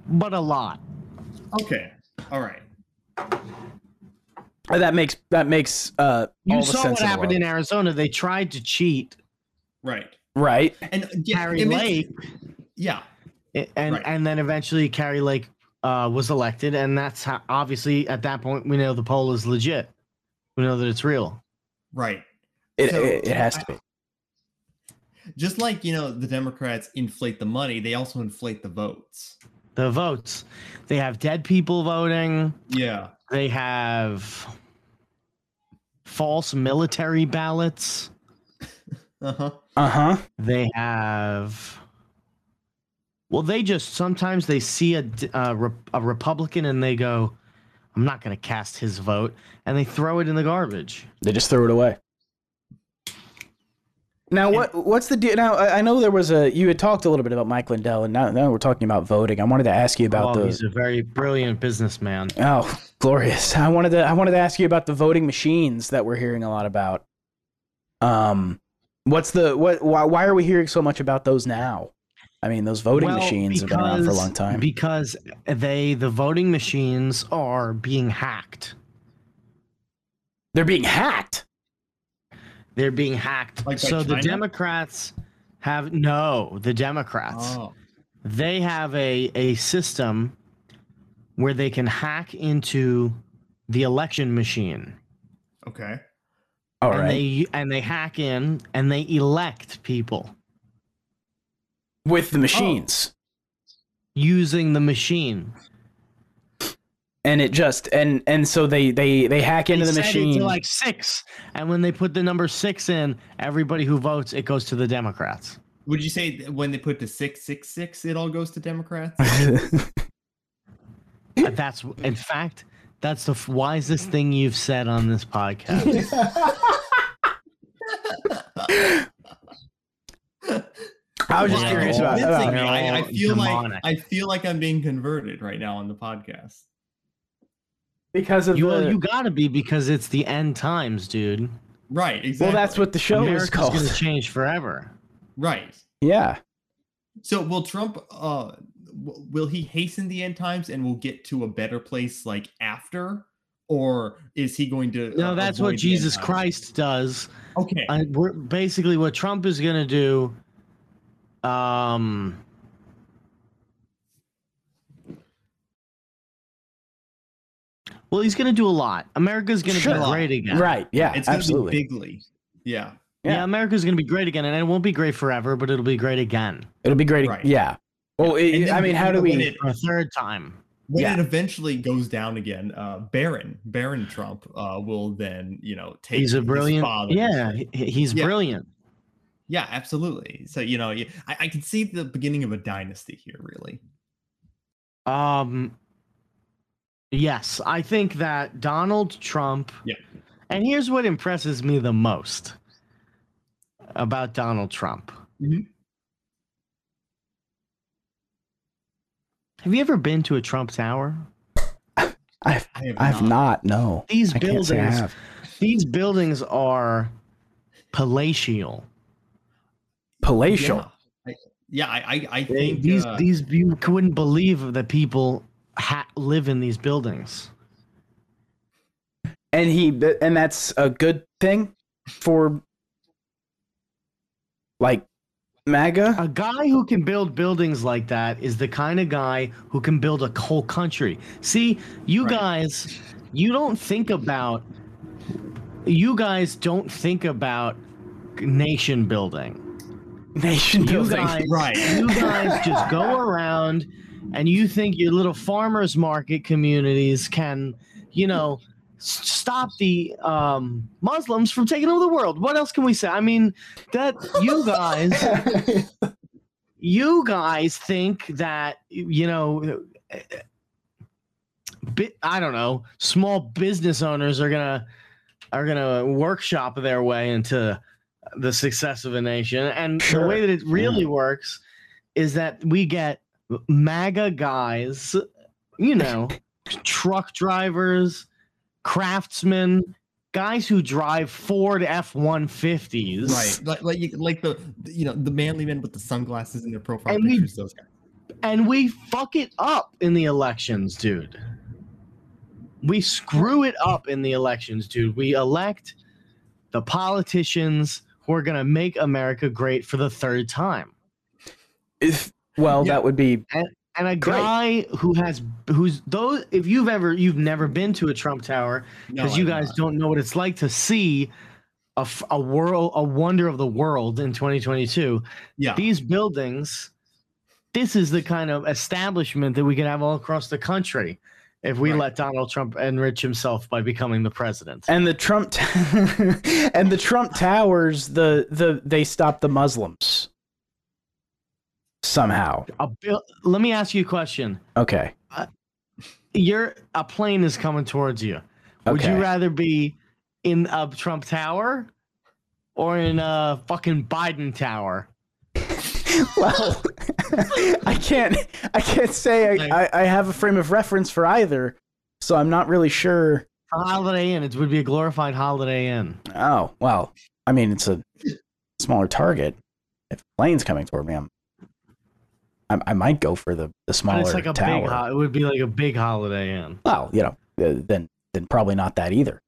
[SPEAKER 6] but a lot.
[SPEAKER 5] okay, all right.
[SPEAKER 4] That makes that makes uh
[SPEAKER 6] You
[SPEAKER 4] all the
[SPEAKER 6] saw
[SPEAKER 4] sense
[SPEAKER 6] what
[SPEAKER 4] in the
[SPEAKER 6] happened
[SPEAKER 4] world.
[SPEAKER 6] in Arizona. They tried to cheat
[SPEAKER 5] Right.
[SPEAKER 4] right.
[SPEAKER 5] And yeah,
[SPEAKER 6] Carrie
[SPEAKER 5] it makes-
[SPEAKER 6] Lake,
[SPEAKER 5] Yeah.
[SPEAKER 6] i- and
[SPEAKER 5] Right.
[SPEAKER 6] and then eventually Carrie Lake uh, was elected, and that's how. Obviously, at that point, we know the poll is legit. We know that it's real.
[SPEAKER 5] Right.
[SPEAKER 4] It,
[SPEAKER 5] So-
[SPEAKER 4] it, it has to be.
[SPEAKER 5] Just like, you know, the Democrats inflate the money, they also inflate the votes.
[SPEAKER 6] The votes. They have dead people voting.
[SPEAKER 5] Yeah.
[SPEAKER 6] they have false military ballots
[SPEAKER 5] Uh-huh.
[SPEAKER 4] Uh huh.
[SPEAKER 6] they have well they just sometimes they see a, d- a, re- a republican and they go i'm not going to cast his vote and they throw it in the garbage
[SPEAKER 4] They just threw it away. Now what? What's the deal? Now I I know there was a. You had talked a little bit about Mike Lindell, and now, now we're talking about voting. I wanted to ask you about
[SPEAKER 6] oh,
[SPEAKER 4] the.
[SPEAKER 6] he's a very brilliant businessman
[SPEAKER 4] Oh, *laughs* glorious! I wanted to. I wanted to ask you about the voting machines that we're hearing a lot about. Um, what's the what? Why, why are we hearing so much about those now? I mean, those voting
[SPEAKER 6] Well,
[SPEAKER 4] machines have been around for a long time.
[SPEAKER 6] because they the voting machines are being hacked
[SPEAKER 4] They're being hacked.
[SPEAKER 6] they're being hacked
[SPEAKER 5] Like by
[SPEAKER 6] so the
[SPEAKER 5] China?
[SPEAKER 6] democrats have no the democrats
[SPEAKER 5] Oh.
[SPEAKER 6] they have a a system where they can hack into the election machine
[SPEAKER 5] Okay.
[SPEAKER 4] All
[SPEAKER 6] and
[SPEAKER 4] right,
[SPEAKER 6] they and they hack in and they elect people
[SPEAKER 4] with
[SPEAKER 6] Oh.
[SPEAKER 4] the machines,
[SPEAKER 6] using the machine
[SPEAKER 4] and it just and and so they they they hack into
[SPEAKER 6] They
[SPEAKER 4] the
[SPEAKER 6] set it
[SPEAKER 4] machine.
[SPEAKER 6] to like 6 and when they put the number 6 in everybody who votes it goes to the
[SPEAKER 4] *coughs*
[SPEAKER 6] democrats
[SPEAKER 5] Would you say that when they put the 666 it all goes
[SPEAKER 4] *laughs*
[SPEAKER 5] to Democrats?
[SPEAKER 6] that's in fact that's the f- wisest thing you've said on
[SPEAKER 4] *laughs*
[SPEAKER 6] this podcast
[SPEAKER 4] I was just
[SPEAKER 6] Wow.
[SPEAKER 4] curious about. Uh,
[SPEAKER 5] Convincing
[SPEAKER 4] about
[SPEAKER 5] me. I, I
[SPEAKER 6] They're all
[SPEAKER 5] feel
[SPEAKER 6] demonic.
[SPEAKER 5] like I feel like I'm being converted right now on the podcast.
[SPEAKER 4] because of
[SPEAKER 6] you
[SPEAKER 4] the,
[SPEAKER 6] you got to be because it's the end times dude
[SPEAKER 5] Right, exactly.
[SPEAKER 4] well, that's what the show
[SPEAKER 6] America's
[SPEAKER 4] is called.
[SPEAKER 6] going to change forever
[SPEAKER 5] Right.
[SPEAKER 4] Yeah,
[SPEAKER 5] So will Trump uh w- will he hasten the end times and we'll get to a better place like after or is he going to uh,
[SPEAKER 6] No, that's
[SPEAKER 5] avoid the
[SPEAKER 6] what
[SPEAKER 5] end
[SPEAKER 6] Jesus
[SPEAKER 5] times?
[SPEAKER 6] Christ does.
[SPEAKER 5] Okay.
[SPEAKER 6] I, we're, basically, what Trump is going to do. Um, well, he's going to do a lot. America's going to
[SPEAKER 4] Sure.
[SPEAKER 6] be great again.
[SPEAKER 4] right. Yeah,
[SPEAKER 5] it's going to be
[SPEAKER 4] absolutely.
[SPEAKER 5] bigly. Yeah.
[SPEAKER 6] Yeah,
[SPEAKER 4] Yeah.
[SPEAKER 6] America's going to be great again, and it won't be great forever, but it'll be great again
[SPEAKER 4] It'll be great.
[SPEAKER 5] Right.
[SPEAKER 4] Yeah. Well,
[SPEAKER 5] And
[SPEAKER 4] it,
[SPEAKER 5] then
[SPEAKER 4] I mean,
[SPEAKER 5] when-
[SPEAKER 4] how do
[SPEAKER 5] when
[SPEAKER 4] we? uh,
[SPEAKER 5] it-
[SPEAKER 6] for a third time.
[SPEAKER 5] when
[SPEAKER 4] Yeah.
[SPEAKER 5] it eventually goes down again, uh, Baron Baron Trump uh, will then you know take
[SPEAKER 6] He's a
[SPEAKER 5] his
[SPEAKER 6] brilliant.
[SPEAKER 5] father's-
[SPEAKER 6] Yeah, he- he's
[SPEAKER 5] Yeah.
[SPEAKER 6] brilliant.
[SPEAKER 5] yeah, absolutely. So you know, y- I, I can see the beginning of a dynasty here, really.
[SPEAKER 6] Um yes, I think that Donald Trump
[SPEAKER 5] Yeah.
[SPEAKER 6] And here's what impresses me the most about Donald Trump.
[SPEAKER 5] Mhm.
[SPEAKER 6] Have you ever been to a Trump Tower?
[SPEAKER 4] I've,
[SPEAKER 5] I have
[SPEAKER 4] I've not. No,
[SPEAKER 6] These
[SPEAKER 4] I can't say I
[SPEAKER 6] buildings-
[SPEAKER 4] have.
[SPEAKER 6] These buildings are palatial.
[SPEAKER 4] Palatial.
[SPEAKER 5] Yeah, I, yeah, I, I, I
[SPEAKER 6] They-
[SPEAKER 5] think
[SPEAKER 6] these
[SPEAKER 5] uh,
[SPEAKER 6] these you wouldn't believe that people ha- live in these buildings.
[SPEAKER 4] and he th- and that's a good thing for like MAGA.
[SPEAKER 5] Uh,
[SPEAKER 6] A guy who can build buildings like that is the kind of guy who can build a whole country. See, you
[SPEAKER 5] Right.
[SPEAKER 6] guys, you don't think about you guys don't think about nation building.
[SPEAKER 4] *laughs* nation
[SPEAKER 6] You
[SPEAKER 4] building.
[SPEAKER 6] guys,
[SPEAKER 5] Right.
[SPEAKER 6] you guys just go around and you think your little farmers market communities can, you know, s- stop the um, Muslims from taking over the world. What else can we say? I mean, that you guys, you guys think that, you know, bi- I don't know, small business owners are gonna are gonna workshop their way into the success of a nation. And the
[SPEAKER 4] Sure.
[SPEAKER 6] way that it really works is that we get MAGA guys, you know, truck drivers, craftsmen, guys who drive Ford F one fifties.
[SPEAKER 5] right, like like, you- like the you know the manly men with the sunglasses in their profile
[SPEAKER 6] And we-
[SPEAKER 5] pictures. Those guys.
[SPEAKER 6] and we fuck it up in the elections, dude. We screw it up in the elections, dude. We elect the politicians who are going to make America great for the third time.
[SPEAKER 4] If well,
[SPEAKER 5] Yeah.
[SPEAKER 4] that would be
[SPEAKER 6] And a
[SPEAKER 4] Great.
[SPEAKER 6] guy who has who's those if you've ever you've never been to a Trump Tower
[SPEAKER 5] No,
[SPEAKER 6] because
[SPEAKER 5] I
[SPEAKER 6] you
[SPEAKER 5] don't
[SPEAKER 6] guys
[SPEAKER 5] know.
[SPEAKER 6] don't know what it's like to see a, f- a world a wonder of the world in 2022.
[SPEAKER 5] Yeah,
[SPEAKER 6] these buildings this is the kind of establishment that we can have all across the country if we
[SPEAKER 5] Right.
[SPEAKER 6] let donald trump enrich himself by becoming the president
[SPEAKER 4] and the Trump t- *laughs* and the Trump towers. The the they stop the Muslims somehow.
[SPEAKER 6] a bill, let me ask you a question
[SPEAKER 4] Okay.
[SPEAKER 6] Your a plane is coming towards you would
[SPEAKER 4] Okay.
[SPEAKER 6] you rather be in a trump tower or in a fucking biden tower
[SPEAKER 4] *laughs* Well, *laughs* I can't. I can't say
[SPEAKER 5] Like-
[SPEAKER 4] I, I, I have a frame of reference for either, so I'm not really sure.
[SPEAKER 6] a holiday inn it would be a glorified holiday inn
[SPEAKER 4] Oh well, I mean it's a smaller target. If a plane's coming toward me, I'm, I, I might go for the the
[SPEAKER 6] but
[SPEAKER 4] smaller
[SPEAKER 6] it's like a
[SPEAKER 4] tower.
[SPEAKER 6] big ho- it would be like a big holiday inn
[SPEAKER 4] well, you know, uh, then then probably not that either.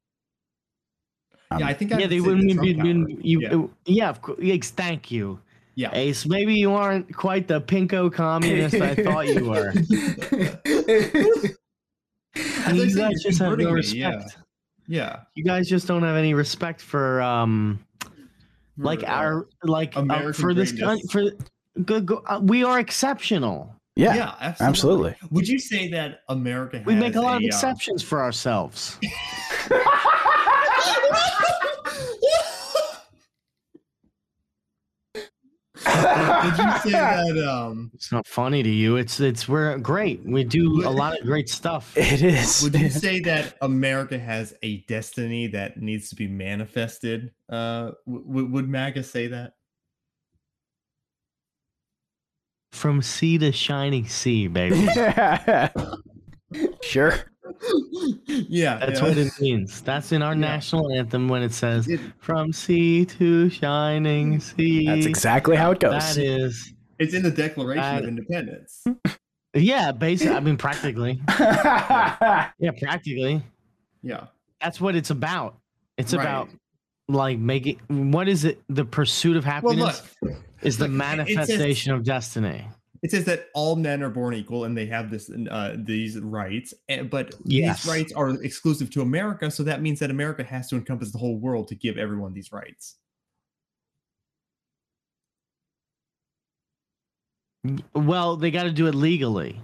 [SPEAKER 4] Um,
[SPEAKER 5] yeah. I think I
[SPEAKER 6] yeah,
[SPEAKER 5] would
[SPEAKER 6] they
[SPEAKER 5] say the
[SPEAKER 6] wouldn't
[SPEAKER 5] Trump
[SPEAKER 6] be.
[SPEAKER 5] Tower.
[SPEAKER 6] wouldn't- You,
[SPEAKER 5] Yeah.
[SPEAKER 6] yeah. yeah, of course. Yes, thank you.
[SPEAKER 5] Yeah.
[SPEAKER 6] Ace, maybe you aren't quite the pinko communist
[SPEAKER 5] *laughs*
[SPEAKER 6] I thought you were.
[SPEAKER 5] As I
[SPEAKER 6] you
[SPEAKER 5] said,
[SPEAKER 6] guys
[SPEAKER 5] you're
[SPEAKER 6] just have no
[SPEAKER 5] converting me, yeah.
[SPEAKER 6] respect.
[SPEAKER 5] yeah,
[SPEAKER 6] You guys just don't have any respect for um, like
[SPEAKER 5] For, uh,
[SPEAKER 6] our like uh,
[SPEAKER 5] American
[SPEAKER 6] for this coun-
[SPEAKER 5] greatness.
[SPEAKER 6] for good. Go, uh, we are exceptional.
[SPEAKER 4] yeah,
[SPEAKER 5] yeah, absolutely.
[SPEAKER 4] absolutely.
[SPEAKER 5] Would you say that America?
[SPEAKER 6] We make
[SPEAKER 5] has
[SPEAKER 6] a lot of
[SPEAKER 5] uh, *laughs*
[SPEAKER 6] exceptions for ourselves.
[SPEAKER 5] Did you say that? Um,
[SPEAKER 6] It's not funny to you. It's it's we're great. We do a lot of great stuff.
[SPEAKER 4] It is.
[SPEAKER 5] would *laughs*
[SPEAKER 4] *laughs*
[SPEAKER 5] you say that America has a destiny that needs to be manifested? Uh, w- would MAGA say *laughs* that?
[SPEAKER 6] From sea to shining
[SPEAKER 5] *laughs*
[SPEAKER 6] sea, baby.
[SPEAKER 4] yeah. Sure.
[SPEAKER 5] yeah,
[SPEAKER 6] That's
[SPEAKER 5] yeah.
[SPEAKER 6] what it means. That's in our
[SPEAKER 5] Yeah.
[SPEAKER 6] national anthem when it says
[SPEAKER 5] It-
[SPEAKER 6] "From sea to shining sea."
[SPEAKER 4] That's exactly how it
[SPEAKER 6] That
[SPEAKER 4] goes. *laughs*
[SPEAKER 6] is,
[SPEAKER 5] It's in the Declaration
[SPEAKER 6] That-
[SPEAKER 5] of Independence.
[SPEAKER 6] yeah, basically. I mean, practically. Yeah, practically.
[SPEAKER 5] Yeah,
[SPEAKER 6] That's what it's about. It's
[SPEAKER 5] Right.
[SPEAKER 6] about like making. What is it? The pursuit of
[SPEAKER 5] well,
[SPEAKER 6] happiness
[SPEAKER 5] look,
[SPEAKER 6] is the
[SPEAKER 5] look, it- it says-
[SPEAKER 6] manifestation of destiny.
[SPEAKER 5] it says that all men are born equal and they have this uh, these rights eh, but
[SPEAKER 6] Yes.
[SPEAKER 5] these rights are exclusive to america so that means that america has to encompass the whole world to give everyone these rights
[SPEAKER 6] Well, they got to do it legally.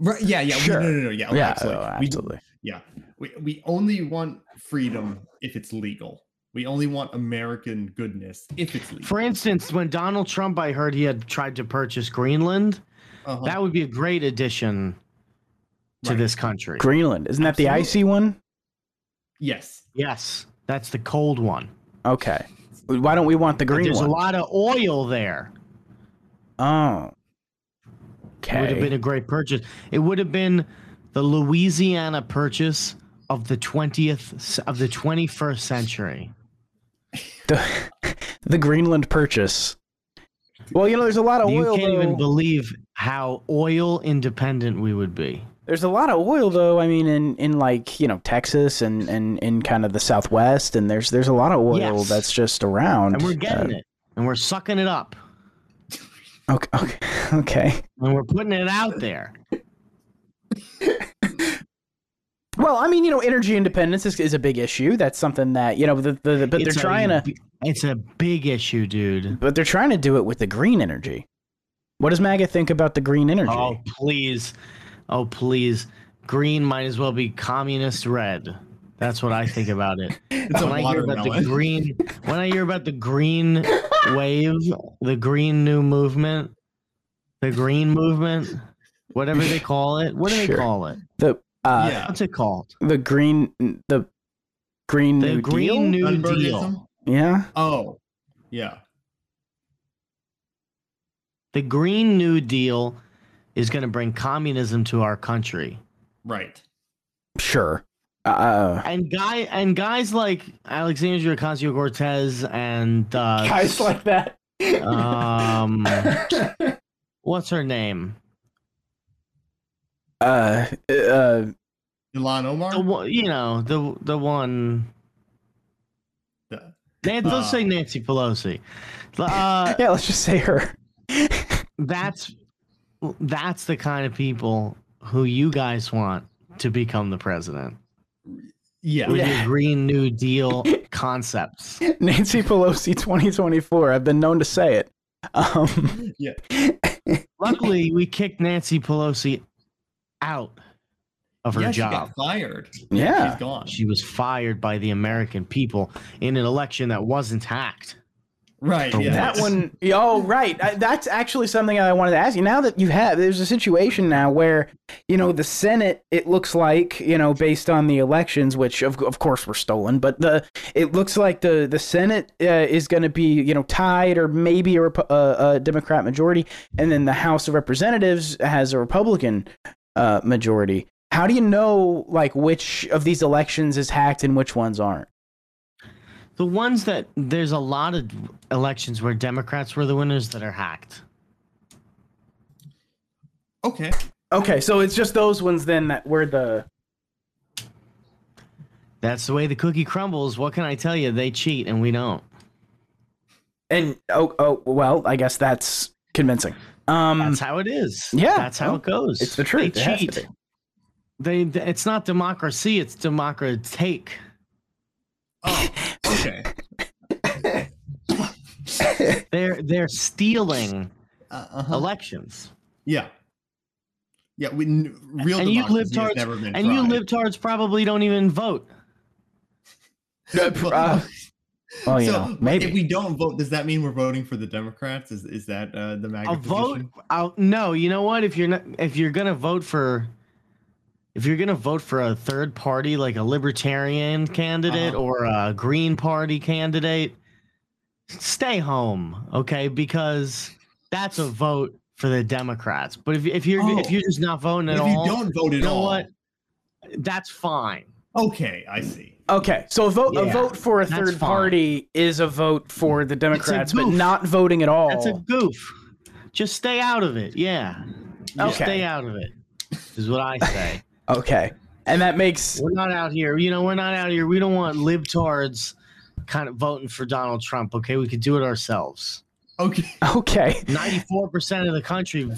[SPEAKER 5] right yeah yeah we-
[SPEAKER 4] Sure.
[SPEAKER 5] no no no yeah,
[SPEAKER 4] yeah,
[SPEAKER 5] absolutely.
[SPEAKER 4] oh,
[SPEAKER 5] We-
[SPEAKER 4] absolutely.
[SPEAKER 5] yeah we, we only want freedom if it's legal we only want american goodness if it's legal
[SPEAKER 6] For instance, when Donald Trump, I heard he had tried to purchase Greenland.
[SPEAKER 5] Uh-huh.
[SPEAKER 6] That would be a great addition to
[SPEAKER 5] Right.
[SPEAKER 6] this country.
[SPEAKER 4] Greenland isn't that the
[SPEAKER 5] Absolutely.
[SPEAKER 4] icy one?
[SPEAKER 5] yes
[SPEAKER 6] *laughs* Yes, that's the cold one.
[SPEAKER 4] Okay. Why don't we want the
[SPEAKER 6] But
[SPEAKER 4] green
[SPEAKER 6] There's
[SPEAKER 4] one?
[SPEAKER 6] a lot of oil there.
[SPEAKER 4] Oh.
[SPEAKER 6] It would have
[SPEAKER 4] Okay.
[SPEAKER 6] been a great purchase. It would have been the Louisiana purchase of the 20th of the 21st century.
[SPEAKER 4] The, *laughs* the Greenland Purchase. Well, you know, there's a lot of
[SPEAKER 6] you
[SPEAKER 4] oil.
[SPEAKER 6] can't
[SPEAKER 4] though.
[SPEAKER 6] even believe how oil independent we would be.
[SPEAKER 4] There's a lot of oil though. I mean, in, in like you know Texas and, and in kind of the Southwest, and there's there's a lot of oil
[SPEAKER 6] Yes.
[SPEAKER 4] that's just around.
[SPEAKER 6] And we're getting it. And we're sucking it up.
[SPEAKER 4] Uh, okay, okay, *laughs* okay.
[SPEAKER 6] And we're putting it out there.
[SPEAKER 4] Well, I mean, you know, energy independence is, is a big issue. That's something that you know, the, the, the, but they're
[SPEAKER 6] It's a
[SPEAKER 4] trying to,
[SPEAKER 6] bi- It's a big issue, dude.
[SPEAKER 4] but they're trying to do it with the green energy. What does MAGA think about the green energy?
[SPEAKER 6] Oh please, oh please. Green might as well be communist red. That's what I think about it.
[SPEAKER 5] It's a
[SPEAKER 6] when I hear about
[SPEAKER 4] *laughs*
[SPEAKER 6] the
[SPEAKER 5] watermelon.
[SPEAKER 6] green, when I hear about the green wave, the green new movement, the green movement, whatever they call it, what do they
[SPEAKER 4] Sure.
[SPEAKER 6] call it?
[SPEAKER 4] The uh,
[SPEAKER 5] yeah.
[SPEAKER 6] What's it called?
[SPEAKER 4] the green the green
[SPEAKER 6] The
[SPEAKER 4] new
[SPEAKER 6] green
[SPEAKER 4] deal?
[SPEAKER 6] new
[SPEAKER 5] Nunbergism?
[SPEAKER 6] deal.
[SPEAKER 4] yeah.
[SPEAKER 5] Oh, yeah.
[SPEAKER 6] The green new deal is going to bring communism to our country.
[SPEAKER 5] Right.
[SPEAKER 4] Sure. Uh,
[SPEAKER 6] and guy and guys like Alexandria Ocasio Cortez and uh,
[SPEAKER 4] Guys like that. *laughs*
[SPEAKER 6] um, what's her name?
[SPEAKER 4] Uh, uh,
[SPEAKER 5] Ilan Omar.
[SPEAKER 6] The one- you know the the one.
[SPEAKER 5] The-
[SPEAKER 6] Nan- let's say
[SPEAKER 5] Uh.
[SPEAKER 6] Nancy Pelosi.
[SPEAKER 5] *laughs*
[SPEAKER 6] Uh,
[SPEAKER 4] yeah. Let's just say her. *laughs*
[SPEAKER 6] that's that's the kind of people who you guys want to become the president
[SPEAKER 5] *laughs* yeah.
[SPEAKER 6] with
[SPEAKER 4] Yeah.
[SPEAKER 6] your Green New Deal concepts.
[SPEAKER 4] Nancy Pelosi 2024. I've been known to say it. Um,
[SPEAKER 6] Luckily, we kicked Nancy Pelosi out of her
[SPEAKER 5] yeah, she
[SPEAKER 6] job.
[SPEAKER 5] got fired.
[SPEAKER 4] yeah.
[SPEAKER 5] She's gone.
[SPEAKER 6] She was fired by the American people in an election that wasn't hacked.
[SPEAKER 5] Right.
[SPEAKER 6] Oh,
[SPEAKER 5] Yeah.
[SPEAKER 4] That one, oh, right. I, that's actually something I wanted to ask you. Now that you have, there's a situation now where, you know, the Senate, it looks like, you know, based on the elections, which of, of course were stolen, but the, it looks like the, the Senate uh, is going to be, you know, tied or maybe a, Repu- uh, a Democrat majority. And then the House of Representatives has a Republican uh, majority. How do you know, like, which of these elections is hacked and which ones aren't?
[SPEAKER 6] The ones that there's a lot of elections where Democrats were the winners that are hacked.
[SPEAKER 5] Okay.
[SPEAKER 4] Okay, so it's just those ones then that were the.
[SPEAKER 6] That's the way the cookie crumbles. What can I tell you? They cheat and we don't.
[SPEAKER 4] And oh, oh, well, I guess that's convincing. Um,
[SPEAKER 6] That's how it is.
[SPEAKER 4] yeah,
[SPEAKER 6] That's how
[SPEAKER 4] no,
[SPEAKER 6] it goes.
[SPEAKER 4] it's the truth.
[SPEAKER 6] They
[SPEAKER 4] It has to
[SPEAKER 6] cheat. They, it's not democracy, it's democratic.
[SPEAKER 5] Oh, okay.
[SPEAKER 6] They're they're stealing
[SPEAKER 5] Uh,
[SPEAKER 6] *laughs*
[SPEAKER 5] uh-huh.
[SPEAKER 6] elections.
[SPEAKER 5] Yeah. Yeah. We, n- real
[SPEAKER 6] And you
[SPEAKER 5] democracy has
[SPEAKER 6] libtards-
[SPEAKER 5] never been
[SPEAKER 6] And you
[SPEAKER 5] tried.
[SPEAKER 6] libtards probably don't even vote.
[SPEAKER 5] *laughs* But-
[SPEAKER 4] uh, well, you
[SPEAKER 5] so
[SPEAKER 4] know, maybe
[SPEAKER 5] if we don't vote, does that mean we're voting for the Democrats? Is is that uh, the MAGA
[SPEAKER 6] a vote
[SPEAKER 5] position?
[SPEAKER 6] out no you know what if you're not if you're gonna vote for if you're gonna vote for a third party like a libertarian candidate
[SPEAKER 5] Uh-huh.
[SPEAKER 6] or a green party candidate stay home okay because that's a vote for the democrats but if, if you're if
[SPEAKER 5] Oh.
[SPEAKER 6] you're just not voting at
[SPEAKER 5] if
[SPEAKER 6] all
[SPEAKER 5] you don't vote at
[SPEAKER 6] you know
[SPEAKER 5] all,
[SPEAKER 6] what that's fine
[SPEAKER 5] okay, I see.
[SPEAKER 4] okay. So a vote, a
[SPEAKER 6] Yeah,
[SPEAKER 4] vote for a
[SPEAKER 6] that's
[SPEAKER 4] third
[SPEAKER 6] fine.
[SPEAKER 4] party is a vote for the Democrats, but
[SPEAKER 6] goof.
[SPEAKER 4] not voting at all.
[SPEAKER 6] that's
[SPEAKER 5] Oh.
[SPEAKER 6] a goof just stay out of it yeah just
[SPEAKER 4] Okay.
[SPEAKER 6] stay out of it is what i say
[SPEAKER 4] okay, and that makes *laughs*
[SPEAKER 6] We're not out here. You know, we're not out here. We don't want libtards kind of voting for Donald Trump. Okay, we could do it ourselves.
[SPEAKER 5] Okay, *laughs*
[SPEAKER 4] okay.
[SPEAKER 6] Ninety-four percent of the country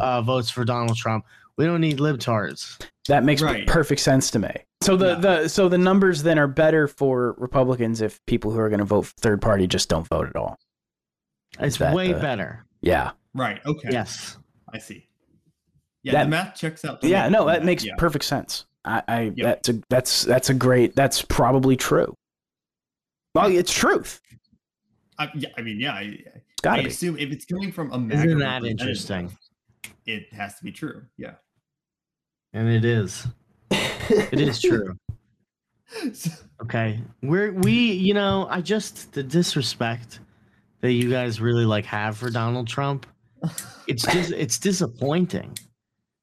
[SPEAKER 6] uh, votes for Donald Trump. We don't need libtards.
[SPEAKER 4] That makes
[SPEAKER 5] Right.
[SPEAKER 4] perfect sense to me. So the,
[SPEAKER 5] Yeah.
[SPEAKER 4] the so the numbers then are better for Republicans if people who are going to vote for third party just don't vote at all.
[SPEAKER 6] It's
[SPEAKER 4] that
[SPEAKER 6] way
[SPEAKER 4] the-
[SPEAKER 6] better.
[SPEAKER 4] Yeah,
[SPEAKER 5] right. Okay,
[SPEAKER 6] Yes.
[SPEAKER 5] I see. Yeah,
[SPEAKER 4] That-
[SPEAKER 5] the math checks out. to
[SPEAKER 4] yeah.
[SPEAKER 5] me.
[SPEAKER 4] No, that makes
[SPEAKER 5] Yeah.
[SPEAKER 4] perfect sense. I, I
[SPEAKER 5] Yeah.
[SPEAKER 4] that's a that's that's a great that's probably true. Well, it's truth.
[SPEAKER 5] I, yeah, I mean, yeah, I,
[SPEAKER 4] It's got
[SPEAKER 5] I
[SPEAKER 4] to be.
[SPEAKER 5] assume if it's coming from a MAGA,
[SPEAKER 6] Isn't that
[SPEAKER 5] representative,
[SPEAKER 6] interesting?
[SPEAKER 5] It has to be true. Yeah. *laughs*
[SPEAKER 6] And it is. It is true.
[SPEAKER 5] So-
[SPEAKER 6] Okay. We're we you know I just the disrespect that you guys really like have for Donald Trump. It's just it's disappointing.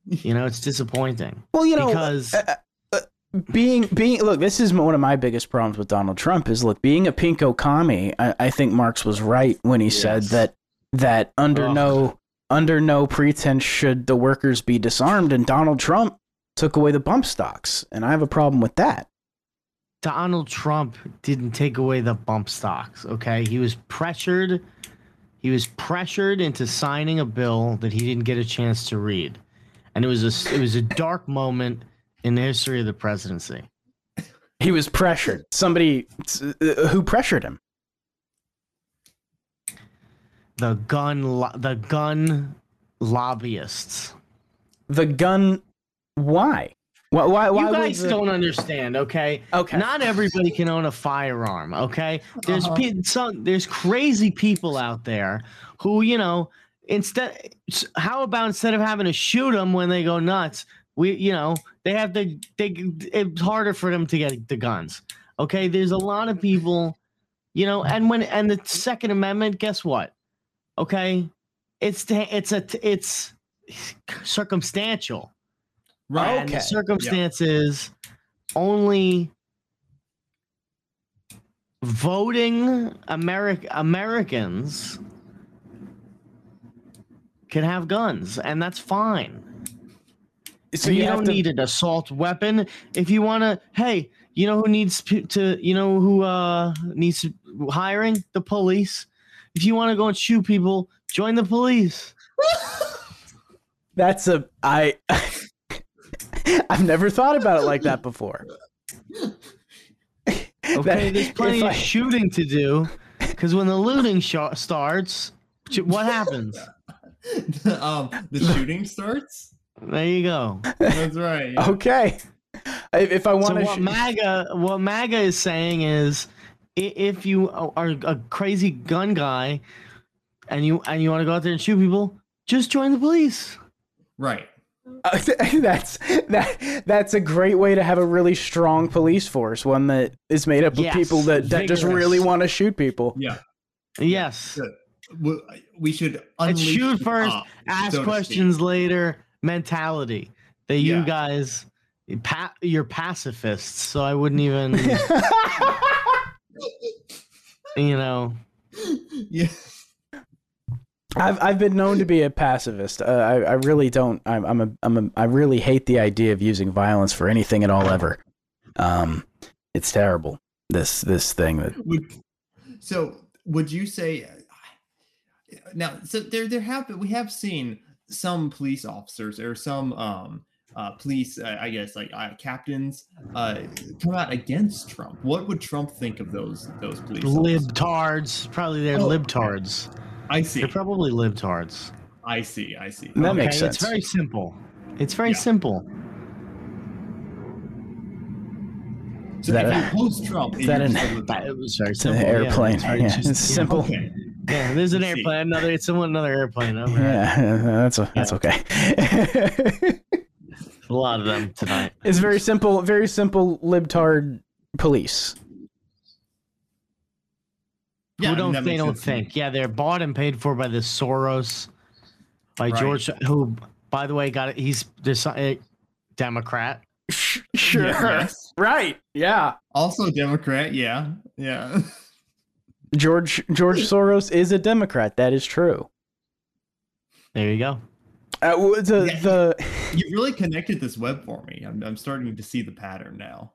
[SPEAKER 6] You know, it's disappointing
[SPEAKER 4] Well, you know,
[SPEAKER 6] because.
[SPEAKER 4] uh, uh, being being look this is one of my biggest problems with donald trump is look being a pinko commie i, I think marx was right when he said
[SPEAKER 6] Yes.
[SPEAKER 4] that that under
[SPEAKER 6] Ugh.
[SPEAKER 4] no under no pretense should the workers be disarmed and donald trump took away the bump stocks and i have a problem with that
[SPEAKER 6] Donald Trump didn't take away the bump stocks, okay? He was pressured he was pressured into signing a bill that he didn't get a chance to read. And it was a it was a dark moment in the history of the presidency.
[SPEAKER 4] he was pressured somebody uh, who pressured him
[SPEAKER 6] The gun lo- the gun lobbyists.
[SPEAKER 4] the gun why why why, why
[SPEAKER 6] you
[SPEAKER 4] would
[SPEAKER 6] guys
[SPEAKER 4] the-
[SPEAKER 6] don't understand, okay?
[SPEAKER 4] okay
[SPEAKER 6] Not everybody can own a firearm, okay? There's
[SPEAKER 5] Uh-huh.
[SPEAKER 6] pe- some there's crazy people out there who, you know, instead s- how about instead of having to shoot them when they go nuts, we you know, they have to they it's harder for them to get the guns. Okay? There's a lot of people, you know, and when and the second amendment, guess what? Okay? It's ta- it's a t- it's circumstantial.
[SPEAKER 5] Right.
[SPEAKER 6] And
[SPEAKER 4] Okay.
[SPEAKER 6] the circumstances only voting Ameri- Americans can have guns, and that's fine.
[SPEAKER 4] so
[SPEAKER 6] And
[SPEAKER 4] you,
[SPEAKER 6] you,
[SPEAKER 4] have
[SPEAKER 6] don't
[SPEAKER 4] to-
[SPEAKER 6] need an assault weapon if you want to. Hey, you know who needs p- to? You know who uh, needs to- hiring? The police. If you want to go and shoot people, join the police.
[SPEAKER 4] That's a I. *laughs* I've never thought about it like that before. *laughs*
[SPEAKER 6] *laughs*
[SPEAKER 4] That-
[SPEAKER 6] Okay, there's
[SPEAKER 4] if
[SPEAKER 6] plenty
[SPEAKER 4] I-
[SPEAKER 6] of shooting to do because when the looting sho- starts, sh- what
[SPEAKER 5] *laughs*
[SPEAKER 6] happens?
[SPEAKER 5] um, the shooting starts.
[SPEAKER 6] There you go.
[SPEAKER 5] That's right.
[SPEAKER 4] *laughs*
[SPEAKER 5] yeah.
[SPEAKER 4] okay, if, if I
[SPEAKER 6] So
[SPEAKER 4] want to,
[SPEAKER 6] what MAGA, what MAGA is saying is, i- if you are a crazy gun guy, and you and you want to go out there and shoot people, just join the police.
[SPEAKER 5] Right.
[SPEAKER 4] *laughs* that's that. That's a great way to have a really strong police force, one that is made up of
[SPEAKER 6] Yes,
[SPEAKER 4] people that, that just
[SPEAKER 6] vigorous.
[SPEAKER 4] really want to shoot people.
[SPEAKER 5] Yeah.
[SPEAKER 6] Yes,
[SPEAKER 5] Good. We, we should
[SPEAKER 6] It's
[SPEAKER 5] unleash
[SPEAKER 6] shoot
[SPEAKER 5] the
[SPEAKER 6] first,
[SPEAKER 5] op,
[SPEAKER 6] ask
[SPEAKER 5] so to speak.
[SPEAKER 6] questions later mentality that you
[SPEAKER 5] Yeah.
[SPEAKER 6] guys, pa- you're pacifists. So I wouldn't
[SPEAKER 5] *laughs*
[SPEAKER 6] even,
[SPEAKER 4] *laughs*
[SPEAKER 6] you know.
[SPEAKER 5] *laughs* Yeah.
[SPEAKER 4] I've I've been known to be a pacifist. Uh, I I really don't. I'm I'm a I'm a I really hate the idea of using violence for anything at all ever. Um, it's terrible. This this thing that
[SPEAKER 5] Would, so would you say uh, now so there there have been- we have seen some police officers or some um uh, police uh, i guess like uh, captains uh come out against trump what would trump think of those those police officers?
[SPEAKER 6] Libtards. Probably they're
[SPEAKER 5] Oh.
[SPEAKER 6] libtards.
[SPEAKER 5] i see
[SPEAKER 6] They're probably libtards.
[SPEAKER 5] i see i see
[SPEAKER 4] That makes sense. *laughs*
[SPEAKER 6] It's very simple. It's very
[SPEAKER 5] Yeah.
[SPEAKER 6] simple.
[SPEAKER 5] so
[SPEAKER 4] that
[SPEAKER 5] if
[SPEAKER 4] a-
[SPEAKER 5] you post trump
[SPEAKER 4] is that an-
[SPEAKER 6] That-
[SPEAKER 4] *laughs*
[SPEAKER 6] It was very
[SPEAKER 4] It's an
[SPEAKER 6] simple. yeah.
[SPEAKER 4] airplane.
[SPEAKER 6] It's
[SPEAKER 4] Yeah,
[SPEAKER 6] very-
[SPEAKER 4] it's,
[SPEAKER 6] just- yeah.
[SPEAKER 4] simple. Yeah,
[SPEAKER 5] okay
[SPEAKER 6] Yeah, there's an
[SPEAKER 5] I see.
[SPEAKER 6] airplane. Another. It's someone. Another airplane. Over yeah.
[SPEAKER 4] *laughs* that's a, that's okay. *laughs*
[SPEAKER 6] A lot of them tonight.
[SPEAKER 4] it's very simple. Very simple. Libtard police.
[SPEAKER 5] yeah, I
[SPEAKER 6] who
[SPEAKER 5] mean,
[SPEAKER 6] don't
[SPEAKER 5] that
[SPEAKER 6] they
[SPEAKER 5] makes
[SPEAKER 6] don't
[SPEAKER 5] sense to me.
[SPEAKER 6] think? Yeah, they're bought and paid for by the Soros, by
[SPEAKER 5] Right.
[SPEAKER 6] George, who by the way got it. He's this uh, Democrat.
[SPEAKER 4] Sure.
[SPEAKER 5] yes.
[SPEAKER 4] Right. Yeah.
[SPEAKER 5] also democrat yeah yeah *laughs*
[SPEAKER 4] George George Soros is a Democrat. That is true.
[SPEAKER 6] There you go.
[SPEAKER 4] Uh, w- the
[SPEAKER 5] Yeah.
[SPEAKER 4] the
[SPEAKER 5] you really connected this web for me i'm, I'm starting to see the pattern now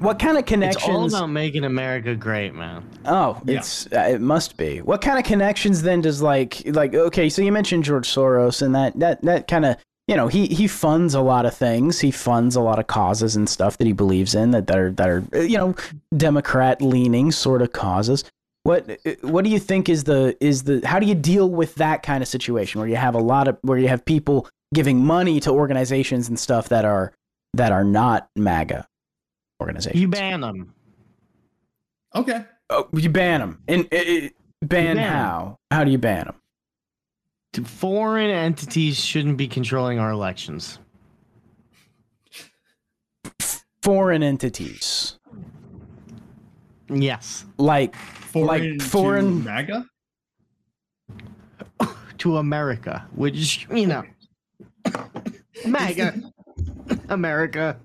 [SPEAKER 4] what kind of
[SPEAKER 6] It's all
[SPEAKER 4] connections?
[SPEAKER 6] about making America great, man.
[SPEAKER 4] Oh,
[SPEAKER 5] Yeah.
[SPEAKER 4] it's uh, it must be. What kind of connections then does like like okay, so you mentioned George Soros and that that that kind of you know he he funds a lot of things. He funds a lot of causes and stuff that he believes in that that are that are uh, you know Democrat leaning sort of causes. What uh, what do you think is the is the how do you deal with that kind of situation where you have a lot of where you have people giving money to organizations and stuff that are that are not MAGA organizations?
[SPEAKER 6] You ban them.
[SPEAKER 5] okay
[SPEAKER 4] Oh, you ban them. And i i ban
[SPEAKER 6] ban 'em.
[SPEAKER 4] how? How do you ban them?
[SPEAKER 6] foreign entities shouldn't be controlling our elections.
[SPEAKER 4] Foreign entities,
[SPEAKER 6] Yes,
[SPEAKER 4] *laughs* like
[SPEAKER 5] foreign to
[SPEAKER 4] foreign-
[SPEAKER 5] MAGA.
[SPEAKER 6] to America, which you know, MAGA, America.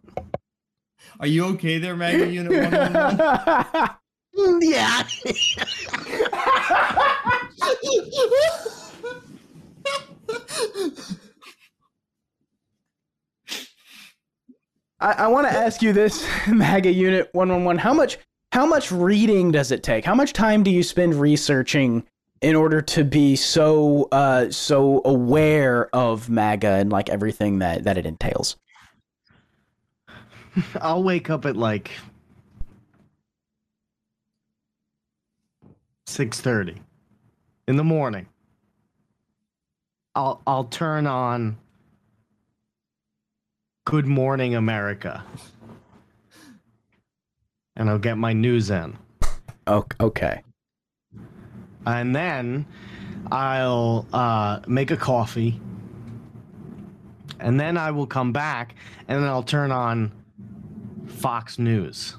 [SPEAKER 5] Are you okay there, Maggie? Unit 111?
[SPEAKER 6] Yeah.
[SPEAKER 4] I, I want to ask you this, *laughs* MAGA Unit One One One. How much how much reading does it take? How much time do you spend researching in order to be so uh, so aware of MAGA and like everything that that it entails?
[SPEAKER 6] *laughs* I'll wake up at like six thirty in the morning. I'll I'll turn on Good Morning America, and I'll get my news in,
[SPEAKER 4] Oh, okay.
[SPEAKER 6] and then I'll uh, make a coffee, and then I will come back, and then I'll turn on Fox News.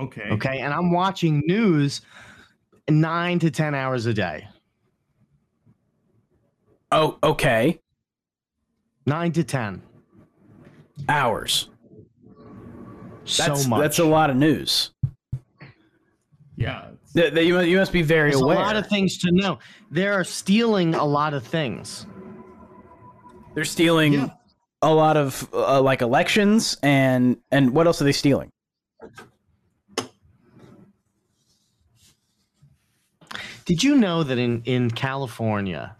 [SPEAKER 5] okay.
[SPEAKER 6] Okay. And I'm watching news nine to 10 hours a day.
[SPEAKER 4] Oh, okay.
[SPEAKER 6] Nine to 10.
[SPEAKER 4] Hours.
[SPEAKER 6] So
[SPEAKER 4] That's,
[SPEAKER 6] much.
[SPEAKER 4] That's a lot of news.
[SPEAKER 5] Yeah. it's-
[SPEAKER 4] That, that you, mu- you must be very
[SPEAKER 6] There's a
[SPEAKER 4] aware.
[SPEAKER 6] lot of things to know. They're stealing a lot of things.
[SPEAKER 4] They're stealing
[SPEAKER 5] Yeah.
[SPEAKER 4] a lot of uh, like elections and and what else are they stealing?
[SPEAKER 6] Did you know that in, in California,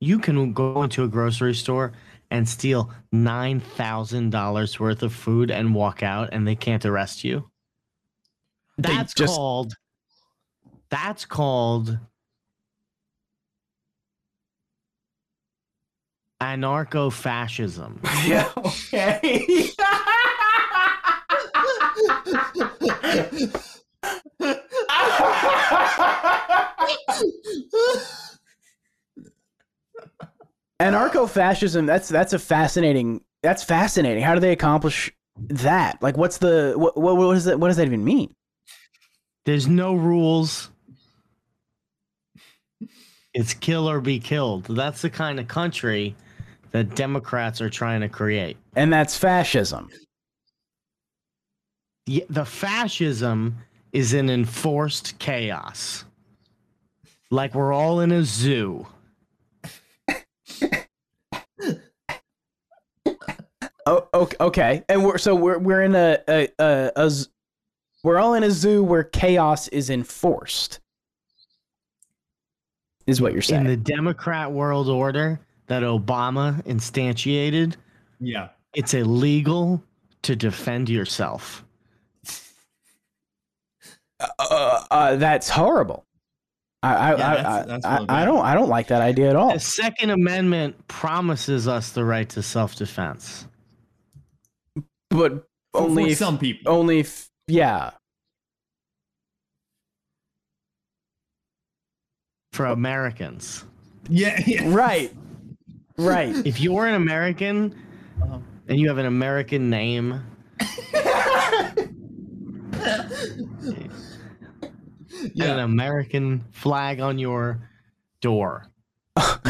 [SPEAKER 6] you can go into a grocery store and steal $9,000 worth of food and walk out and they can't arrest you?
[SPEAKER 4] They
[SPEAKER 6] That's
[SPEAKER 4] just-
[SPEAKER 6] called. That's called anarcho fascism.
[SPEAKER 4] Yeah. Okay. Anarcho-fascism. That's that's a fascinating. That's fascinating. How do they accomplish that? Like, what's the what what, what does that what does that even mean?
[SPEAKER 6] There's no rules. It's kill or be killed. That's the kind of country that Democrats are trying to create.
[SPEAKER 4] And that's fascism.
[SPEAKER 6] The, the fascism is an enforced chaos. Like we're all in a zoo.
[SPEAKER 4] Oh, okay, okay. And we're so we're we're in a a, a, a z- we're all in a zoo where chaos is enforced. Is what you're saying.
[SPEAKER 6] in the Democrat world order that Obama instantiated,
[SPEAKER 5] yeah.
[SPEAKER 6] it's illegal to defend yourself.
[SPEAKER 4] uh, uh, that's horrible. I I,
[SPEAKER 5] Yeah,
[SPEAKER 4] I,
[SPEAKER 5] that's- that's
[SPEAKER 4] I,
[SPEAKER 5] really
[SPEAKER 4] I, I
[SPEAKER 5] bad.
[SPEAKER 4] don't I don't like that idea at all.
[SPEAKER 6] The Second Amendment promises us the right to self defense.
[SPEAKER 4] But
[SPEAKER 5] For,
[SPEAKER 4] only
[SPEAKER 5] for
[SPEAKER 4] if-
[SPEAKER 5] some
[SPEAKER 6] Oh.
[SPEAKER 5] people.
[SPEAKER 4] only if, yeah.
[SPEAKER 6] for Americans.
[SPEAKER 5] Yeah. *laughs* yeah.
[SPEAKER 4] Right. Right.
[SPEAKER 6] If you're an American
[SPEAKER 5] Uh-huh.
[SPEAKER 6] and you have an American name, and an
[SPEAKER 5] Yeah.
[SPEAKER 6] American flag on your
[SPEAKER 4] *laughs*
[SPEAKER 6] door,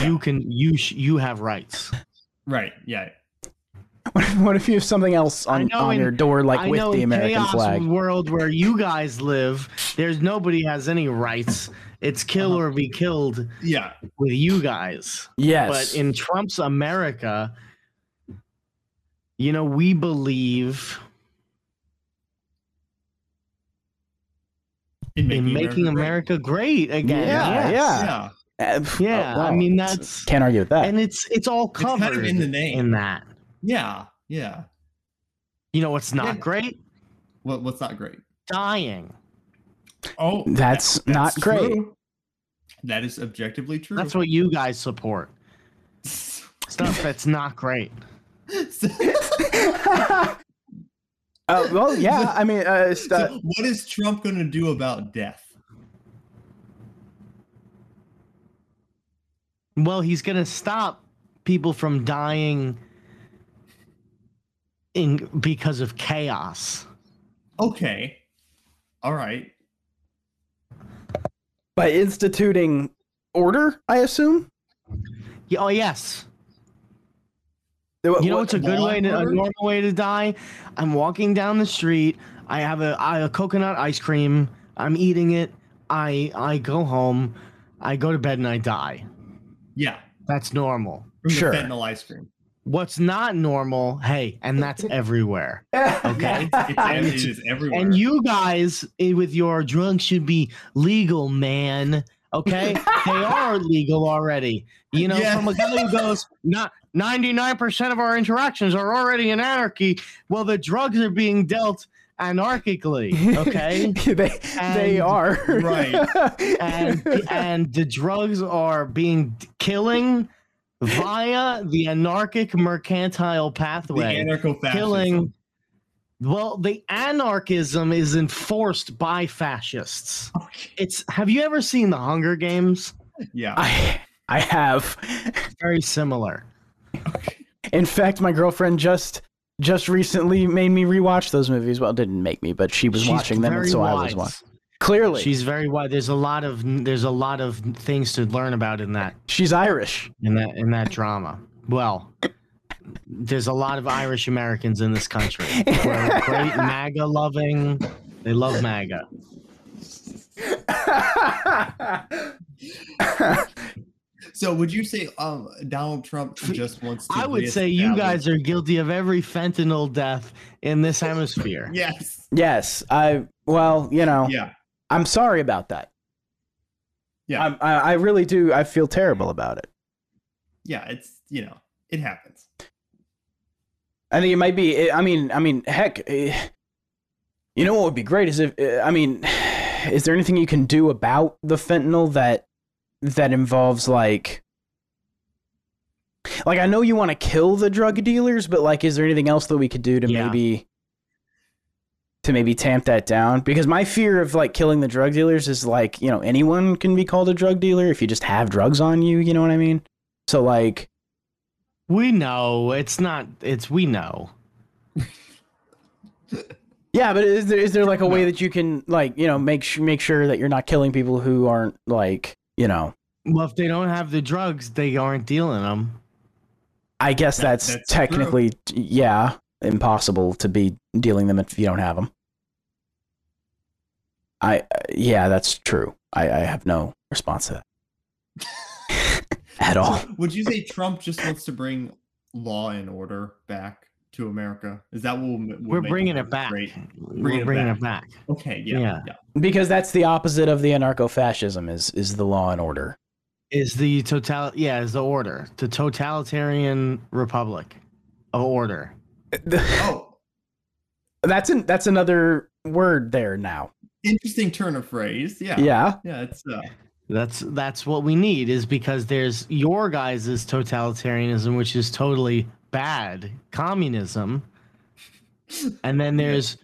[SPEAKER 6] you can you sh- you have rights.
[SPEAKER 5] Right. Yeah.
[SPEAKER 4] What if, *laughs* what if you have something else
[SPEAKER 6] I
[SPEAKER 4] on,
[SPEAKER 6] know
[SPEAKER 4] on
[SPEAKER 6] in-
[SPEAKER 4] your door like
[SPEAKER 6] I
[SPEAKER 4] with
[SPEAKER 6] know
[SPEAKER 4] the
[SPEAKER 6] in
[SPEAKER 4] American
[SPEAKER 6] chaos
[SPEAKER 4] flag?
[SPEAKER 6] world where you guys live, there's nobody has any rights. It's kill
[SPEAKER 4] Uh-huh.
[SPEAKER 6] or be killed
[SPEAKER 5] Yeah.
[SPEAKER 6] with you guys.
[SPEAKER 4] Yes.
[SPEAKER 6] But in Trump's America, you know, we believe
[SPEAKER 5] In
[SPEAKER 6] in making America great again.
[SPEAKER 4] yeah,
[SPEAKER 6] Yes.
[SPEAKER 5] great.
[SPEAKER 4] yeah.
[SPEAKER 5] Yeah.
[SPEAKER 4] Uh, pff,
[SPEAKER 6] Yeah,
[SPEAKER 4] oh,
[SPEAKER 6] I
[SPEAKER 4] wow.
[SPEAKER 6] mean, that's-
[SPEAKER 4] can't argue with that.
[SPEAKER 6] And it's it's all
[SPEAKER 5] It's
[SPEAKER 6] covered
[SPEAKER 5] kind of in the name.
[SPEAKER 6] in that.
[SPEAKER 5] yeah. Yeah.
[SPEAKER 6] You know what's not
[SPEAKER 5] Yeah.
[SPEAKER 6] great?
[SPEAKER 5] What, what's not great?
[SPEAKER 6] Dying.
[SPEAKER 5] Oh,
[SPEAKER 4] That's not great.
[SPEAKER 5] true. That is objectively true. *laughs*
[SPEAKER 6] That's what you guys support. Stuff that's not great. *laughs*
[SPEAKER 4] Uh, well, yeah. I mean, uh, it's, uh,
[SPEAKER 5] So what is Trump going to do about death?
[SPEAKER 6] Well, he's going to stop people from dying in because of chaos.
[SPEAKER 5] Okay. All right.
[SPEAKER 4] by instituting order, I assume.
[SPEAKER 6] Yeah, Oh yes. You know what's a good way to a normal way to die? I'm walking down the street. I have a, I, a coconut ice cream. I'm eating it. I I go home. I go to bed and I die.
[SPEAKER 5] Yeah,
[SPEAKER 6] That's normal.
[SPEAKER 5] from
[SPEAKER 4] Sure.
[SPEAKER 5] the fentanyl ice cream.
[SPEAKER 6] What's not normal? Hey, and that's everywhere. Okay.
[SPEAKER 5] It's, it's, it is everywhere.
[SPEAKER 6] And you guys eh, with your drugs should be legal, man. Okay, they are legal already. You know,
[SPEAKER 5] Yeah.
[SPEAKER 6] from a guy who
[SPEAKER 5] *laughs*
[SPEAKER 6] goes, not ninety-nine percent of our interactions are already in anarchy. Well, the drugs are being dealt anarchically. *laughs*
[SPEAKER 4] *laughs*
[SPEAKER 6] Okay,
[SPEAKER 4] they they
[SPEAKER 6] And-
[SPEAKER 4] are
[SPEAKER 5] Right.
[SPEAKER 6] and and the drugs are being killing via the anarchic mercantile
[SPEAKER 5] the
[SPEAKER 6] pathway
[SPEAKER 5] anarcho fascism.
[SPEAKER 6] killing. Well, the anarchism is enforced by fascists. It's have you ever seen the Hunger Games?
[SPEAKER 5] Yeah.
[SPEAKER 4] *laughs* I I have.
[SPEAKER 6] Very similar.
[SPEAKER 4] In fact, my girlfriend just just recently made me rewatch those movies. Well, didn't make me, but she was
[SPEAKER 6] She's
[SPEAKER 4] watching them, and
[SPEAKER 6] very
[SPEAKER 4] so I was
[SPEAKER 6] wise.
[SPEAKER 4] watching. Clearly, she's
[SPEAKER 6] She's very wide. There's a lot of there's a lot of things to learn about in that
[SPEAKER 4] she's Irish.
[SPEAKER 6] in that in that drama. Well, there's a lot of Irish Americans in this country. We're great MAGA loving. They love MAGA.
[SPEAKER 5] So would you say um, Donald Trump just wants to
[SPEAKER 6] I would say you guys are guilty of every fentanyl death in this hemisphere.
[SPEAKER 5] Yes.
[SPEAKER 4] Yes, I. Well, you
[SPEAKER 6] Oh.
[SPEAKER 4] know,
[SPEAKER 5] Yeah.
[SPEAKER 4] I'm sorry about that.
[SPEAKER 5] Yeah.
[SPEAKER 4] I'm- I, I really do. I feel terrible about it.
[SPEAKER 5] Yeah, it's you know, it happens.
[SPEAKER 4] I think it might be. eh, I mean, I mean, heck, eh, you know what would be great is if eh, I mean, *sighs* is there anything you can do about the fentanyl that that involves like, like I know you want to kill the drug dealers, but like, is there anything else that we could do to
[SPEAKER 6] Yeah.
[SPEAKER 4] maybe to maybe tamp that down? Because my fear of like killing the drug dealers is like, you know, anyone can be called a drug dealer if you just have drugs on you. You know what I mean? So like,
[SPEAKER 6] We know it's not. It's we know.
[SPEAKER 4] Yeah, but is there is there like a way that you can like you know make su make sure that you're not killing people who aren't like you know?
[SPEAKER 6] Well, if they don't have the drugs, they aren't dealing them.
[SPEAKER 4] I guess
[SPEAKER 5] That-
[SPEAKER 4] that's,
[SPEAKER 5] that's
[SPEAKER 4] technically yeah impossible to be dealing them if you don't have them. I uh, yeah, that's true. I, I have no response
[SPEAKER 5] *laughs*
[SPEAKER 4] to that at
[SPEAKER 6] Oh.
[SPEAKER 4] all.
[SPEAKER 5] So would you say Trump just wants to bring law and order back to America? Is that what will ma- will
[SPEAKER 6] We're
[SPEAKER 5] make
[SPEAKER 6] bringing it
[SPEAKER 5] America
[SPEAKER 6] back.
[SPEAKER 5] great?
[SPEAKER 6] We're
[SPEAKER 5] it
[SPEAKER 6] bringing
[SPEAKER 5] back.
[SPEAKER 6] it back.
[SPEAKER 5] Okay, yeah, yeah.
[SPEAKER 6] Yeah.
[SPEAKER 4] Because that's the opposite of the anarcho-fascism is is the law and order.
[SPEAKER 6] Is the total? Yeah, is the order the totalitarian republic of order?
[SPEAKER 5] Oh,
[SPEAKER 4] That's an, that's another word there now.
[SPEAKER 5] interesting turn of phrase. Yeah.
[SPEAKER 4] Yeah. *laughs*
[SPEAKER 5] Yeah, it's uh,
[SPEAKER 6] That's that's what we need. Is because there's your guys' totalitarianism, which is totally bad communism, and then there's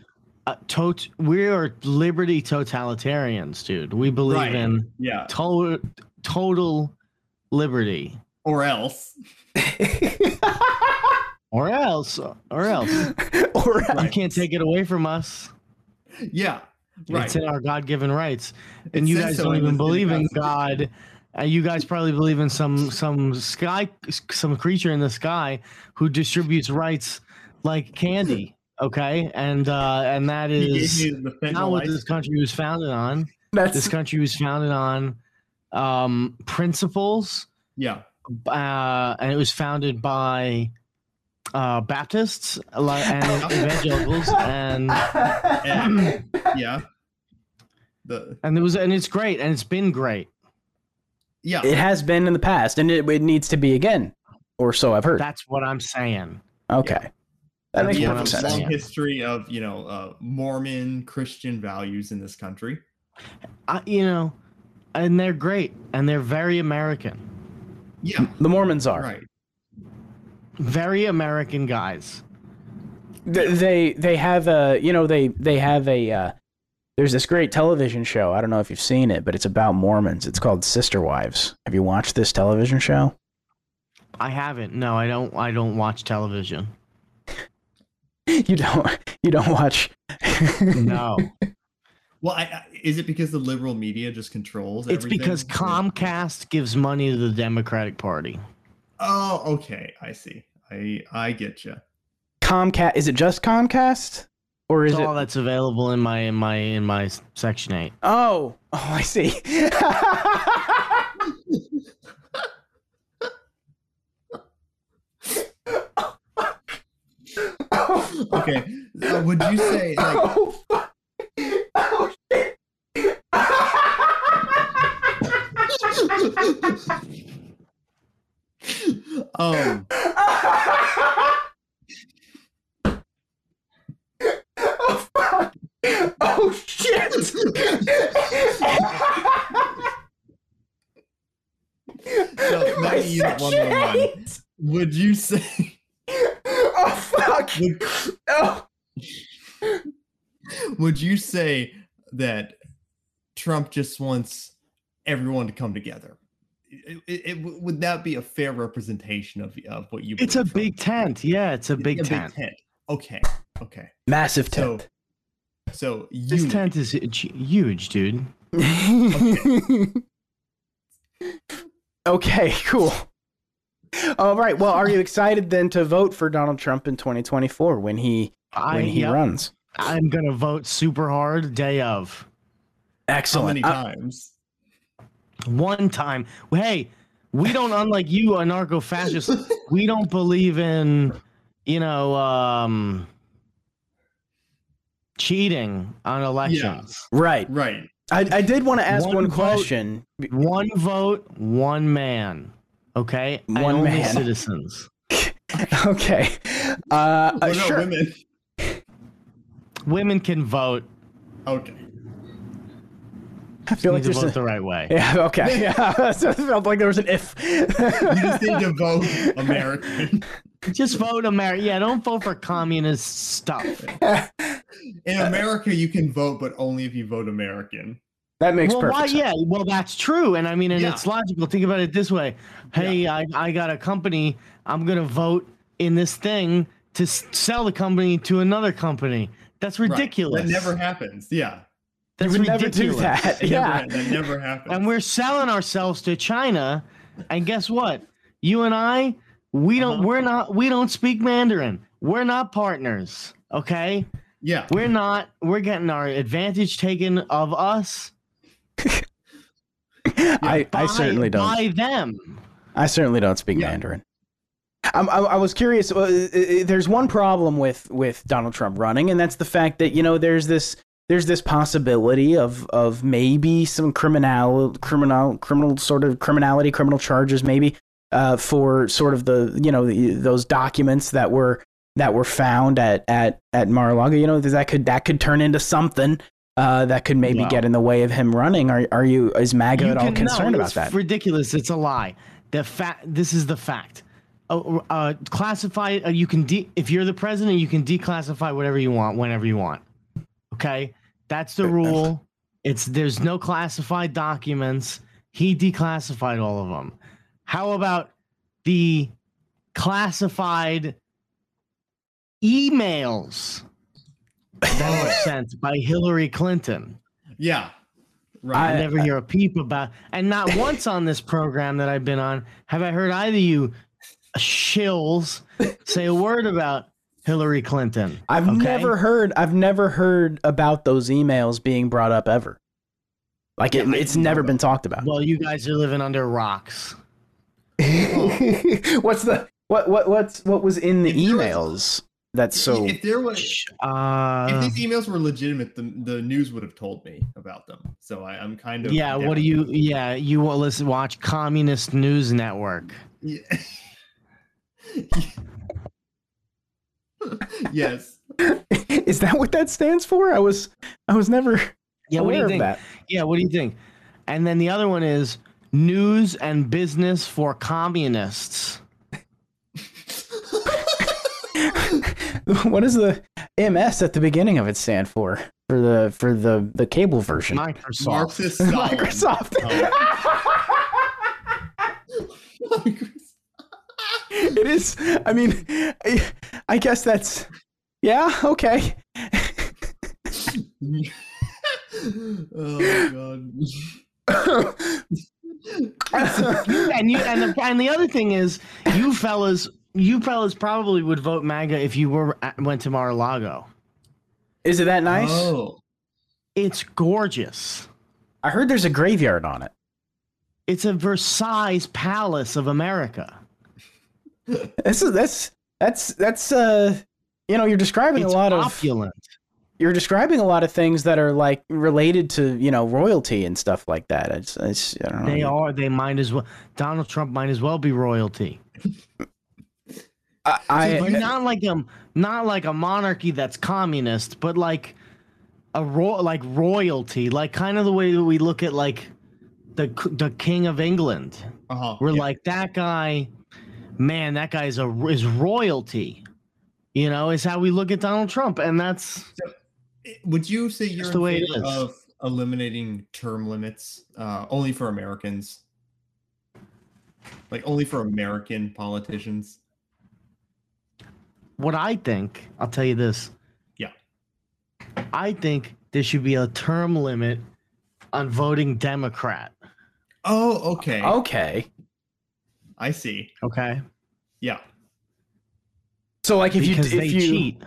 [SPEAKER 6] uh, tot. We are liberty totalitarians, dude. We believe
[SPEAKER 5] Right.
[SPEAKER 6] in.
[SPEAKER 5] yeah,
[SPEAKER 6] total total liberty
[SPEAKER 5] or else.
[SPEAKER 6] or else
[SPEAKER 5] *laughs*
[SPEAKER 6] or else
[SPEAKER 4] or
[SPEAKER 6] you can't take it away from us
[SPEAKER 5] Yeah. Right.
[SPEAKER 6] it's in our god-given rights and
[SPEAKER 5] It
[SPEAKER 6] you
[SPEAKER 5] says
[SPEAKER 6] guys
[SPEAKER 5] so in
[SPEAKER 6] don't
[SPEAKER 5] the-
[SPEAKER 6] even
[SPEAKER 5] in the
[SPEAKER 6] believe in god
[SPEAKER 5] Constitution.
[SPEAKER 6] uh, you guys probably believe in some some sky some creature in the sky who distributes rights like candy okay and uh and that
[SPEAKER 5] He gave
[SPEAKER 6] is
[SPEAKER 5] me the
[SPEAKER 6] not
[SPEAKER 5] fentanyl
[SPEAKER 6] what
[SPEAKER 5] ice
[SPEAKER 6] this country was founded on this
[SPEAKER 4] that's
[SPEAKER 6] country was founded on um principles *coughs*
[SPEAKER 5] Yeah.
[SPEAKER 6] uh, and it was founded by uh, Baptists a lot- and evangelicals, and
[SPEAKER 5] And- yeah. The
[SPEAKER 6] and it was and it's great and it's been great.
[SPEAKER 5] yeah.
[SPEAKER 4] It has been in the past, and it, it needs to be again, or so I've heard.
[SPEAKER 6] That's what I'm saying.
[SPEAKER 4] okay, that makes
[SPEAKER 5] we
[SPEAKER 6] Yeah,
[SPEAKER 5] have
[SPEAKER 4] perfect
[SPEAKER 5] a
[SPEAKER 4] sense.
[SPEAKER 5] long
[SPEAKER 6] saying.
[SPEAKER 5] history of you know uh, Mormon Christian values in this country.
[SPEAKER 6] I, you know, and they're great and they're very American,
[SPEAKER 5] Yeah,
[SPEAKER 4] The Mormons are
[SPEAKER 5] right.
[SPEAKER 6] very American guys.
[SPEAKER 4] Th- they they have a you know they they have a uh, there's this great television show. I don't know if you've seen it, but it's about Mormons. It's called Sister Wives. Have you watched this television show? *laughs*
[SPEAKER 6] I haven't. No, I don't. I don't watch television.
[SPEAKER 4] You don't you don't watch.
[SPEAKER 6] No,
[SPEAKER 5] Well, I, I, is it because the liberal media just controls?
[SPEAKER 6] it's
[SPEAKER 5] everything?
[SPEAKER 6] because Comcast gives money to the Democratic Party.
[SPEAKER 5] Oh, okay. I see. I I get you.
[SPEAKER 4] *laughs* Comcast. Is it just Comcast? Or is
[SPEAKER 6] It's all
[SPEAKER 4] it?
[SPEAKER 6] that's available in my in my in my section eight.
[SPEAKER 4] Oh, oh, I see. *laughs*
[SPEAKER 5] Okay. Uh, would you say
[SPEAKER 4] *laughs*
[SPEAKER 5] like
[SPEAKER 4] oh, fuck. Oh, shit.
[SPEAKER 5] um
[SPEAKER 4] Oh, fuck. Oh, shit.
[SPEAKER 5] *laughs* no,
[SPEAKER 4] My
[SPEAKER 5] not you, that one
[SPEAKER 4] section
[SPEAKER 5] one one.
[SPEAKER 4] *laughs* eight.
[SPEAKER 5] Would you say
[SPEAKER 4] Oh, fuck.
[SPEAKER 5] would,
[SPEAKER 4] Oh,
[SPEAKER 5] would you say that Trump just wants everyone to come together? It, it, it- would that be a fair representation of of what you?
[SPEAKER 6] It's a
[SPEAKER 5] believe, Trump?
[SPEAKER 6] big tent. Yeah, it's a big
[SPEAKER 5] a
[SPEAKER 6] tent.
[SPEAKER 5] big tent. Okay. Okay.
[SPEAKER 4] massive
[SPEAKER 5] So,
[SPEAKER 4] tilt.
[SPEAKER 5] so
[SPEAKER 6] This
[SPEAKER 5] you
[SPEAKER 6] tent is hu- huge, dude.
[SPEAKER 4] *laughs* okay, cool. All right. Well, are you excited then to vote for Donald Trump in 2024 when he
[SPEAKER 6] I,
[SPEAKER 4] when he
[SPEAKER 6] yeah,
[SPEAKER 4] runs?
[SPEAKER 6] I'm gonna vote super hard day of
[SPEAKER 5] how many
[SPEAKER 4] Excellent. Uh,
[SPEAKER 5] times?
[SPEAKER 6] one time. Hey, we don't unlike you
[SPEAKER 4] *laughs*
[SPEAKER 6] anarcho fascists. We don't believe in you know um cheating on elections.
[SPEAKER 4] right.
[SPEAKER 5] Right.
[SPEAKER 4] I, I did want to ask
[SPEAKER 6] One
[SPEAKER 4] one,
[SPEAKER 6] vote.
[SPEAKER 4] question. *laughs*
[SPEAKER 6] One vote, one man. Okay, And
[SPEAKER 4] One
[SPEAKER 6] only
[SPEAKER 4] man.
[SPEAKER 6] citizens.
[SPEAKER 4] Okay. Uh, uh,
[SPEAKER 5] What about
[SPEAKER 4] sure.
[SPEAKER 5] women?
[SPEAKER 6] Women can vote.
[SPEAKER 5] Okay.
[SPEAKER 4] I feel like
[SPEAKER 6] Need to
[SPEAKER 4] there's
[SPEAKER 6] vote
[SPEAKER 4] a,
[SPEAKER 6] the right
[SPEAKER 4] *laughs*
[SPEAKER 6] way.
[SPEAKER 4] *laughs* yeah. Okay. Yeah. *laughs* so it felt like there was an if. *laughs*
[SPEAKER 5] You just need
[SPEAKER 6] *laughs*
[SPEAKER 5] to vote American.
[SPEAKER 6] Just vote America. Yeah, don't vote for communist stuff.
[SPEAKER 5] In
[SPEAKER 6] Uh,
[SPEAKER 5] America, you can vote, but only if you vote American.
[SPEAKER 4] that makes
[SPEAKER 6] well,
[SPEAKER 4] perfect
[SPEAKER 6] why?
[SPEAKER 4] sense.
[SPEAKER 6] Yeah. Well, that's true, and I mean, and
[SPEAKER 5] Yeah.
[SPEAKER 6] it's logical. Think about it this way: Hey, I, I got a company. I'm gonna vote in this thing to s- sell the company to another company. That's
[SPEAKER 5] Right.
[SPEAKER 6] ridiculous.
[SPEAKER 5] That never happens. Yeah.
[SPEAKER 6] That's
[SPEAKER 4] you would
[SPEAKER 6] ridiculous.
[SPEAKER 4] never do that. *laughs*
[SPEAKER 5] That
[SPEAKER 4] yeah.
[SPEAKER 5] Never, ha- that never happens.
[SPEAKER 6] And we're selling ourselves to China. And guess what? You and I, we
[SPEAKER 4] Uh-huh.
[SPEAKER 6] don't. We're not. We don't speak Mandarin. We're not partners. Okay.
[SPEAKER 5] yeah.
[SPEAKER 6] We're not. We're getting our advantage taken of us.
[SPEAKER 4] I, I
[SPEAKER 6] by-
[SPEAKER 4] certainly don't.
[SPEAKER 6] By them.
[SPEAKER 4] I certainly don't speak
[SPEAKER 5] Yeah.
[SPEAKER 4] Mandarin. I'm, I, I was curious. Uh, uh, uh, there's one problem with with Donald Trump running, and that's the fact that you know there's this there's this possibility of of maybe some criminal criminal criminal sort of criminality criminal charges maybe uh, for sort of the you know the, those documents that were that were found at at at Mar-a-Lago. You know that could that could turn into something. Uh, that could maybe
[SPEAKER 6] Wow.
[SPEAKER 4] get in the way of him running. Are are you is MAGA
[SPEAKER 6] You
[SPEAKER 4] at all
[SPEAKER 6] can- no,
[SPEAKER 4] concerned about
[SPEAKER 6] it's
[SPEAKER 4] that?
[SPEAKER 6] Ridiculous. It's a lie. The fact. This is the fact. Uh, uh, classify. Uh, you can de- if you're the president, you can declassify whatever you want, whenever you want. Okay, that's the rule. It's there's no classified documents. He declassified all of them. How about the classified emails
[SPEAKER 4] *laughs*
[SPEAKER 6] that were sent by Hillary Clinton?
[SPEAKER 5] Yeah.
[SPEAKER 6] I,
[SPEAKER 5] Right.
[SPEAKER 6] never hear a peep about. And not *laughs* once on this program that I've been on have I heard either of you shills say a word about Hillary Clinton.
[SPEAKER 4] I've
[SPEAKER 6] okay?
[SPEAKER 4] never heard. I've never heard about those emails being brought up ever. Like it, it's never been talked about.
[SPEAKER 6] Well, you guys are living under rocks.
[SPEAKER 4] *laughs* what's the what what what's what was in the
[SPEAKER 5] If there was-
[SPEAKER 4] emails? That's so.
[SPEAKER 5] if there was
[SPEAKER 6] Sh- Uh,
[SPEAKER 5] if these emails were legitimate, the, the news would have told me about them. So I, I'm kind of
[SPEAKER 6] yeah. What do you? Yeah, you will listen. Watch Communist News Network.
[SPEAKER 5] you? *laughs* yes.
[SPEAKER 4] *laughs* Is that what that stands for? I was I was never
[SPEAKER 6] Yeah. What
[SPEAKER 4] aware
[SPEAKER 6] do you
[SPEAKER 4] of
[SPEAKER 6] think?
[SPEAKER 4] that.
[SPEAKER 6] Yeah. What do you think? And then the other one is news and business for communists.
[SPEAKER 4] *laughs* what does the MS at the beginning of it stand for? For the for the the cable version.
[SPEAKER 6] Microsoft.
[SPEAKER 5] Marxist
[SPEAKER 6] *laughs*
[SPEAKER 5] Oh. Stalin.
[SPEAKER 4] *laughs* Microsoft. *laughs* it is i mean I, I guess that's yeah okay
[SPEAKER 5] *laughs* oh god.
[SPEAKER 6] You- and you and the, and the other thing is you fellas you fellas probably would vote MAGA if you were at, went to Mar-a-Lago.
[SPEAKER 4] *laughs* Is it that nice?
[SPEAKER 5] Oh,
[SPEAKER 6] It's gorgeous.
[SPEAKER 4] I heard there's a graveyard on it.
[SPEAKER 6] It's a Versailles Palace of America.
[SPEAKER 4] This is that's that's that's uh you know you're describing
[SPEAKER 6] It's
[SPEAKER 4] a lot of
[SPEAKER 6] opulent.
[SPEAKER 4] you're describing a lot of things that are like related to you know royalty and stuff like that. It's, it's I don't know.
[SPEAKER 6] They are. They might as well. Donald Trump might as well be royalty.
[SPEAKER 4] I, I,
[SPEAKER 6] But not like a not like a monarchy that's communist, but like a ro- like royalty, like kind of the way that we look at like the c- the king of England.
[SPEAKER 5] uh-huh.
[SPEAKER 6] We're
[SPEAKER 5] yeah.
[SPEAKER 6] like that guy, man. That guy's a is royalty. You know, is how we look at Donald Trump, and that's
[SPEAKER 5] Eh, Would you say you're
[SPEAKER 6] Just
[SPEAKER 5] in
[SPEAKER 6] the way it
[SPEAKER 5] favor
[SPEAKER 6] is.
[SPEAKER 5] of eliminating term limits uh, only for Americans? Like only for American politicians?
[SPEAKER 6] what I think. I'll tell you this.
[SPEAKER 5] Yeah.
[SPEAKER 6] I think there should be a term limit on voting Democrat.
[SPEAKER 5] Oh, okay.
[SPEAKER 4] okay.
[SPEAKER 5] I see.
[SPEAKER 6] Okay,
[SPEAKER 5] Yeah.
[SPEAKER 4] So like if
[SPEAKER 6] because
[SPEAKER 4] you
[SPEAKER 6] they
[SPEAKER 4] if you
[SPEAKER 6] cheat.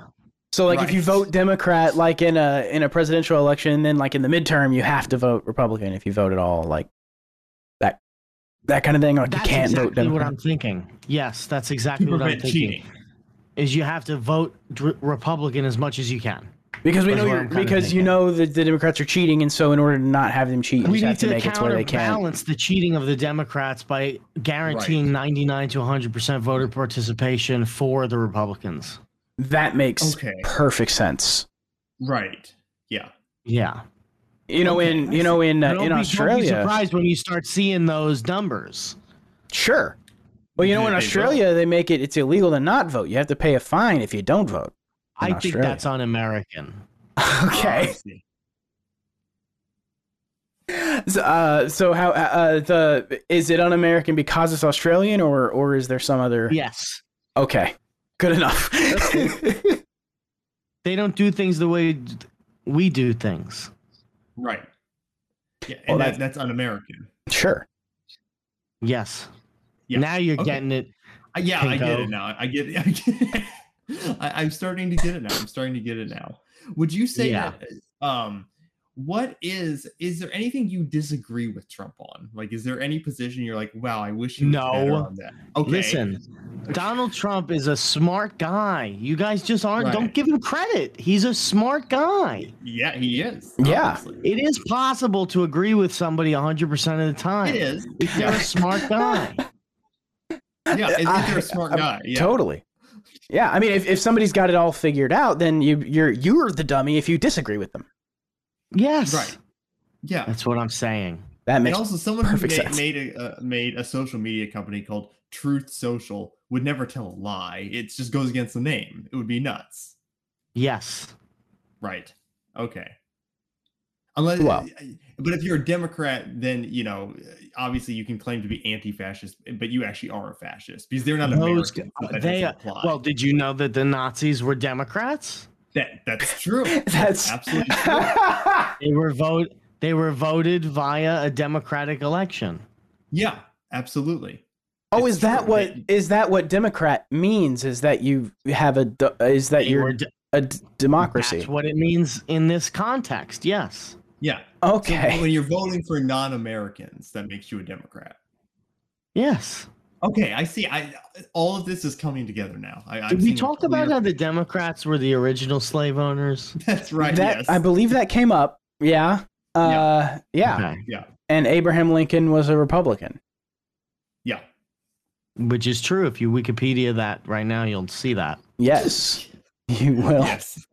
[SPEAKER 4] so like if you
[SPEAKER 5] Right.
[SPEAKER 4] vote Democrat like in a in a presidential election, then like in the midterm you have to vote Republican if you vote at all like that that kind of thing. Like
[SPEAKER 6] That's
[SPEAKER 4] you can't
[SPEAKER 6] exactly
[SPEAKER 4] vote Democrat.
[SPEAKER 6] what I'm thinking. Yes, that's exactly
[SPEAKER 5] To
[SPEAKER 6] what I'm
[SPEAKER 5] prevent
[SPEAKER 6] thinking.
[SPEAKER 5] cheating.
[SPEAKER 6] Is you have to vote dr- Republican as much as you can.
[SPEAKER 4] Because we
[SPEAKER 6] That's
[SPEAKER 4] know
[SPEAKER 6] what
[SPEAKER 4] you're,
[SPEAKER 6] I'm kinda
[SPEAKER 4] because you
[SPEAKER 6] thinking.
[SPEAKER 4] know that the Democrats are cheating, and so in order to not have them cheat, you
[SPEAKER 6] we
[SPEAKER 4] just
[SPEAKER 6] need
[SPEAKER 4] have to,
[SPEAKER 6] to,
[SPEAKER 4] make it to where they can.
[SPEAKER 6] counterbalance the cheating of the Democrats by guaranteeing 99 to 100 percent voter participation for the Republicans.
[SPEAKER 4] That makes
[SPEAKER 5] Okay.
[SPEAKER 4] perfect sense.
[SPEAKER 5] Right. Yeah.
[SPEAKER 6] Yeah,
[SPEAKER 4] You know,
[SPEAKER 5] Okay,
[SPEAKER 4] in
[SPEAKER 5] I
[SPEAKER 4] you know in uh,
[SPEAKER 6] Don't
[SPEAKER 4] in
[SPEAKER 6] be- Don't be
[SPEAKER 4] Australia,
[SPEAKER 6] surprised when you start seeing those numbers.
[SPEAKER 4] sure. Well, you know,
[SPEAKER 5] They-
[SPEAKER 4] in
[SPEAKER 5] they vote.
[SPEAKER 4] Australia, they make it it's illegal to not vote. You have to pay a fine if you don't vote.
[SPEAKER 6] I
[SPEAKER 4] In
[SPEAKER 6] think
[SPEAKER 4] Australia.
[SPEAKER 6] that's un-American.
[SPEAKER 5] Ah, I
[SPEAKER 4] Okay.
[SPEAKER 5] see.
[SPEAKER 4] So, uh, so how uh, the is it un-American because it's Australian, or or is there some other?
[SPEAKER 6] Yes,
[SPEAKER 4] Okay. Good enough.
[SPEAKER 6] they don't do things the way d- we do things.
[SPEAKER 5] Right. Yeah. And
[SPEAKER 4] Well,
[SPEAKER 5] that,
[SPEAKER 4] that's-
[SPEAKER 5] that's un American.
[SPEAKER 4] *laughs* sure.
[SPEAKER 6] Yes.
[SPEAKER 5] Yeah.
[SPEAKER 6] Now you're
[SPEAKER 5] Okay.
[SPEAKER 6] getting it.
[SPEAKER 5] Yeah, I get
[SPEAKER 6] Pinko.
[SPEAKER 5] it now. I get *laughs* it. I get it. I, I'm starting to get it now. I'm starting to get it now. Would you say
[SPEAKER 6] Yeah.
[SPEAKER 5] that um what is is there anything you disagree with Trump on? Like is there any position you're like, wow, I wish he was better
[SPEAKER 6] No.
[SPEAKER 5] on that? Okay.
[SPEAKER 6] Listen, Donald Trump is a smart guy. You guys just aren't.
[SPEAKER 5] Right.
[SPEAKER 6] Don't give him credit. He's a smart guy.
[SPEAKER 5] Yeah, he is.
[SPEAKER 4] Yeah.
[SPEAKER 5] obviously.
[SPEAKER 6] It is possible to agree with somebody 100% of the time.
[SPEAKER 5] It is.
[SPEAKER 6] If
[SPEAKER 5] *laughs*
[SPEAKER 6] you're *laughs* a smart guy.
[SPEAKER 5] Yeah, if, if you're
[SPEAKER 4] I-
[SPEAKER 5] a smart
[SPEAKER 4] I-
[SPEAKER 5] guy. Yeah.
[SPEAKER 4] Totally. Yeah, I mean, if, if somebody's got it all figured out, then you you're you're the dummy if you disagree with them.
[SPEAKER 6] Yes.
[SPEAKER 5] Right. Yeah.
[SPEAKER 6] That's what I'm saying.
[SPEAKER 4] That *laughs*
[SPEAKER 5] And
[SPEAKER 4] makes
[SPEAKER 5] also someone who
[SPEAKER 4] perfect
[SPEAKER 5] made,
[SPEAKER 4] sense.
[SPEAKER 5] made a uh, made a social media company called Truth Social would never tell a lie. It just goes against the name. It would be nuts.
[SPEAKER 6] Yes.
[SPEAKER 5] Right. Okay. Unless,
[SPEAKER 4] Well-
[SPEAKER 5] but if you're a Democrat, then you know, obviously, you can claim to be anti-fascist, but you actually are a fascist because they're not
[SPEAKER 6] Those
[SPEAKER 5] American.
[SPEAKER 4] uh,
[SPEAKER 6] g- they are-
[SPEAKER 5] apply.
[SPEAKER 6] Well, did you know that the Nazis were Democrats?
[SPEAKER 5] that that's true.
[SPEAKER 4] *laughs* that's *laughs*
[SPEAKER 5] absolutely true.
[SPEAKER 6] They were vote they were voted via a democratic election.
[SPEAKER 5] Yeah, absolutely.
[SPEAKER 4] oh, is
[SPEAKER 5] It's
[SPEAKER 4] that
[SPEAKER 5] true.
[SPEAKER 4] what
[SPEAKER 5] They-
[SPEAKER 4] is that what Democrat means? Is that you have a d- is that
[SPEAKER 6] They were
[SPEAKER 4] you're
[SPEAKER 6] de-
[SPEAKER 4] a d- democracy?
[SPEAKER 6] That's what it means in this context. Yes.
[SPEAKER 5] Yeah. So
[SPEAKER 4] Okay,
[SPEAKER 5] when you're voting for non-Americans, that makes you a Democrat.
[SPEAKER 6] Yes.
[SPEAKER 5] Okay, I see. I all of this is coming together now. I, I'm
[SPEAKER 6] Did we
[SPEAKER 5] seeing a
[SPEAKER 6] talk about
[SPEAKER 5] clear-
[SPEAKER 6] how the Democrats were the original slave owners?
[SPEAKER 5] *laughs* That's right.
[SPEAKER 4] that
[SPEAKER 5] yes.
[SPEAKER 4] I believe that came up. Yeah, uh, yeah,
[SPEAKER 6] Okay.
[SPEAKER 4] and Abraham Lincoln was a Republican.
[SPEAKER 5] yeah.
[SPEAKER 6] Which is true. If you Wikipedia that right now, you'll see that.
[SPEAKER 5] *laughs*
[SPEAKER 4] Yes, you will.
[SPEAKER 5] Yes.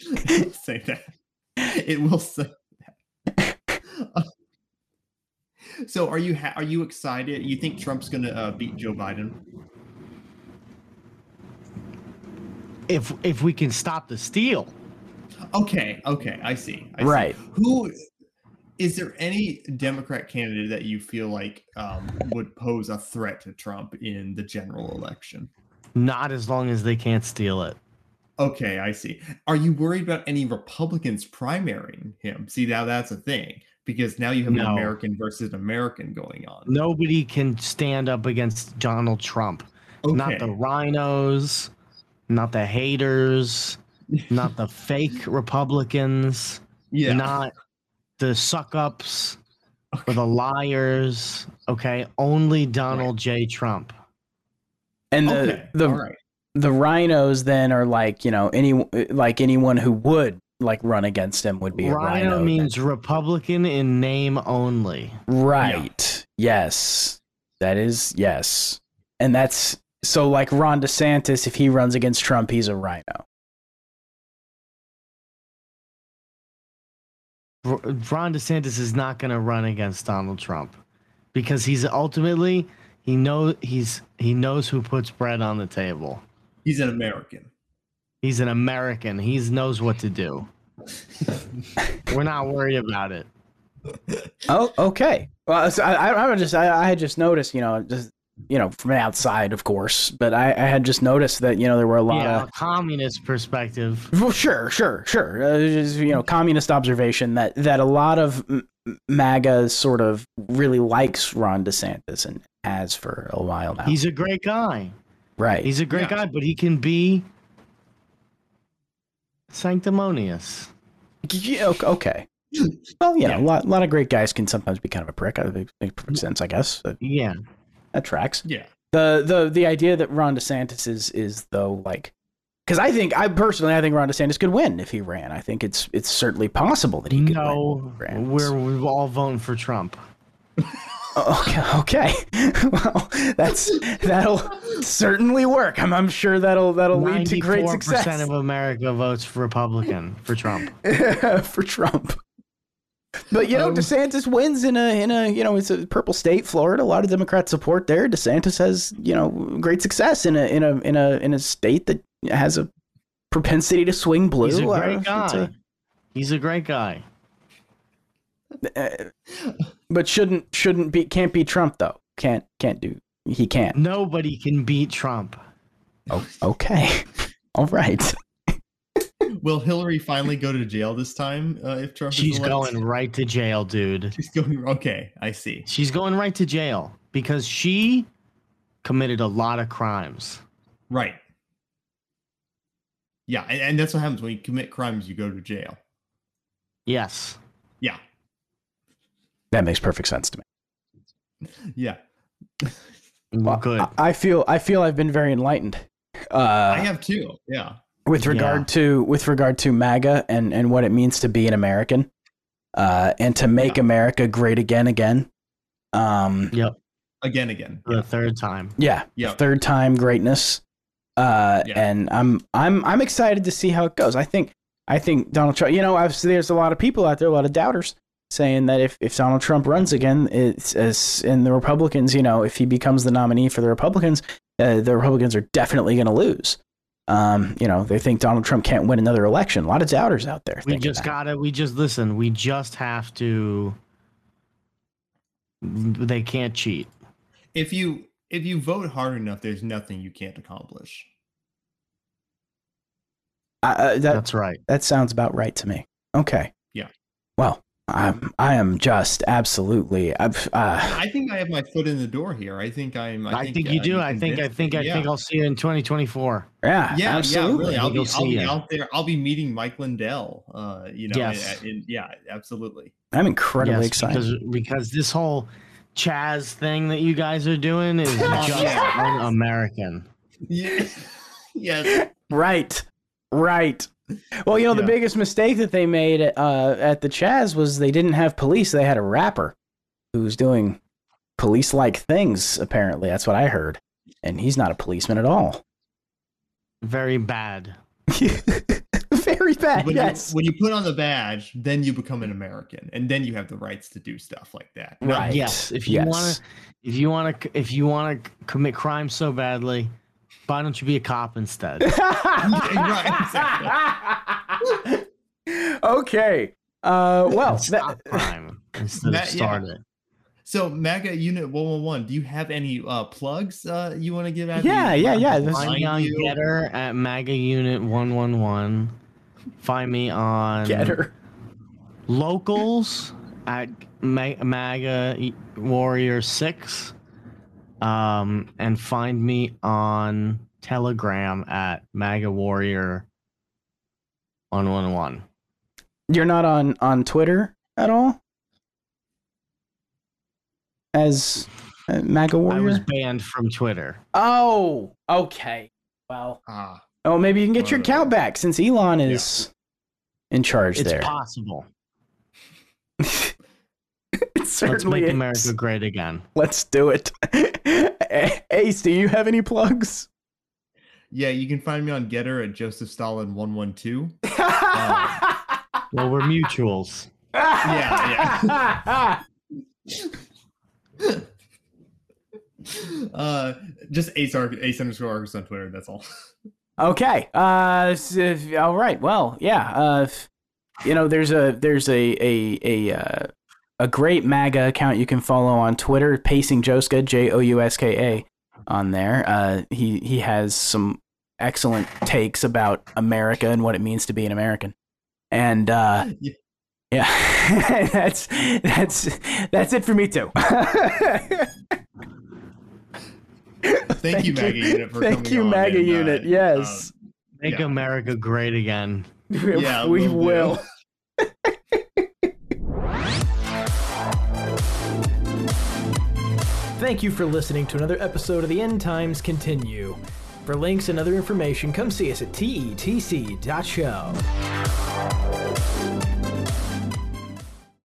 [SPEAKER 5] *laughs* It will say that. It will say that. *laughs* so are you ha- are you excited? You think Trump's going to uh, beat Joe Biden?
[SPEAKER 6] If if we can stop the steal.
[SPEAKER 5] Okay, okay, I see. I see.
[SPEAKER 4] Right.
[SPEAKER 5] Who is there any Democrat candidate that you feel like um, would pose a threat to Trump in the general election?
[SPEAKER 6] Not as long as they can't steal it.
[SPEAKER 5] Okay, I see. Are you worried about any Republicans primarying him? See, now that's a thing because now you have an
[SPEAKER 6] No.
[SPEAKER 5] American versus American going on.
[SPEAKER 6] Nobody can stand up against Donald Trump. not the rhinos, not the haters, not the fake Republicans,
[SPEAKER 5] yeah.
[SPEAKER 6] not the suck ups or the liars. Okay, only Donald J. Trump.
[SPEAKER 4] And the
[SPEAKER 5] okay.
[SPEAKER 4] the
[SPEAKER 5] All right.
[SPEAKER 4] the rhinos then are like you know any like anyone who would like run against him would be a rhino.
[SPEAKER 6] Rhino
[SPEAKER 4] then.
[SPEAKER 6] means Republican in name only.
[SPEAKER 4] right. Yes, that is yes, and that's so like Ron DeSantis. If he runs against Trump, he's a rhino.
[SPEAKER 6] R- Ron DeSantis is not going to run against Donald Trump because he's ultimately he know he's he knows who puts bread on the table.
[SPEAKER 5] He's an American.
[SPEAKER 6] He's an American. He knows what to do. We're not worried about it.
[SPEAKER 4] Oh, okay. Well, so I, I, I was just, I, I had just noticed, you know, just, you know, from outside, of course, but I, I had just noticed that, you know, there were a lot
[SPEAKER 6] Yeah,
[SPEAKER 4] of.
[SPEAKER 6] a communist perspective.
[SPEAKER 4] Well, sure, sure, sure. Uh, just, you know, communist observation that that a lot of M- M- MAGA sort of really likes Ron DeSantis and has for a while now.
[SPEAKER 6] He's a great guy.
[SPEAKER 4] right.
[SPEAKER 6] He's a great
[SPEAKER 5] Yeah.
[SPEAKER 6] guy, but he can be sanctimonious.
[SPEAKER 4] Yeah, o- okay.
[SPEAKER 6] *clears throat*
[SPEAKER 4] Well, yeah, a lot, lot of great guys can sometimes be kind of a prick. I think makes perfect sense, I guess. That,
[SPEAKER 6] Yeah.
[SPEAKER 4] that tracks.
[SPEAKER 5] Yeah.
[SPEAKER 4] the the the idea that Ron DeSantis is is though like because I think I personally I think Ron DeSantis could win if he ran. I think it's it's certainly possible that he could
[SPEAKER 6] No,
[SPEAKER 4] win. if he ran.
[SPEAKER 6] we're, we're all voting for Trump.
[SPEAKER 4] Oh, okay. okay. *laughs* well, that's that'll certainly work. I'm I'm sure that'll that'll lead to great
[SPEAKER 6] 94%
[SPEAKER 4] success
[SPEAKER 6] of America votes for Republican for Trump.
[SPEAKER 4] for Trump. But you know,
[SPEAKER 5] Um,
[SPEAKER 4] DeSantis wins in a in a you know it's a purple state, Florida. A lot of Democrats support there. DeSantis has you know great success in a in a in a in a state that has a propensity to swing *laughs* blue.
[SPEAKER 6] He's a
[SPEAKER 4] I don't
[SPEAKER 6] great
[SPEAKER 4] know if
[SPEAKER 6] guy.
[SPEAKER 4] it's
[SPEAKER 6] He's a great guy.
[SPEAKER 4] a- uh, but shouldn't shouldn't be can't be Trump though. Can't can't do he
[SPEAKER 6] *laughs*
[SPEAKER 4] can't.
[SPEAKER 6] Nobody can beat Trump.
[SPEAKER 4] Okay, *laughs* all right.
[SPEAKER 5] Will Hillary finally go to jail this time uh, if Trump
[SPEAKER 6] She's
[SPEAKER 5] is elected?
[SPEAKER 6] going right to jail, dude.
[SPEAKER 5] *laughs* She's going. Okay, I see.
[SPEAKER 6] She's going right to jail because she committed a lot of crimes.
[SPEAKER 5] Right. Yeah, and, and that's what happens when you commit crimes. You go to jail.
[SPEAKER 6] Yes.
[SPEAKER 5] Yeah,
[SPEAKER 4] That makes perfect sense to me.
[SPEAKER 5] yeah.
[SPEAKER 6] Well, good.
[SPEAKER 4] I, I feel I feel I've been very enlightened. Uh,
[SPEAKER 5] I have two. Yeah.
[SPEAKER 4] with
[SPEAKER 6] Yeah.
[SPEAKER 4] regard to with regard to MAGA and and what it means to be an American, uh, and to make America great again again. Um,
[SPEAKER 5] Again, again.
[SPEAKER 6] For the third time.
[SPEAKER 4] yeah,
[SPEAKER 5] Yeah.
[SPEAKER 6] *laughs*
[SPEAKER 4] third time greatness. Uh,
[SPEAKER 5] Yeah.
[SPEAKER 4] and I'm I'm I'm excited to see how it goes. I think I think Donald Trump. You know, I've, there's a lot of people out there, a lot of doubters saying that if, if Donald Trump runs again, it's as in the Republicans. You know, if he becomes the nominee for the Republicans, uh, the Republicans are definitely going to lose. Um, you know, they think Donald Trump can't win another election. A lot of doubters out there.
[SPEAKER 6] We
[SPEAKER 4] thinking
[SPEAKER 6] just
[SPEAKER 4] that.
[SPEAKER 6] gotta. We just listen. We just have to. They can't cheat.
[SPEAKER 5] If you if you vote hard enough, there's nothing you can't accomplish.
[SPEAKER 4] I- uh, that
[SPEAKER 6] That's right.
[SPEAKER 4] That sounds about right to me. Okay.
[SPEAKER 5] Yeah.
[SPEAKER 4] Well, I'm I am just absolutely i uh,
[SPEAKER 5] I think I have my foot in the door here. I think I'm.
[SPEAKER 6] I think, you
[SPEAKER 5] uh,
[SPEAKER 6] do. I think. I
[SPEAKER 5] convinced
[SPEAKER 6] think.
[SPEAKER 5] me.
[SPEAKER 6] I
[SPEAKER 5] yeah.
[SPEAKER 6] think I'll see you in 2024.
[SPEAKER 4] yeah,
[SPEAKER 5] yeah,
[SPEAKER 4] absolutely.
[SPEAKER 5] yeah, really. I'll
[SPEAKER 6] You'll
[SPEAKER 5] be, I'll
[SPEAKER 6] see
[SPEAKER 5] be
[SPEAKER 6] it.
[SPEAKER 5] out there. I'll be meeting Mike Lindell. Uh, you know,
[SPEAKER 6] Yes.
[SPEAKER 5] and- and- yeah, absolutely.
[SPEAKER 4] I'm incredibly
[SPEAKER 6] Yes,
[SPEAKER 4] excited.
[SPEAKER 6] because because this whole Chaz thing that you guys are doing
[SPEAKER 4] *laughs*
[SPEAKER 6] is
[SPEAKER 4] Oh,
[SPEAKER 6] just
[SPEAKER 5] Yes.
[SPEAKER 6] un-American.
[SPEAKER 5] Yeah, yes,
[SPEAKER 4] Right. Right. Well, you know, the
[SPEAKER 5] Yeah.
[SPEAKER 4] biggest mistake that they made uh, at the Chaz was they didn't have police. They had a rapper who was doing police like things, apparently. That's what I heard. And he's not a policeman at all. *laughs*
[SPEAKER 6] Very bad.
[SPEAKER 4] Very bad.
[SPEAKER 5] when,
[SPEAKER 4] yes.
[SPEAKER 5] you, *laughs* when you put on the badge, then you become an American, and then you have the rights to do stuff like that. *laughs* Not-
[SPEAKER 4] Right.
[SPEAKER 6] Yes. If you
[SPEAKER 4] Yes.
[SPEAKER 6] want to, if you want to, if you want to commit crime so badly, why don't you be a cop instead?
[SPEAKER 4] *laughs*
[SPEAKER 5] *laughs* right, exactly.
[SPEAKER 4] *laughs* okay. Uh, well,
[SPEAKER 6] And
[SPEAKER 4] that,
[SPEAKER 6] stop crime instead
[SPEAKER 5] That-
[SPEAKER 6] of
[SPEAKER 5] yeah.
[SPEAKER 6] start it.
[SPEAKER 5] So, MAGA Unit One One One, do you have any uh, plugs uh, you want to give out? Do
[SPEAKER 4] Yeah,
[SPEAKER 5] you
[SPEAKER 4] yeah,
[SPEAKER 5] want
[SPEAKER 4] yeah,
[SPEAKER 5] to
[SPEAKER 4] this-
[SPEAKER 5] find
[SPEAKER 6] Find me on
[SPEAKER 5] you?
[SPEAKER 6] Getter at MAGA Unit 111. Find me on
[SPEAKER 4] get her.
[SPEAKER 6] Locals at Ma- MAGA Warrior 6. um, and find me on Telegram at MAGA Warrior one one one.
[SPEAKER 4] You're not on on Twitter at all, as uh, MAGA
[SPEAKER 6] I
[SPEAKER 4] warrior.
[SPEAKER 6] was banned from Twitter.
[SPEAKER 4] Oh, okay. Well,
[SPEAKER 5] Ah,
[SPEAKER 4] oh, maybe you can get your
[SPEAKER 5] Well,
[SPEAKER 4] account back since Elon is in charge
[SPEAKER 6] It's
[SPEAKER 4] there.
[SPEAKER 6] possible.
[SPEAKER 4] *laughs* It
[SPEAKER 6] Let's
[SPEAKER 4] certainly
[SPEAKER 6] make
[SPEAKER 4] is.
[SPEAKER 6] America great again.
[SPEAKER 4] Let's do it. *laughs* Ace, do you have any plugs? *laughs*
[SPEAKER 5] yeah. You can find me on Getter at Joseph Stalin one one two.
[SPEAKER 6] Well, we're mutuals.
[SPEAKER 4] *laughs*
[SPEAKER 5] yeah. Uh, just ace arc ace underscore arcs on Twitter. That's all. *laughs*
[SPEAKER 4] Okay. Uh, s- if- all right. Well, yeah. Uh, if- you know, there's a there's a a a uh, a great MAGA account you can follow on Twitter, Pacing Joska, J O U S K A, on there. Uh, he he has some excellent takes about America and what it means to be an American, and uh,
[SPEAKER 5] Yeah.
[SPEAKER 4] yeah, *laughs* that's that's that's it for me too. *laughs*
[SPEAKER 5] Thank, you, MAGA unit. For
[SPEAKER 4] Thank
[SPEAKER 5] coming
[SPEAKER 4] you,
[SPEAKER 5] on
[SPEAKER 4] MAGA
[SPEAKER 5] and, uh,
[SPEAKER 4] unit.
[SPEAKER 5] uh,
[SPEAKER 4] yes,
[SPEAKER 6] Make
[SPEAKER 5] Yeah.
[SPEAKER 6] America great again.
[SPEAKER 5] uh, yeah,
[SPEAKER 4] we
[SPEAKER 5] will do. *laughs*
[SPEAKER 4] will.
[SPEAKER 8] Thank you for listening to another episode of The End Times E Continue. For links and other information, come see us at tetc.show.